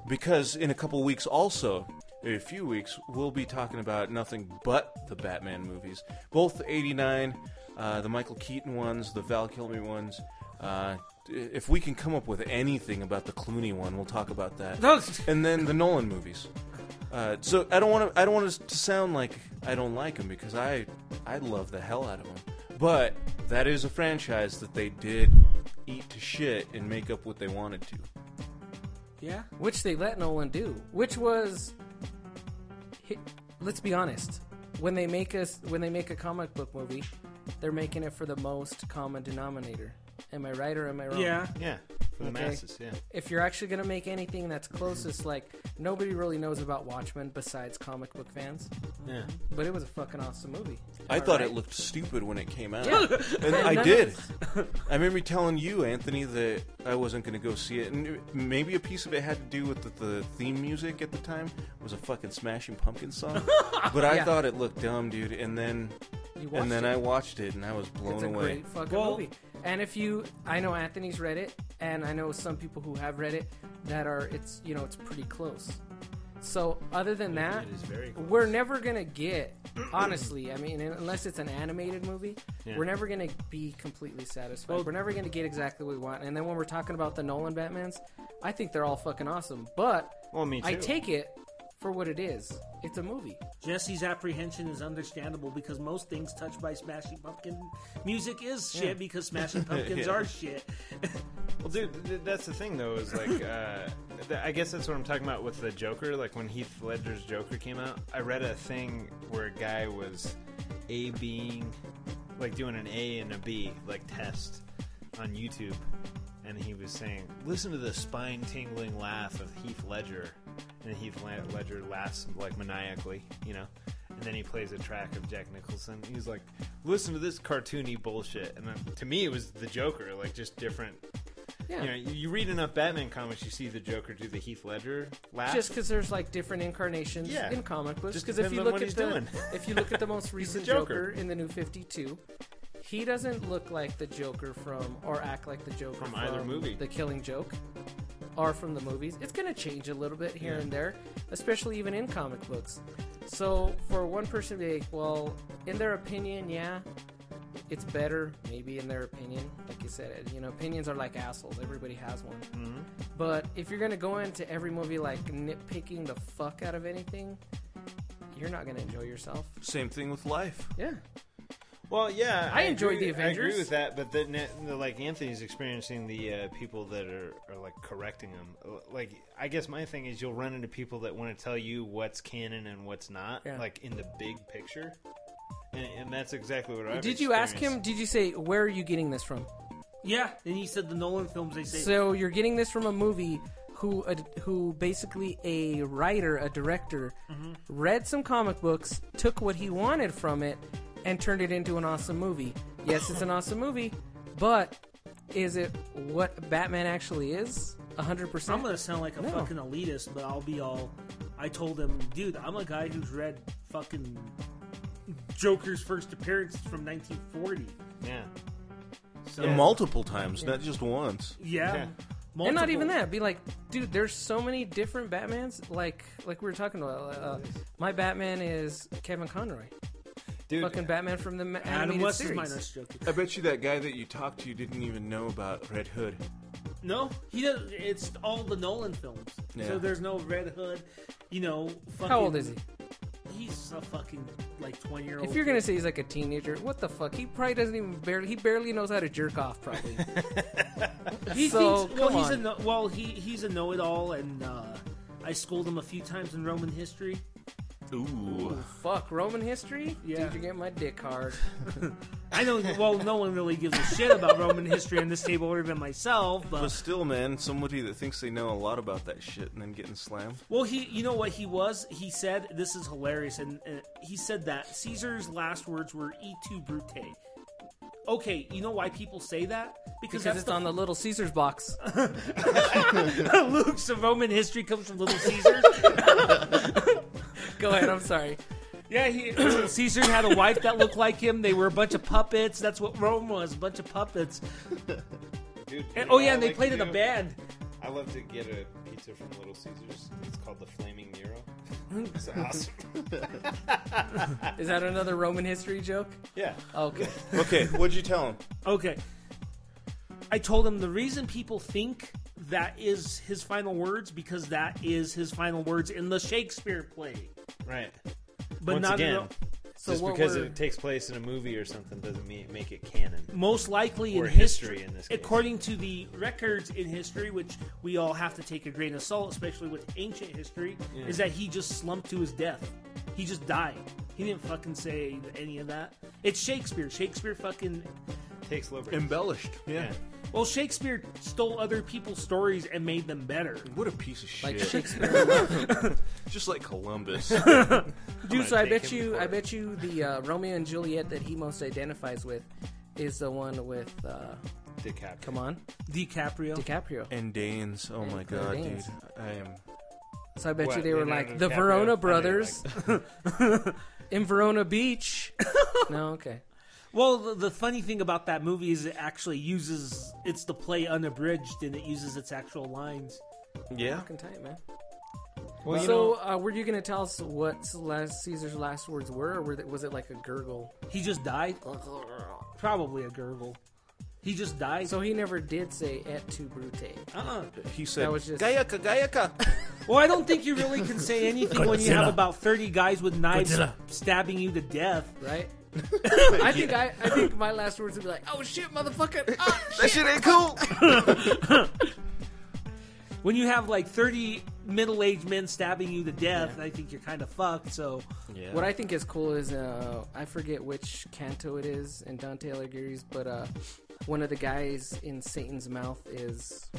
Speaker 3: Because in a couple weeks, also, a few weeks, we'll be talking about nothing but the Batman movies. Both the 89, uh, the Michael Keaton ones, the Val Kilmer ones. Uh, if we can come up with anything about the Clooney one, we'll talk about that.
Speaker 2: No.
Speaker 3: And then the Nolan movies. Uh, so I don't want to. I don't want it to sound like I don't like them because I I love the hell out of them. But that is a franchise that they did eat to shit and make up what they wanted to.
Speaker 12: Yeah. Which they let Nolan do. Which was, hi- let's be honest, when they make us when they make a comic book movie, they're making it for the most common denominator. Am I right or am I wrong?
Speaker 1: Yeah. Yeah, for the masses, yeah.
Speaker 12: If you're actually gonna make anything that's closest, like nobody really knows about Watchmen besides comic book fans.
Speaker 3: Yeah.
Speaker 12: But it was a fucking awesome movie.
Speaker 3: I
Speaker 12: Am
Speaker 3: thought
Speaker 12: right?
Speaker 3: it looked stupid when it came out.
Speaker 12: Yeah.
Speaker 3: and
Speaker 12: Yeah,
Speaker 3: I
Speaker 12: none
Speaker 3: did.
Speaker 12: of
Speaker 3: I remember telling you, Anthony, that I wasn't going to go see it. And it- maybe a piece of it had to do with the, the theme music at the time was a fucking Smashing Pumpkins song. but I
Speaker 12: Yeah.
Speaker 3: thought it looked dumb, dude. And then
Speaker 12: You watched
Speaker 3: and then
Speaker 12: it.
Speaker 3: I watched it and I was blown
Speaker 12: It's a
Speaker 3: away.
Speaker 12: great fucking movie. And if you, I know Anthony's read it, and I know some people who have read it that are, it's you know, it's pretty close. So other than that,
Speaker 1: it is very close.
Speaker 12: we're never gonna get. Honestly, I mean, unless it's an animated movie,
Speaker 1: Yeah.
Speaker 12: we're never gonna be completely satisfied.
Speaker 1: Well-
Speaker 12: we're never gonna get exactly what we want. And then when we're talking about the Nolan Batman's, I think they're all fucking awesome. But
Speaker 1: Well, me
Speaker 12: I
Speaker 1: too.
Speaker 12: take it for what it is. It's a movie.
Speaker 2: Jesse's apprehension is understandable because most things touched by Smashing Pumpkin music is shit
Speaker 1: Yeah.
Speaker 2: because Smashing Pumpkins
Speaker 1: Yeah.
Speaker 2: are shit.
Speaker 1: Well, dude, th- that's the thing, though, is like, uh, th- I guess that's what I'm talking about with the Joker. Like, when Heath Ledger's Joker came out, I read a thing where a guy was A being, like, doing an A and a B, like, test on YouTube. And he was saying, listen to the spine tingling laugh of Heath Ledger. And Heath Le- Ledger laughs, like, maniacally, you know? And then he plays a track of Jack Nicholson. He's like, listen to this cartoony bullshit. And then, to me, it was the Joker, like, just different
Speaker 12: Yeah.
Speaker 1: you know, you- you read enough Batman comics, you see the Joker do the Heath Ledger laugh.
Speaker 12: Just because there's like different incarnations
Speaker 1: Yeah.
Speaker 12: in comic books.
Speaker 1: Just
Speaker 12: Because if
Speaker 1: depends
Speaker 12: you
Speaker 1: on
Speaker 12: look
Speaker 1: what
Speaker 12: at
Speaker 1: he's
Speaker 12: the
Speaker 1: doing.
Speaker 12: if you look at the most
Speaker 1: He's the
Speaker 12: recent Joker.
Speaker 1: Joker.
Speaker 12: in the New Fifty Two, he doesn't look like the Joker from or act like the Joker
Speaker 1: From either movie.
Speaker 12: The Killing Joke, or from the movies. It's gonna change a little bit here
Speaker 1: Yeah.
Speaker 12: and there, especially even in comic books. So for one person to be like, well, in their opinion, yeah. It's better, maybe in their opinion. Like you said, you know, opinions are like assholes. Everybody has one.
Speaker 1: Mhm.
Speaker 12: But if you're gonna go into every movie like nitpicking the fuck out of anything, you're not gonna enjoy yourself.
Speaker 3: Same thing with life.
Speaker 12: Yeah.
Speaker 1: Well, yeah,
Speaker 12: I enjoyed
Speaker 1: agree-
Speaker 12: the
Speaker 1: I
Speaker 12: Avengers.
Speaker 1: agree with that, but then uh, like Anthony's experiencing the uh, people that are, are like correcting him. Uh, Like, I guess my thing is you'll run into people that want to tell you what's canon and what's not, like in the big picture, and, and that's exactly what I
Speaker 12: did you ask him? Did you say where are you getting this from?
Speaker 2: Yeah, and he said the Nolan films they say
Speaker 12: So you're getting this from a movie who a, who basically a writer, a director,
Speaker 2: Mm-hmm.
Speaker 12: read some comic books, took what he wanted from it, and turned it into an awesome movie. Yes, it's an awesome movie, but is it what Batman actually is? hundred percent.
Speaker 2: I'm gonna sound like a
Speaker 12: No.
Speaker 2: fucking elitist, but I'll be all. I told him, dude, I'm a guy who's read fucking Joker's first appearance from 1940.
Speaker 1: Yeah.
Speaker 3: And multiple times, not just once.
Speaker 2: Yeah. Yeah.
Speaker 12: And not
Speaker 2: Multiple.
Speaker 12: even that. Be like, dude, there's so many different Batmans. Like, like we were talking about. Uh, my Batman is Kevin Conroy.
Speaker 3: Dude.
Speaker 12: fucking Batman from the ma- animated series.
Speaker 3: I bet you that guy that you talked to didn't even know about Red Hood.
Speaker 2: No, he does. It's all the Nolan films.
Speaker 3: Yeah.
Speaker 2: So there's no Red Hood. You know. Fucking,
Speaker 12: How old is he?
Speaker 2: He's a fucking like 20 year old.
Speaker 12: If you're gonna say he's like a teenager, what the fuck? He probably doesn't even barely. He barely knows how to jerk off. Probably.
Speaker 2: he
Speaker 12: so
Speaker 2: thinks, well,
Speaker 12: come
Speaker 2: he's a
Speaker 12: on.
Speaker 2: no, well, he he's a know-it-all, and uh, I schooled him a few times in Roman history.
Speaker 12: Ooh, fuck Roman history. Yeah. Dude, you're getting my dick hard.
Speaker 2: I know. Well, no one really gives a shit about Roman history on this table, other than myself. But
Speaker 3: But still, man, somebody that thinks they know a lot about that shit and then getting slammed.
Speaker 2: Well, he, you know what he was? He said, "This is hilarious," and uh, he said that Caesar's last words were "E tu brute." Okay, you know why people say that?
Speaker 4: Because
Speaker 2: that's
Speaker 4: it's on the Little Caesars box.
Speaker 2: Luke's Roman history comes from Little Caesars.
Speaker 4: Go ahead. I'm sorry.
Speaker 2: Yeah, he, Caesar had a wife that looked like him. They were a bunch of puppets. That's what Rome was, a bunch of puppets.
Speaker 1: Dude,
Speaker 2: And-
Speaker 1: you know
Speaker 2: oh
Speaker 1: what
Speaker 2: yeah,
Speaker 1: I
Speaker 2: and they
Speaker 1: like to
Speaker 2: played in a
Speaker 1: do?
Speaker 2: band.
Speaker 1: I love to get a pizza from Little Caesars. It's called the Flaming Nero. It's awesome.
Speaker 4: Is that another Roman history joke?
Speaker 1: Yeah.
Speaker 4: Okay.
Speaker 3: what'd you tell him?
Speaker 2: Okay. I told him the reason people think that is his final words because that is his final words in the Shakespeare play.
Speaker 1: Right.
Speaker 2: But
Speaker 1: Once
Speaker 2: not
Speaker 1: again,
Speaker 2: in the- So
Speaker 1: just
Speaker 2: what
Speaker 1: because
Speaker 2: we're-
Speaker 1: it takes place in a movie or something doesn't mean, make it canon.
Speaker 2: Most likely
Speaker 1: or
Speaker 2: in
Speaker 1: history,
Speaker 2: history,
Speaker 1: in this case.
Speaker 2: according to the records in history, which we all have to take a grain of salt, especially with ancient history,
Speaker 1: Yeah.
Speaker 2: is that he just slumped to his death. He just died. He didn't fucking say any of that. It's Shakespeare. Shakespeare fucking
Speaker 1: takes liberties.
Speaker 3: Embellished. Yeah.
Speaker 2: Well, Shakespeare stole other people's stories and made them better.
Speaker 3: What a piece of
Speaker 2: Like
Speaker 3: shit.
Speaker 2: Shakespeare.
Speaker 3: Just like Columbus.
Speaker 12: Dude, so I bet you,
Speaker 3: I
Speaker 12: I bet you, the uh, Romeo and Juliet that he most identifies with is the one with. Uh,
Speaker 1: DiCaprio.
Speaker 12: Come on,
Speaker 2: DiCaprio.
Speaker 12: DiCaprio.
Speaker 3: And Danes. Oh
Speaker 12: And
Speaker 3: my
Speaker 12: Claire
Speaker 3: god,
Speaker 12: Danes.
Speaker 3: dude. I am.
Speaker 12: So I bet you
Speaker 3: What,
Speaker 12: they were
Speaker 3: Leonardo
Speaker 12: like the
Speaker 3: DiCaprio?
Speaker 12: Verona
Speaker 3: I mean,
Speaker 12: brothers in Verona Beach. no, okay.
Speaker 2: Well, the, the funny thing about that movie is it actually uses it's the play unabridged and it uses its actual lines.
Speaker 3: Yeah.
Speaker 12: Fucking tight, man.
Speaker 2: Well, you
Speaker 12: so uh, were you gonna tell us what last Caesar's last words were, or were they, was it like a gurgle?
Speaker 2: He just died. Probably a gurgle. He just died.
Speaker 12: So he never did say "et tu brute."
Speaker 2: Uh-uh.
Speaker 3: He
Speaker 12: that was just
Speaker 3: Gaiaka, Gaiaka.
Speaker 2: Well, I don't think you really can say anything when you have
Speaker 12: Godzilla.
Speaker 2: about thirty guys with knives
Speaker 12: Godzilla.
Speaker 2: stabbing you to death,
Speaker 12: right? I think I, I think my last words would be like, "Oh shit, motherfucker! Ah,
Speaker 3: That shit ain't cool."
Speaker 2: when you have like thirty middle-aged men stabbing you to death, I think you're kind of fucked. So,
Speaker 12: What I think is cool is uh, I forget which canto it is in Dante Alighieri's, but uh, one of the guys in Satan's mouth is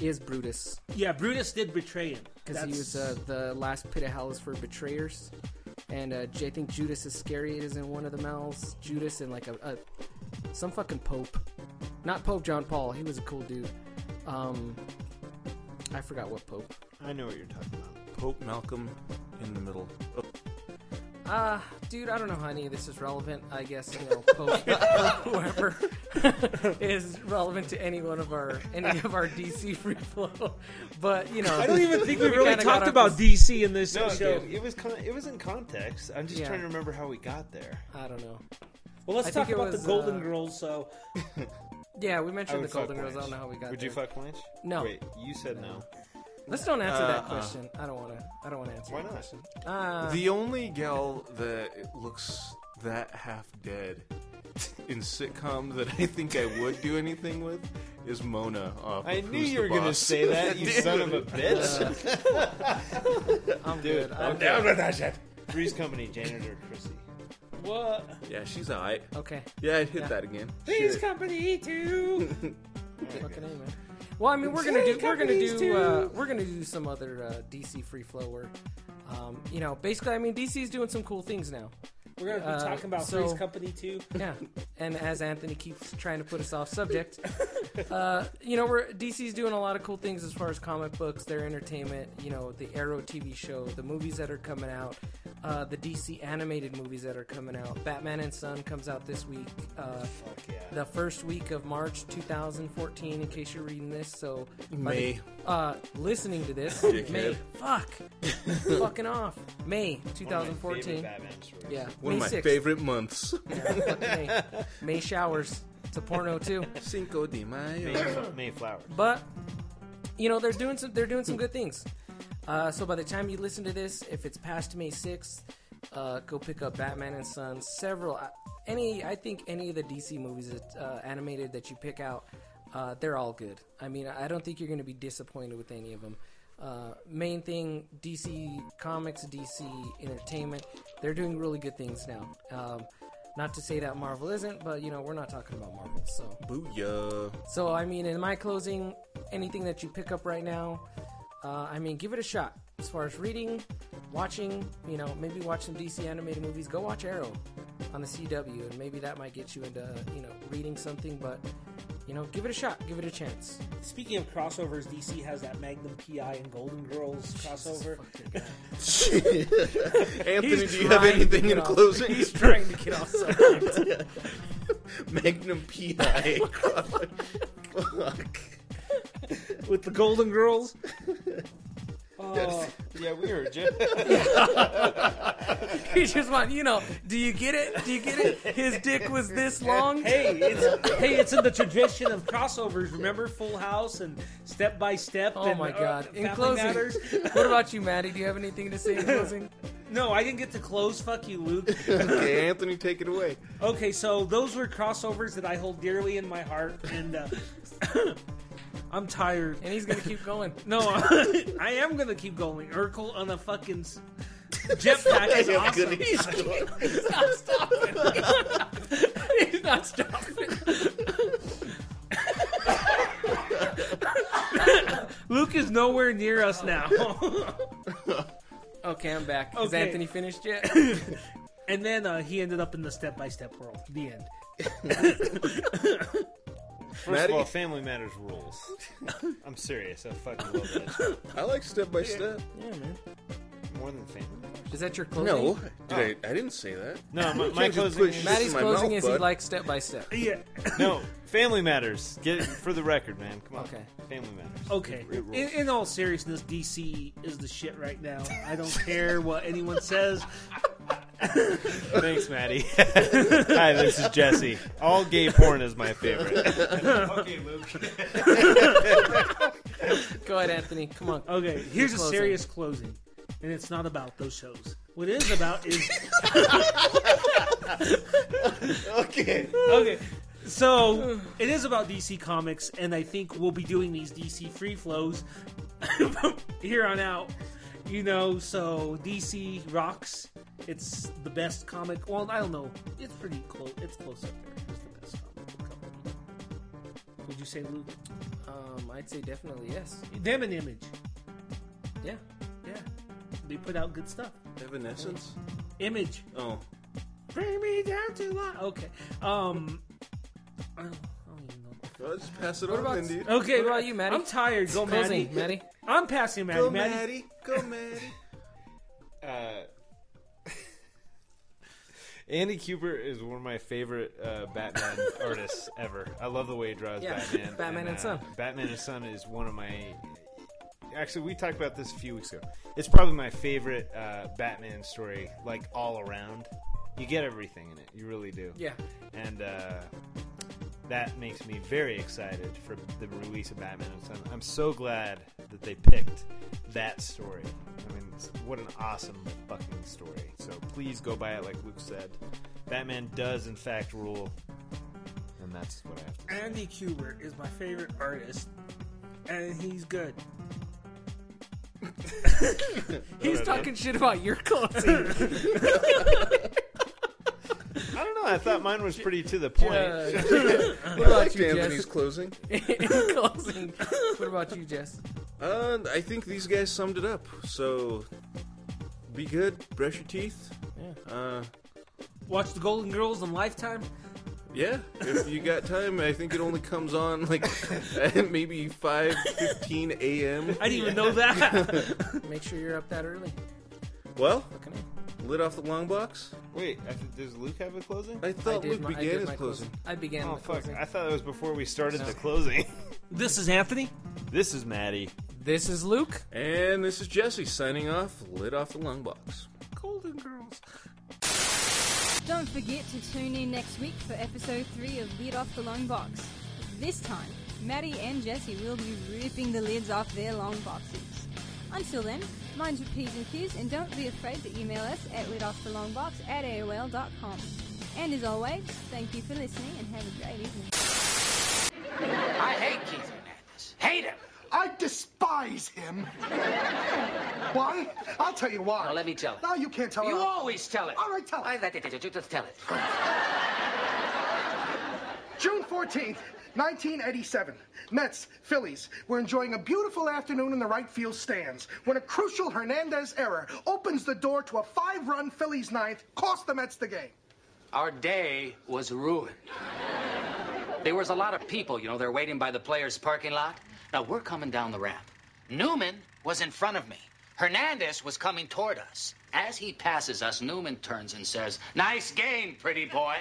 Speaker 12: is Brutus
Speaker 2: yeah, Brutus did betray him
Speaker 12: because he was uh, the last pit of hell is for betrayers, and uh, J- I think Judas Iscariot is in one of the mouths. Judas and like a, a some fucking pope, not Pope John Paul. He was a cool dude. Um, I forgot what pope.
Speaker 1: I know what you're talking about.
Speaker 3: Pope Malcolm in the middle. Oh,
Speaker 12: Uh, dude, I don't know how any of this is relevant. I guess you know, Pope, Pope whoever is relevant to any one of our any of our DC free flow. But you know,
Speaker 2: I don't even think we really
Speaker 12: kinda got
Speaker 2: talked
Speaker 12: off
Speaker 2: about
Speaker 12: this-
Speaker 2: DC in this
Speaker 1: No,
Speaker 2: show.
Speaker 1: dude, it was con- it was in context. I'm just
Speaker 12: Yeah.
Speaker 1: trying to remember how we got there.
Speaker 12: I don't know.
Speaker 2: Well, let's
Speaker 12: I think
Speaker 2: talk
Speaker 12: it
Speaker 2: about
Speaker 12: was,
Speaker 2: the Golden
Speaker 12: uh,
Speaker 2: Girls. So,
Speaker 12: Yeah, we
Speaker 1: I
Speaker 12: mentioned the
Speaker 1: would fuck
Speaker 12: Golden Girls. I don't
Speaker 1: Blanche.
Speaker 12: know how we got.
Speaker 1: Would you
Speaker 12: there.
Speaker 1: fuck Blanche?
Speaker 12: No.
Speaker 1: Wait, you said no.
Speaker 12: Let's don't answer
Speaker 3: Uh,
Speaker 12: that
Speaker 3: uh.
Speaker 12: question. I don't want to. I don't want to answer
Speaker 1: Why
Speaker 12: that
Speaker 1: not?
Speaker 12: question. Uh,
Speaker 3: the only gal that looks that half dead in sitcom that I think I would do anything with is Mona. Off
Speaker 1: I
Speaker 3: of
Speaker 1: knew
Speaker 3: Who's
Speaker 1: you
Speaker 3: the
Speaker 1: were going to
Speaker 3: Boss.
Speaker 1: say that, you
Speaker 3: Dude.
Speaker 1: son of a
Speaker 12: Uh,
Speaker 1: bitch.
Speaker 12: I'm
Speaker 1: Dude,
Speaker 12: good. I'm
Speaker 1: okay.
Speaker 12: down with that
Speaker 3: shit.
Speaker 1: Three's Company janitor Chrissy.
Speaker 2: what?
Speaker 3: Yeah, she's alright.
Speaker 12: Okay.
Speaker 3: Yeah, I'd hit
Speaker 12: Yeah.
Speaker 3: that again.
Speaker 12: Three's
Speaker 3: Shit.
Speaker 2: Company too.
Speaker 12: Fucking A, man. Well, I mean, we're gonna do we're gonna do uh, we're gonna do some other uh, DC free flow where, um, you know, basically, I mean, DC is doing some cool things now.
Speaker 2: We're gonna be
Speaker 12: Uh,
Speaker 2: talking about
Speaker 12: so-
Speaker 2: Three's Company too.
Speaker 12: Yeah, and as Anthony keeps trying to put us off subject, uh, you know, we're DC's doing a lot of cool things as far as comic books, their entertainment, you know, the Arrow TV show, the movies that are coming out, uh, the DC animated movies that are coming out. Batman and Son comes out this week, uh, the first week of March 2014. In case you're reading this, so by the-
Speaker 3: May.
Speaker 12: uh, listening to this,
Speaker 3: Dickhead.
Speaker 12: May, fuck, fucking off, May
Speaker 1: One of my
Speaker 12: 2014.
Speaker 1: favorite Batman stories.
Speaker 12: Yeah,
Speaker 3: One
Speaker 12: May
Speaker 3: of my
Speaker 12: 6th.
Speaker 3: favorite months.
Speaker 12: May, May showers. It's a porno too.
Speaker 3: Cinco de
Speaker 1: May-
Speaker 3: Mayo.
Speaker 1: Mayflower.
Speaker 12: But you know they're doing some they're doing some good things. Uh, so by the time you listen to this, if it's past May sixth, uh, go pick up Batman and Son. Several uh, any I think any of the DC movies that uh, animated that you pick out, uh, they're all good. I mean I don't think you're going to be disappointed with any of them. Uh, main thing, DC Comics, DC Entertainment, they're doing really good things now. Um, not to say that Marvel isn't, but you know we're not talking about Marvel. So
Speaker 3: Booyah.
Speaker 12: so I mean, in my closing, anything that you pick up right now, uh, I mean, give it a shot. As far as reading, watching, you know, maybe watch some DC animated movies. Go watch Arrow on the CW, and maybe that might get you into, you know, reading something. But you know, give it a shot, give it a chance.
Speaker 2: Speaking of crossovers, DC has that Magnum PI and Golden Girls crossover.
Speaker 12: Anthony,
Speaker 2: He's
Speaker 3: do you have
Speaker 2: trying to
Speaker 3: anything
Speaker 2: get
Speaker 3: in
Speaker 2: off-
Speaker 3: closing?
Speaker 2: He's trying to get off subject.
Speaker 3: Magnum PI. Fuck.
Speaker 2: With the Golden Girls?
Speaker 3: Yes. Yeah, we heard you.
Speaker 4: He just want you know. Do you get it? Do you get it? His dick was this long.
Speaker 2: Hey, it's hey, it's in the tradition of crossovers. Remember Full House and Step by Step.
Speaker 4: Oh
Speaker 2: and,
Speaker 4: my
Speaker 2: uh,
Speaker 4: god! in
Speaker 2: Family
Speaker 4: closing,
Speaker 2: Matters.
Speaker 4: what about you, Maddie? Do you have anything to say in closing?
Speaker 2: No, I didn't get to close. Fuck you, Luke.
Speaker 3: okay, Anthony, take it away.
Speaker 2: Okay, so those were crossovers that I hold dearly in my heart, and uh, I'm tired.
Speaker 4: And he's gonna keep going.
Speaker 2: No, uh, I am gonna keep going. Urkel on a fucking s- jetpack is
Speaker 4: I am
Speaker 2: awesome.
Speaker 4: gonna keep going. He's not stopping. He's not stopping.
Speaker 2: Luke is nowhere near us now.
Speaker 4: okay, I'm back. Is Anthony finished yet?
Speaker 2: and then uh, he ended up in the step by step world. The end.
Speaker 1: First of all, Family Matters rules. I'm serious. I fucking love that. show.
Speaker 3: I like Step by Step.
Speaker 12: Yeah, man.
Speaker 1: More than Family Matters.
Speaker 12: Is that your
Speaker 3: closing? No. Did I- I didn't say that.
Speaker 1: No, my,
Speaker 3: You
Speaker 1: my
Speaker 3: can't just
Speaker 1: closing.
Speaker 3: put
Speaker 1: Is,
Speaker 3: shit Maddie's in my closing mouth, is he bud.
Speaker 12: likes Step by Step.
Speaker 2: Yeah.
Speaker 1: no, Family Matters. Get it for the record, man. Come on.
Speaker 2: Okay.
Speaker 1: Family Matters.
Speaker 2: Okay.
Speaker 1: It- it rules.
Speaker 2: In, in all seriousness, DC is the shit right now. I don't care what anyone says.
Speaker 1: Thanks, Maddie. Hi, this is Jesse. All gay porn is my favorite.
Speaker 4: Go ahead, Anthony. Come on.
Speaker 2: Okay,
Speaker 4: Your
Speaker 2: here's a
Speaker 4: closing.
Speaker 2: serious closing, and it's not about those shows. What it is about is okay, okay. So it is about DC Comics, and I think we'll be doing these DC free flows here on out. You know, so DC rocks. It's the best comic. Well, I don't know. It's pretty close. It's close up there. It's the best comic. Would you say Luke?
Speaker 12: Um, I'd say definitely yes.
Speaker 2: Them and Image.
Speaker 12: Yeah.
Speaker 2: Yeah. They put out good stuff.
Speaker 3: Evanescence?
Speaker 2: Image.
Speaker 3: Oh.
Speaker 2: Bring me down to life. Okay. Um. I don't,
Speaker 3: I don't even know. Just pass it
Speaker 2: What
Speaker 3: on,
Speaker 2: about-
Speaker 3: then, dude.
Speaker 2: okay, What about you, Maddie? I'm tired. Go,
Speaker 12: Closing,
Speaker 2: Maddie.
Speaker 12: Maddie.
Speaker 2: I'm passing Maddie.
Speaker 3: Go,
Speaker 2: Maddie.
Speaker 3: Maddie. Go, Maddie.
Speaker 1: Uh, Andy Kubert is one of my favorite uh, Batman artists ever. I love the way he draws
Speaker 12: Yeah,
Speaker 1: Batman.
Speaker 12: Batman and
Speaker 1: uh,
Speaker 12: Son.
Speaker 1: Batman and Son is one of my. Actually, we talked about this a few weeks ago. It's probably my favorite uh, Batman story, like all around. You get everything in it. You really do.
Speaker 12: Yeah.
Speaker 1: And uh, that makes me very excited for the release of Batman and Son. I'm so glad that they picked that story. I mean, it's- what an awesome fucking story. So please go buy it, like Luke said. Batman does, in fact, rule. And that's what I have to
Speaker 2: Andy Kubert is my favorite artist, and he's good.
Speaker 4: He's talking shit about your closing.
Speaker 1: I don't know. I thought mine was pretty to the point.
Speaker 4: what about you, Jess? In closing, what about you, Jess?
Speaker 3: Uh, I think these guys summed it up. So, be good. Brush your teeth. Yeah. Uh,
Speaker 2: Watch the Golden Girls on Lifetime.
Speaker 3: yeah. If you got time, I think it only comes on like at maybe five fifteen a.m.
Speaker 2: I didn't even know that.
Speaker 12: Make sure you're up that early.
Speaker 3: well, lit off the long box.
Speaker 1: Wait, I th- does Luke have a closing?
Speaker 3: I thought
Speaker 12: did
Speaker 3: Luke
Speaker 12: my- I
Speaker 3: began
Speaker 12: did
Speaker 3: his
Speaker 12: my closing.
Speaker 3: closing.
Speaker 12: I began
Speaker 1: Oh
Speaker 12: the
Speaker 1: fuck!
Speaker 12: closing.
Speaker 1: I thought it was before we started the closing.
Speaker 2: This is Anthony.
Speaker 1: This is Maddie.
Speaker 4: This is Luke.
Speaker 3: And this is Jesse signing off. Lit off the long box.
Speaker 2: Golden Girls.
Speaker 9: Don't forget to tune in next week for episode 3 of Lid Off the Long Box. This time, Maddie and Jesse will be ripping the lids off their long boxes. Until then, mind your P's and Q's and don't be afraid to email us at lidofftheLongbox at AOL.com. And as always, thank you for listening and have a great evening.
Speaker 25: I hate Keith Hernandez. Hate him. I
Speaker 9: I despise him. why? I'll tell you why.
Speaker 8: Now let me tell it.
Speaker 9: No, you can't tell
Speaker 8: you
Speaker 9: her.
Speaker 8: always tell it.
Speaker 9: All right, tell it.
Speaker 8: I let it. You just tell it.
Speaker 9: June 14th, 1987. Mets, Phillies. We're enjoying a beautiful afternoon in the right field stands when a crucial Hernandez error opens the door to a five run Phillies ninth, cost the Mets the game.
Speaker 8: Our day was ruined. There was a lot of people, you know, they're waiting by the players' parking lot. Now we're coming down the ramp. Newman was in front of me. Hernandez was coming toward us. As he passes us, Newman turns and says, Nice game, pretty boy.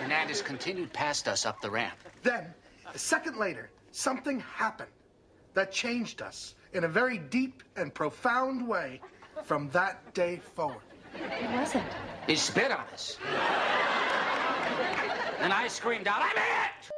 Speaker 8: Hernandez continued past us up the ramp.
Speaker 9: Then, a second later, something happened that changed us in a very deep and profound way from that day forward.
Speaker 8: It wasn't. He spit on us. And I screamed out, I'm in it!